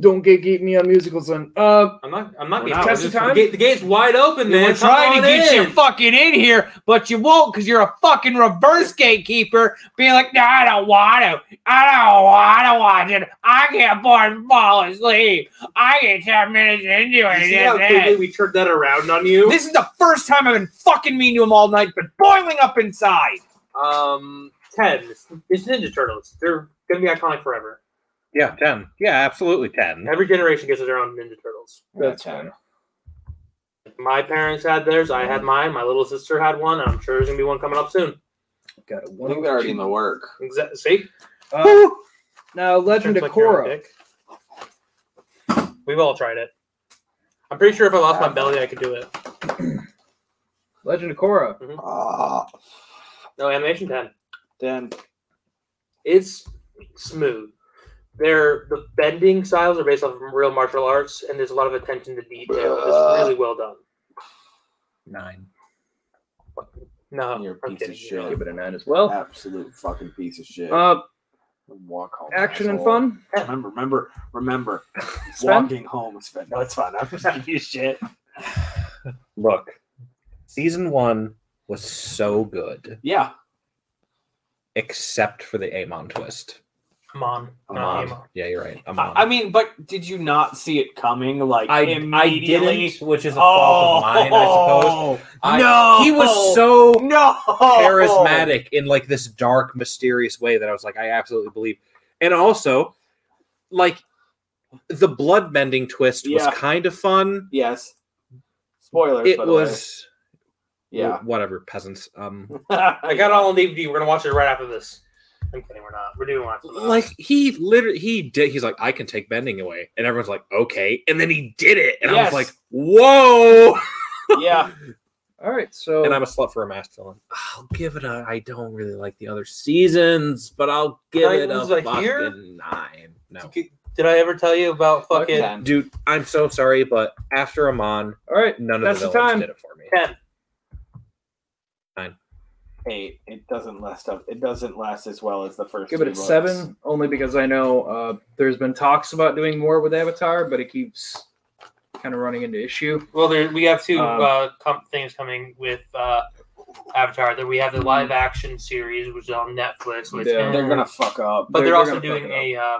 D: Don't get geek me on musicals then. Uh,
A: I'm not. I'm not
B: We're
A: getting
B: not.
A: tested
D: Tested time?
A: The, gate, the gate's wide open, man.
B: We're
A: Come
B: trying to
A: on
B: get
A: in.
B: you fucking in here, but you won't because you're a fucking reverse gatekeeper being like, no, I don't want to. I don't want to watch it. I can't born fall asleep. I get 10 minutes into it.
A: You see
B: that's
A: how
B: it."
A: quickly we turned that around on you?
B: This is the first time I've been fucking mean to him all night, but boiling up inside.
A: Um, ten. It's, it's Ninja Turtles. They're gonna be iconic forever.
F: Yeah, ten. Yeah, absolutely ten.
A: Every generation gets their own Ninja Turtles.
D: that's fine.
A: My parents had theirs. I had mine. My little sister had one. and I'm sure there's gonna be one coming up soon.
D: Got a
B: I think
D: one.
B: they're already in
F: <laughs>
B: the work.
A: Exactly. See,
D: Uh, now, Legend
A: Turns
D: of
A: like you're a
D: Korra.
A: dick. We've all tried it. I'm pretty sure if I lost my belly, I could do it.
D: Legend of Korra.
B: Ah,
A: No animation ten.
B: then
A: It's smooth. They're the bending styles are based off of real martial arts, and there's a lot of attention to detail. It's really well done.
H: Nine.
A: No,
B: You're a
A: I'm
B: piece
A: kidding.
B: of shit.
D: Give it a nine as well.
B: absolute fucking piece of shit.
D: Uh,
B: Walk home.
D: action and
B: asshole.
D: fun.
B: Remember, remember, remember.
D: Sven?
B: Walking home is fun. No, it's fine. I'm just giving you shit.
F: Look, season one was so good,
B: Yeah.
F: except for the Amon twist.
A: Come on,
B: Come
A: No,
B: on.
A: come on.
F: Yeah, you're right. Amon.
B: I, I mean, but did you not see it coming? Like immediately.
F: which is a
B: oh,
F: fault of mine, I suppose. I-
B: no.
F: he was so
B: no
F: charismatic in like this dark, mysterious way that I was like, I absolutely believe. And also, like the blood bending twist
B: Yeah.
F: was kind of fun.
B: Yes. Spoilers.
F: It
B: by the
F: was
B: way.
F: <laughs>
B: Yeah.
F: whatever peasants. Um,
B: <laughs>
A: I got it all on DVD. We're gonna watch it right after this. I'm kidding. We're not. We're doing one after this.
F: like he literally he did. He's like, I can take bending away, and everyone's like, okay. And then he did it, and I
B: Yes.
F: was like, whoa.
B: yeah.
D: All right, so
B: Oh.
F: And I'm a slut for a mask villain. I'll give it a. I don't really like the other seasons, but I'll give
A: Titans
F: it a
A: are
F: fucking
A: here?
F: nine. No.
A: Did I ever tell you about fucking
B: Okay.
F: Dude, I'm so sorry, but after Amon,
D: all right,
F: none of
D: That's
F: the
D: the
F: villains
D: time.
F: did it for me.
A: ten?
B: Eight. It doesn't last up. It doesn't last as well as the first.
D: give
B: two
D: it a
B: books.
D: seven only because I know uh, there's been talks about doing more with Avatar, but it keeps kind of running into issue.
A: Well, there we have two
D: Um,
A: uh, com- things coming with uh, Avatar. There we have the live action series, which is on Netflix. Which
D: Yeah.
B: They're gonna fuck up.
A: but they're,
D: they're
A: also
D: gonna fuck
A: doing a
D: it
A: uh,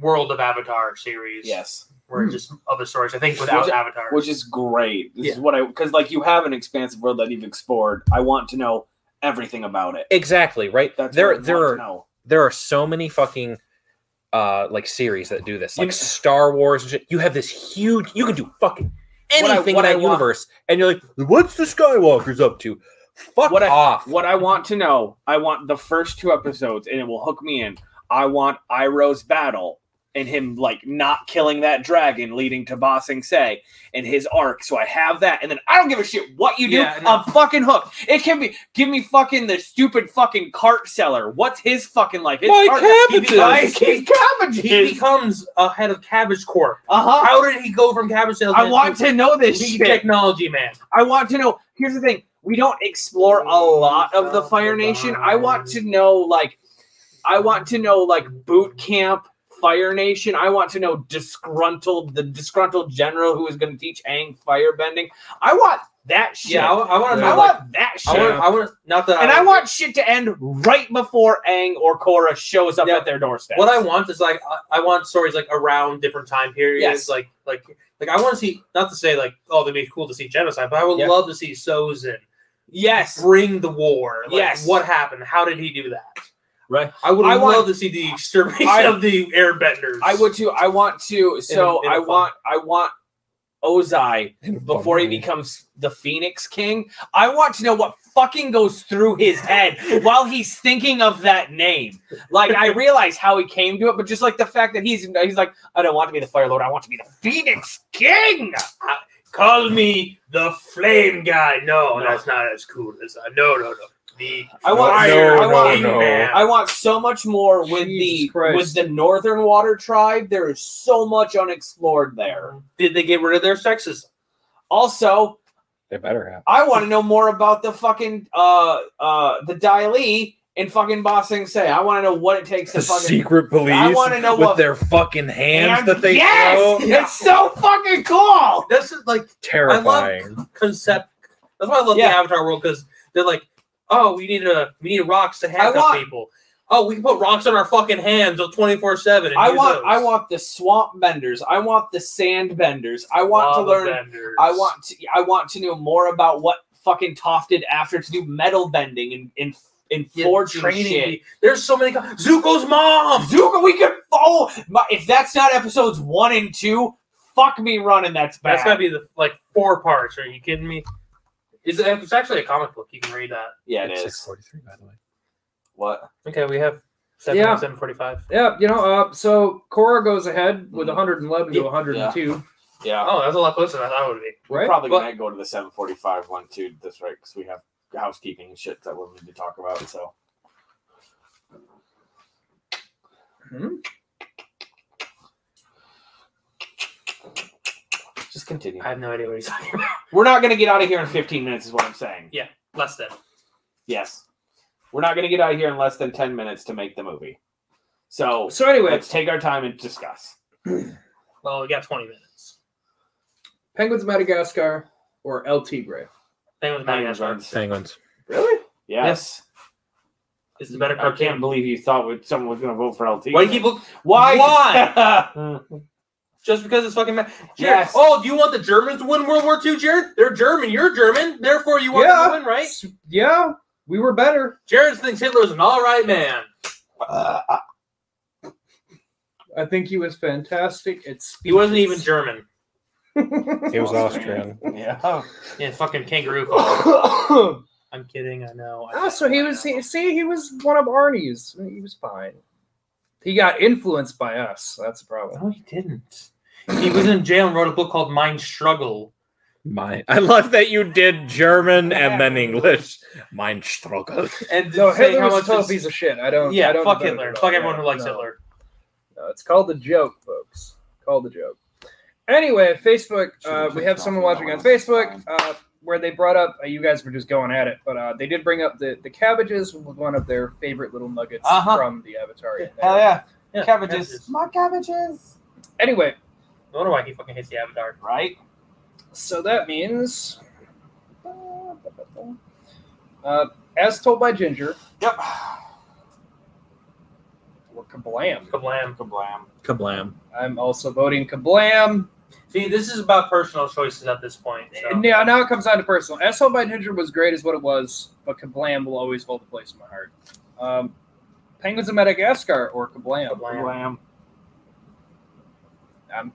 A: World of Avatar series.
B: Yes.
A: where it's just other stories. I think without
B: Which-
A: Avatar.
B: which is great. This is what I because like you have an expansive world that you've explored. I want to know everything about it.
F: Exactly, right?
B: That's
F: there
B: what I
F: there
B: want
F: are
B: to know.
F: there are so many fucking uh like series that do this. Like
B: You-
F: Star Wars and shit. You have this huge you can do fucking
B: I-
F: anything
B: what I
F: in that
B: want-
F: universe. And you're like, what's the Skywalker's up to? Fuck
B: What I-
F: off.
B: What I want to know, I want the first two episodes, and it will hook me in. I want Iroh's battle. and him like not killing that dragon, leading to Ba Sing Se and his arc. So I have that, and then I don't give a shit what you do.
G: Yeah, I know.
B: I'm fucking hooked. It can be give me fucking the stupid fucking cart seller. What's his fucking life? His
F: Mike
B: cart-
F: Cabbages!
B: He buys- he's
A: He
B: cabbages.
A: becomes a head of Cabbage Corp.
B: Uh huh.
A: How did he go from Cabbage Sales?
B: I want to know this
A: be
B: shit.
A: technology man.
B: I want to know. Here's the thing: we don't explore a lot of the Fire Nation. I want to know, like, I want to know, like, boot camp Fire Nation. I want to know disgruntled, the disgruntled general who is going to teach Aang firebending. I want that shit.
A: Yeah, I, want to know.
B: I
A: Like,
B: want that shit.
A: I want. I want. Not that.
B: and
A: I
B: I want shit to end right before Aang or Korra shows up
A: Yeah.
B: at their doorstep.
A: What I want is like I, I want stories like around different time periods.
B: Yes.
A: Like like like I want to see not to say like oh that'd be cool to see genocide, but I would
B: Yeah.
A: love to see Sozin
B: yes,
A: bring the war. Like,
B: Yes.
A: What happened? How did he do that?
H: Right.
A: I would
B: I
A: love
B: want-
A: to see the extermination
B: I-
A: of the airbenders.
B: I would too. I want to. So
A: in a
B: I
A: fun-
B: want. I want Ozai before he
H: Fucking-
B: becomes the Phoenix King. I want to know what fucking goes through his head
A: <laughs>
B: while he's thinking of that name. Like I realize how he came to it, but just like the fact that he's he's like, I don't want to be the Fire Lord. I want to be the Phoenix King.
A: call me the flame guy. No, that's not as cool as I. No, no, no. The
B: I want.
A: fire
B: I want.
A: king man.
B: I want so much more with
D: Jesus
B: the
D: Christ.
B: with the Northern Water Tribe. There is so much unexplored there.
A: Did they get rid of their sexism?
B: Also,
H: They better have.
B: I want to know more about the fucking uh uh the Dai Li and fucking Bossing Say. I want to know what it takes to
H: The
A: <laughs>
B: fucking
H: secret police
B: I wanna know
H: with
B: what-
H: their fucking hands
B: And-
H: that they
B: yes,
H: throw.
B: it's so fucking cool.
A: This is like
H: Terrifying.
A: concept. That's why I love
B: Yeah.
A: the Avatar world because they're like, oh, we need a we need rocks to handcuff
B: want-
A: people. Oh, we can put rocks on our fucking hands twenty four seven.
B: I want I want the swamp benders. I want the sand benders. I want to learn. I want to I want to know more about what fucking Toph did after to do metal bending and and and
A: floor
B: forging shit. <laughs>
A: There's so many. co- Zuko's mom.
B: Zuko, we could. Oh, my, if that's not episodes one and two, fuck me running. That's bad.
A: That's gotta be the like four parts. Are you kidding me? Is it, it's actually a comic book. You can read that.
B: yeah,
H: It's
B: it is.
H: 643, by the way.
B: What?
A: Okay, we have seven
D: Yeah.
A: seven forty five.
D: Yeah, you know, uh, so Cora goes ahead with 111 to
B: Yeah.
D: 102,
B: Yeah,
A: Oh, that's a lot closer than I thought it would be.
D: right?
B: probably
A: But-
B: gonna go to the seven forty five one too. That's right, because we have housekeeping and shit that we'll need to talk about. So
D: Hmm?
B: just continue.
A: I have no idea what he's talking about.
B: We're not gonna get out of here in fifteen minutes, is what I'm saying.
A: Less than.
B: Yes, we're not gonna get out of here in less than ten minutes to make the movie. So
D: So anyway,
B: let's take our time and discuss.
A: Well, we got twenty minutes.
D: Penguins of Madagascar or El Tigre?
A: Penguins Madagascar
H: Penguins.
D: Really?
B: Yes.
A: is the better
B: I
A: cartoon.
B: can't believe you thought we- someone was going to vote for LT.
A: Why do you keep looking?
B: Why?
A: <laughs>
B: <laughs>
A: Just because it's fucking. Ma- Jared,
B: Yes.
A: Oh, do you want the Germans to win World War II, Jared? They're German. You're German. Therefore, you want
D: Yeah.
A: them to win, right?
D: Yeah, we were better.
A: Jared thinks Hitler's an all right man.
D: I think he was fantastic. It's
A: He wasn't even German.
D: <laughs>
H: It was
F: <coughs>
D: <coughs>
H: Austrian.
B: yeah.
A: Yeah, fucking kangaroo. fuck.
D: ah,
A: I'm kidding. I know. I
D: so he was. He, see, he was one of Arnie's. He was fine. He got influenced by us. That's the problem.
A: No, he didn't. He was in jail and wrote a book called Mind Struggle.
H: My, I love that you did German and then English. Mein struggle.
A: And
D: No,
A: saying
D: Hitler
A: how
D: was a
A: much
D: total
A: is-
D: piece of shit. I don't. I
A: Yeah,
D: don't
A: fuck
D: debate
A: Hitler.
D: it at
A: Fuck
D: all.
A: everyone who likes
D: No.
A: Hitler.
D: No, it's called the joke, folks. Called the joke. Anyway, Facebook. Uh, we have someone watching on Facebook uh, where they brought up. Uh, you guys were just going at it, but uh, they did bring up the the cabbages was one of their favorite little nuggets
B: Uh-huh.
D: from the Avatar. in there.
B: Hell yeah.
A: Yeah,
B: Cabbages.
J: My cabbages.
D: Anyway,
A: No wonder why he fucking hates the Avatar.
B: Right?
D: so that means. Uh, as told by Ginger,
B: Yep.
D: or Kablam.
A: Kablam.
B: Kablam.
H: Kablam.
D: I'm also voting Kablam.
A: See, this is about personal choices at this point. So.
D: Now, now it comes down to personal. As Told by Ninja was great, is what it was, but Kablam will always hold a place in my heart. Um, Penguins of Madagascar or Kablam?
A: Kablam.
B: Kablam.
D: Um,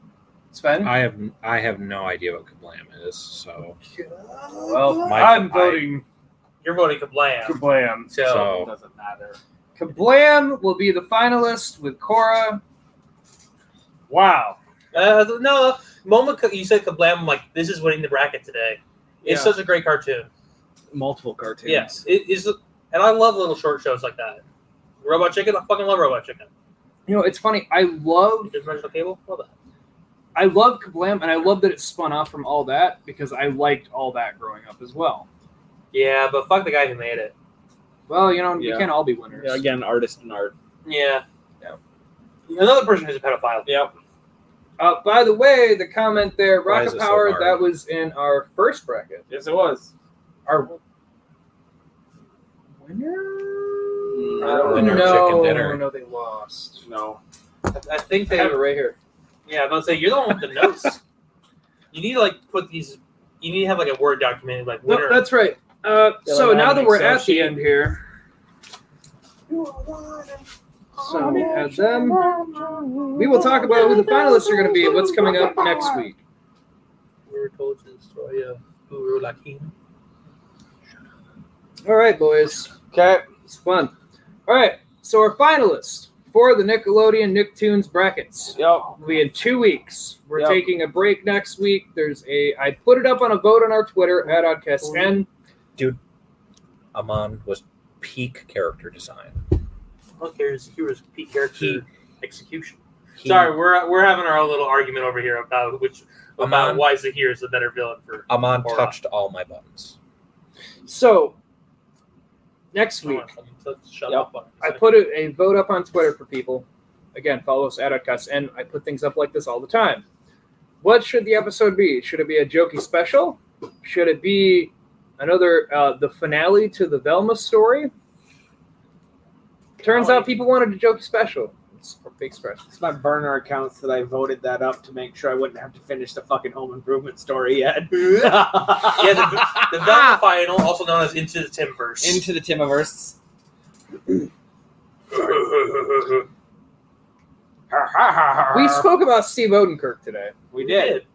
D: Sven?
F: Uh,
H: I have I have no idea what Kablam is, so
D: well,
H: My-
D: I'm
H: I-
D: voting
A: You're voting Kablam.
D: Kablam.
A: So,
B: Oh.
H: so
B: Doesn't matter.
D: Kablam will be the finalist with Cora.
A: Wow. Uh, no, Momo, you said Kablam. I'm like, this is winning the bracket today. It's
D: Yeah.
A: such a great cartoon.
D: Multiple cartoons.
A: Yes, it is, and I love little short shows like that. Robot Chicken, I fucking love Robot Chicken.
D: You know, it's funny. I love
A: Dimensional Cable, love that.
D: I love Kablam, and I love that it spun off from all that because I liked all that growing up as well.
A: Yeah, but fuck the guy who made it.
D: Well, you know, we
B: Yeah.
D: can't all be winners.
B: Yeah, again, artist and art.
A: Yeah.
D: Yeah.
A: Another person who's a pedophile.
B: Yep.
D: Uh, by the way, the comment there,
F: Why is
D: Rocket
F: it so
D: Power,
F: hard?
D: that was in our first bracket.
B: Yes, it was.
D: Our winner?
H: don't Winner of
D: no,
H: chicken dinner.
D: no, they lost.
B: No.
A: I- I think they.
D: They have it right here.
A: Yeah, I'm gonna say you're the one with the
D: <laughs>
A: notes. you need to like put these. You need to have like a word document like
D: No,
A: winner.
D: that's right. Uh,
B: Yeah,
D: so
B: like
D: now that
B: Adam
D: we're
B: Excel
D: at the
B: sheet.
D: end here, so we had them. We will talk about who the finalists are going to be and what's coming up next <laughs> week.
A: we were told to destroy a guru like him.
D: All right, boys.
B: Okay.
D: It's fun. All right. So our finalists for the Nickelodeon Nicktoons brackets
B: Yep.
D: will be in two weeks. We're
B: Yep.
D: taking a break next week. There's a I put it up on a vote on our Twitter at OddcastN.
H: Amon was peak character design.
A: Look, here's here's peak character
H: He-
A: execution.
H: He-
A: Sorry, we're we're having our own little argument over here about which about
H: Amon.
A: why Zahir is the better villain for.
H: Amon
A: Or-
H: touched all my buttons.
D: So next week
A: Shut
B: Yep.
A: up.
D: I put a, a vote up on Twitter for people. Again, follow us at Outcasts, and I put things up like this all the time. What should the episode be? Should it be a jokey special? Should it be another uh, the finale to the Velma story? Turns out people wanted a jokey special. It's a big stretch.
G: It's my burner accounts that I voted that up to make sure I wouldn't have to finish the fucking home improvement story <laughs> yet.
A: yeah, the, <laughs> the Velma final, also known as Into the Timverse. <laughs>
B: Into the Timiverse.
G: Uh.
D: We spoke about Steve Odenkirk today.
G: we did.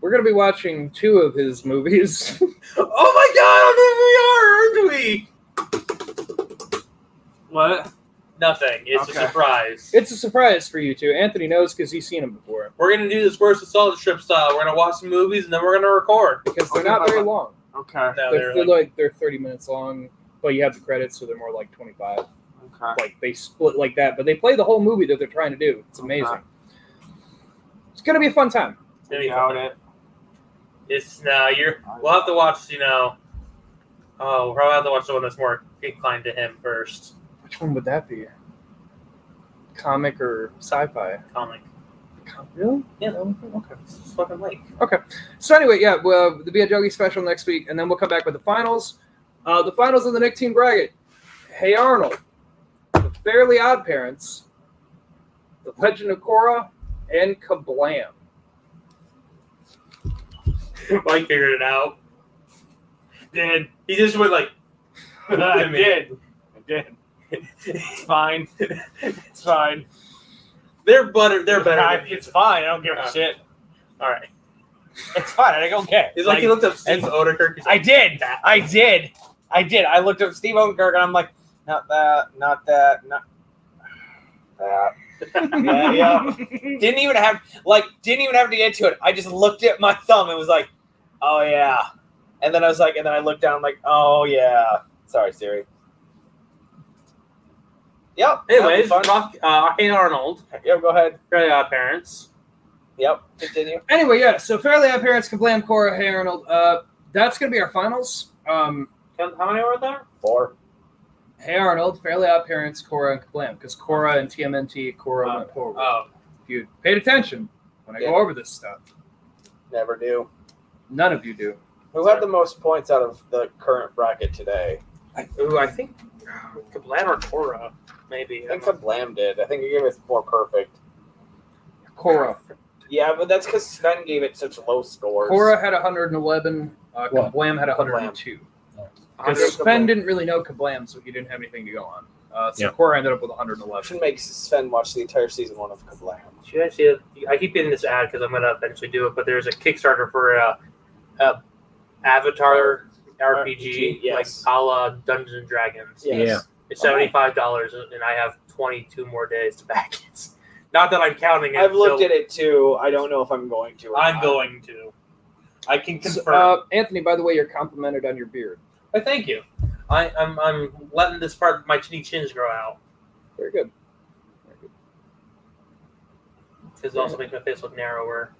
D: We're going to be watching two of his movies. <laughs>
A: Oh my god, I mean, we are, aren't we?
G: What?
A: Nothing. It's
G: Okay.
A: a surprise.
D: it's a surprise for you two. Anthony knows because he's seen them before.
A: We're gonna do this worst assault trip style. We're gonna watch some movies and then we're gonna record.
D: Because they're
G: Okay,
D: not
G: bye-bye.
D: very long.
G: Okay.
A: No,
D: they're,
A: they're
D: they're
A: like,
D: like, they're 30 minutes long but you have the credits so they're more like 25
G: Okay.
D: like they split like that but they play the whole movie that they're trying to do it's amazing
G: Okay.
D: it's gonna be a fun time
A: anyway,
G: Doubt it.
A: it's no, you're. We'll have to watch. You know, oh, we'll probably have to watch the one that's more inclined to him first.
D: which one would that be comic or sci-fi
A: Comic.
D: Com- really
A: Yeah.
D: That one? okay
A: It's fucking lake.
D: so anyway yeah well the be a Jogi special next week and then we'll come back with the finals uh the finals of the nick team bracket hey arnold the fairly odd parents the legend of korra and kablam
A: <laughs> Mike figured it out. Did he just went like?
G: <laughs> I
A: I mean,
G: did. I did. It's fine. It's fine.
A: they're butter. They're better.
G: I-
A: than you.
G: it's fine. I don't give
A: Uh,
G: a shit.
A: All right.
G: It's fine. I don't care.
A: It's like, he looked up Steve
G: it's-
A: Odekirk. He's
G: I
A: like,
G: did. I did. I did. I looked up Steve Odenkirk and I'm like, not that, not that, not that. yeah, yeah. Didn't even have like didn't even have to get to it. I just looked at my thumb and was like, oh yeah. And then I was like, and then I looked down I'm like, oh yeah. Sorry, Siri. <laughs> Yep. that'd be
A: Anyways,
G: fun.
A: Rock, uh, hey Arnold,
G: Yep, go ahead.
A: Fairly Odd uh, Parents.
G: Yep. Continue.
D: anyway, yeah. So Fairly Odd Parents, Kablam, Cora, Hey Arnold. Uh, that's gonna be our finals. Um,
A: How how many were there?
B: Four.
D: Hey Arnold, Fairly Odd Parents, Cora, and Kablam, because Cora and TMNT, Cora went forward.
A: Oh,
D: if you paid attention when I
B: Yeah.
D: go over this stuff,
B: Never do.
D: none of you do.
B: Who had the most points out of the current bracket today?
A: Ooh, I think Kablan or Torah, maybe.
B: I think Kablam did. I think he gave us four perfect.
D: Cora.
B: Yeah, but that's because Sven gave it such low scores.
D: Cora had 111. Uh,
E: What?
D: Kablam had 102. Because
B: Kablam.
D: Sven didn't really know Kablam, so he didn't have anything to go on. Uh, so
H: Yeah.
D: Cora ended up with
B: I
D: 111.
B: should make Sven watch the entire season one of Kablam.
A: Should I see it? I keep getting this ad because I'm gonna eventually do it, but there's a Kickstarter for a, a Avatar RPG,
B: RPG, yes.
A: like a la Dungeons and Dragons.
B: Yes.
A: It's seventy five dollars, and I have twenty two more days to back it. <laughs> Not that I'm counting it.
B: I've looked
A: so
B: at it too. I don't know if I'm going to. Or
A: I'm
B: not.
A: going to. I can confirm.
D: Uh, Anthony, by the way, you're complimented on your beard.
A: But thank you. I, I'm I'm letting this part of my chinny chins grow out
D: Very good.
A: because it also makes my face look narrower.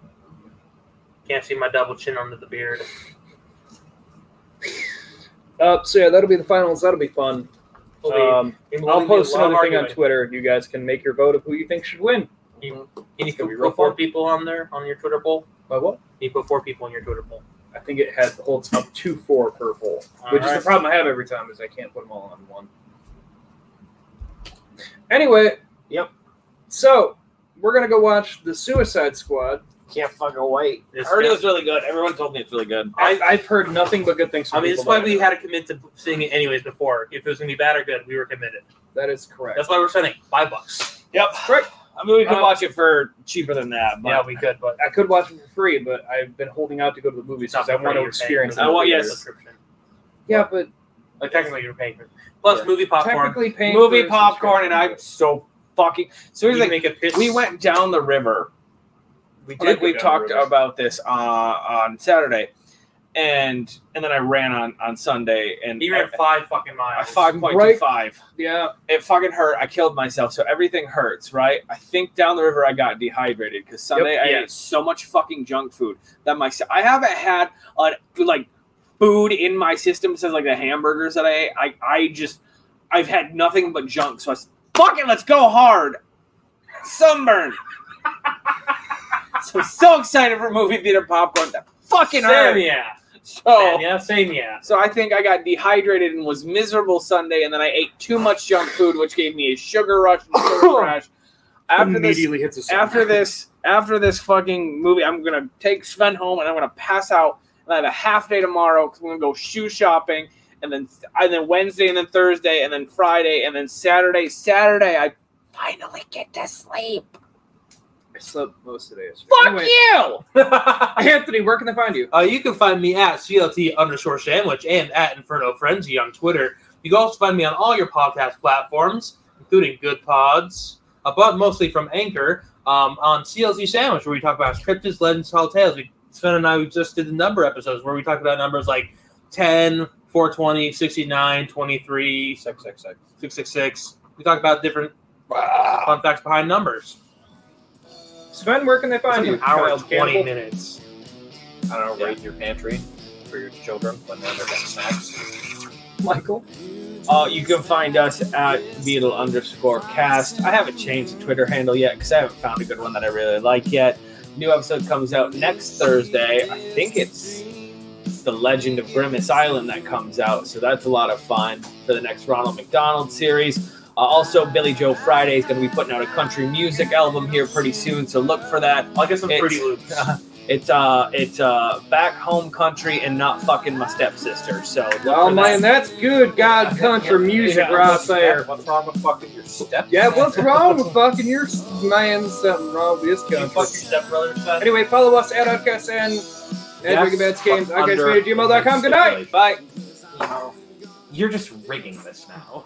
A: Can't see my double chin under the beard.
D: Uh, so yeah, that'll be the finals. That'll be fun.
A: It'll be-
D: Um,
A: it will
D: I'll
A: leave me a
D: post
A: lot of
D: another thing on
A: arguing.
D: Twitter. You guys can make your vote of who you think should win.
A: Can you
D: It's gonna be
A: put
D: real
A: four
D: fun.
A: people on there on your Twitter poll?
D: By what?
A: You put four people on your Twitter poll.
D: I think it has holds up to four per poll, which is
A: Alright.
D: the problem I have every time is I can't put them all on one. Anyway,
B: Yep.
D: So we're gonna go watch the Suicide Squad.
B: Can't fucking wait.
A: This-
B: I heard it was really good. Everyone told me it's really good.
D: I, I've heard nothing but good things. From
A: I mean,
D: people
A: that's why
D: that
A: we
D: know.
A: had to commit to seeing it anyways before. If it was gonna be bad or good, we were committed.
D: That is correct.
A: That's why we're spending five bucks.
B: Yep.
D: Correct.
B: I mean, we could
D: Uh,
B: watch it for cheaper than that. But
A: Yeah, we could, but
D: I could watch it for free, but I've been holding out to go to the movies because I want to experience.
B: I
D: it.
B: want- yes.
A: subscription.
D: Yeah, but
A: Like technically you're paying for it. Plus
B: Yeah.
A: movie popcorn.
D: technically paying
B: movie
D: for
B: popcorn, and
D: subscription.
B: I'm so fucking. So
A: You
B: here's the
A: can
B: thing.
A: make a pitch.
B: We went down the river.
D: We did
B: Like
D: go
B: we
D: down
B: talked
D: the road.
B: about this uh, on Saturday, and and then I ran on on Sunday, and
A: You ran five fucking miles.
B: five point two
D: Right.
B: five.
D: Yeah,
B: it fucking hurt. I killed myself, so everything hurts, right? I think down the river I got dehydrated because Sunday I
A: yeah.
B: ate so much fucking junk food that my I haven't had a like food in my system since like the hamburgers that I ate. I I just I've had nothing but junk, so I s- fuck it, let's go hard. Sunburn. so so excited for movie theater popcorn. That fucking
A: Same
B: <laughs> hurt.
A: yeah.
B: So
A: Same yeah, same yeah.
B: so I think I got dehydrated and was miserable Sunday, and then I ate too much junk food, which gave me a sugar rush and sugar
D: <coughs>
B: crash. After this,
D: immediately hits us.
B: after this, after this fucking movie, I'm gonna take Sven home and I'm gonna pass out. And I have a half day tomorrow because we're gonna go shoe shopping, and then and then Wednesday, and then Thursday, and then Friday, and then Saturday. Saturday, I finally get to sleep.
D: I slept most of the days.
B: Fuck
D: Anyway,
B: you! <laughs>
D: Anthony, where can they find you?
A: Uh, you can find me at CLT underscore sandwich and at Inferno Frenzy on Twitter. You can also find me on all your podcast platforms, including Good Pods, uh, but mostly from Anchor um, on CLT Sandwich, where we talk about scripteds, legends, tall tales. We, Sven and I we just did the number episodes where we talked about numbers like 10, 420, 69, 23, 666. We talk about different fun facts behind numbers.
D: Sven, where can they
A: It's
D: find
A: like
D: you?
A: an hour
D: Kyle
A: and 20
D: Campbell?
A: minutes.
F: I don't know, raid your pantry for your children when they're getting snacks.
D: Michael.
B: Uh, you can find us at Beetle underscore cast. I haven't changed the Twitter handle yet because I haven't found a good one that I really like yet. New episode comes out next Thursday. I think it's it's the Legend of Grimace Island that comes out, so that's a lot of fun for the next Ronald McDonald series. Uh, also, Billy Joe Friday is going to be putting out a country music album here pretty soon, so look for that.
A: I'll get some
B: It's-
A: pretty
D: <laughs>
A: loops.
B: It's uh, it's uh, back home country and not fucking my stepsister. So look
D: Oh
B: for that.
D: man, that's good God country music
B: Yeah.
D: right there.
F: What's wrong with fucking your step?
D: Yeah, what's wrong with fucking your s- man? Something wrong with this
A: You fuck your
D: country.
A: stepbrother, Sven.
D: Anyway, follow us at UdcastN at Wicked Bats Games,
F: Under-
D: UdcastRadio@gmail.com. Good night.
B: Bye.
F: You're just rigging this now.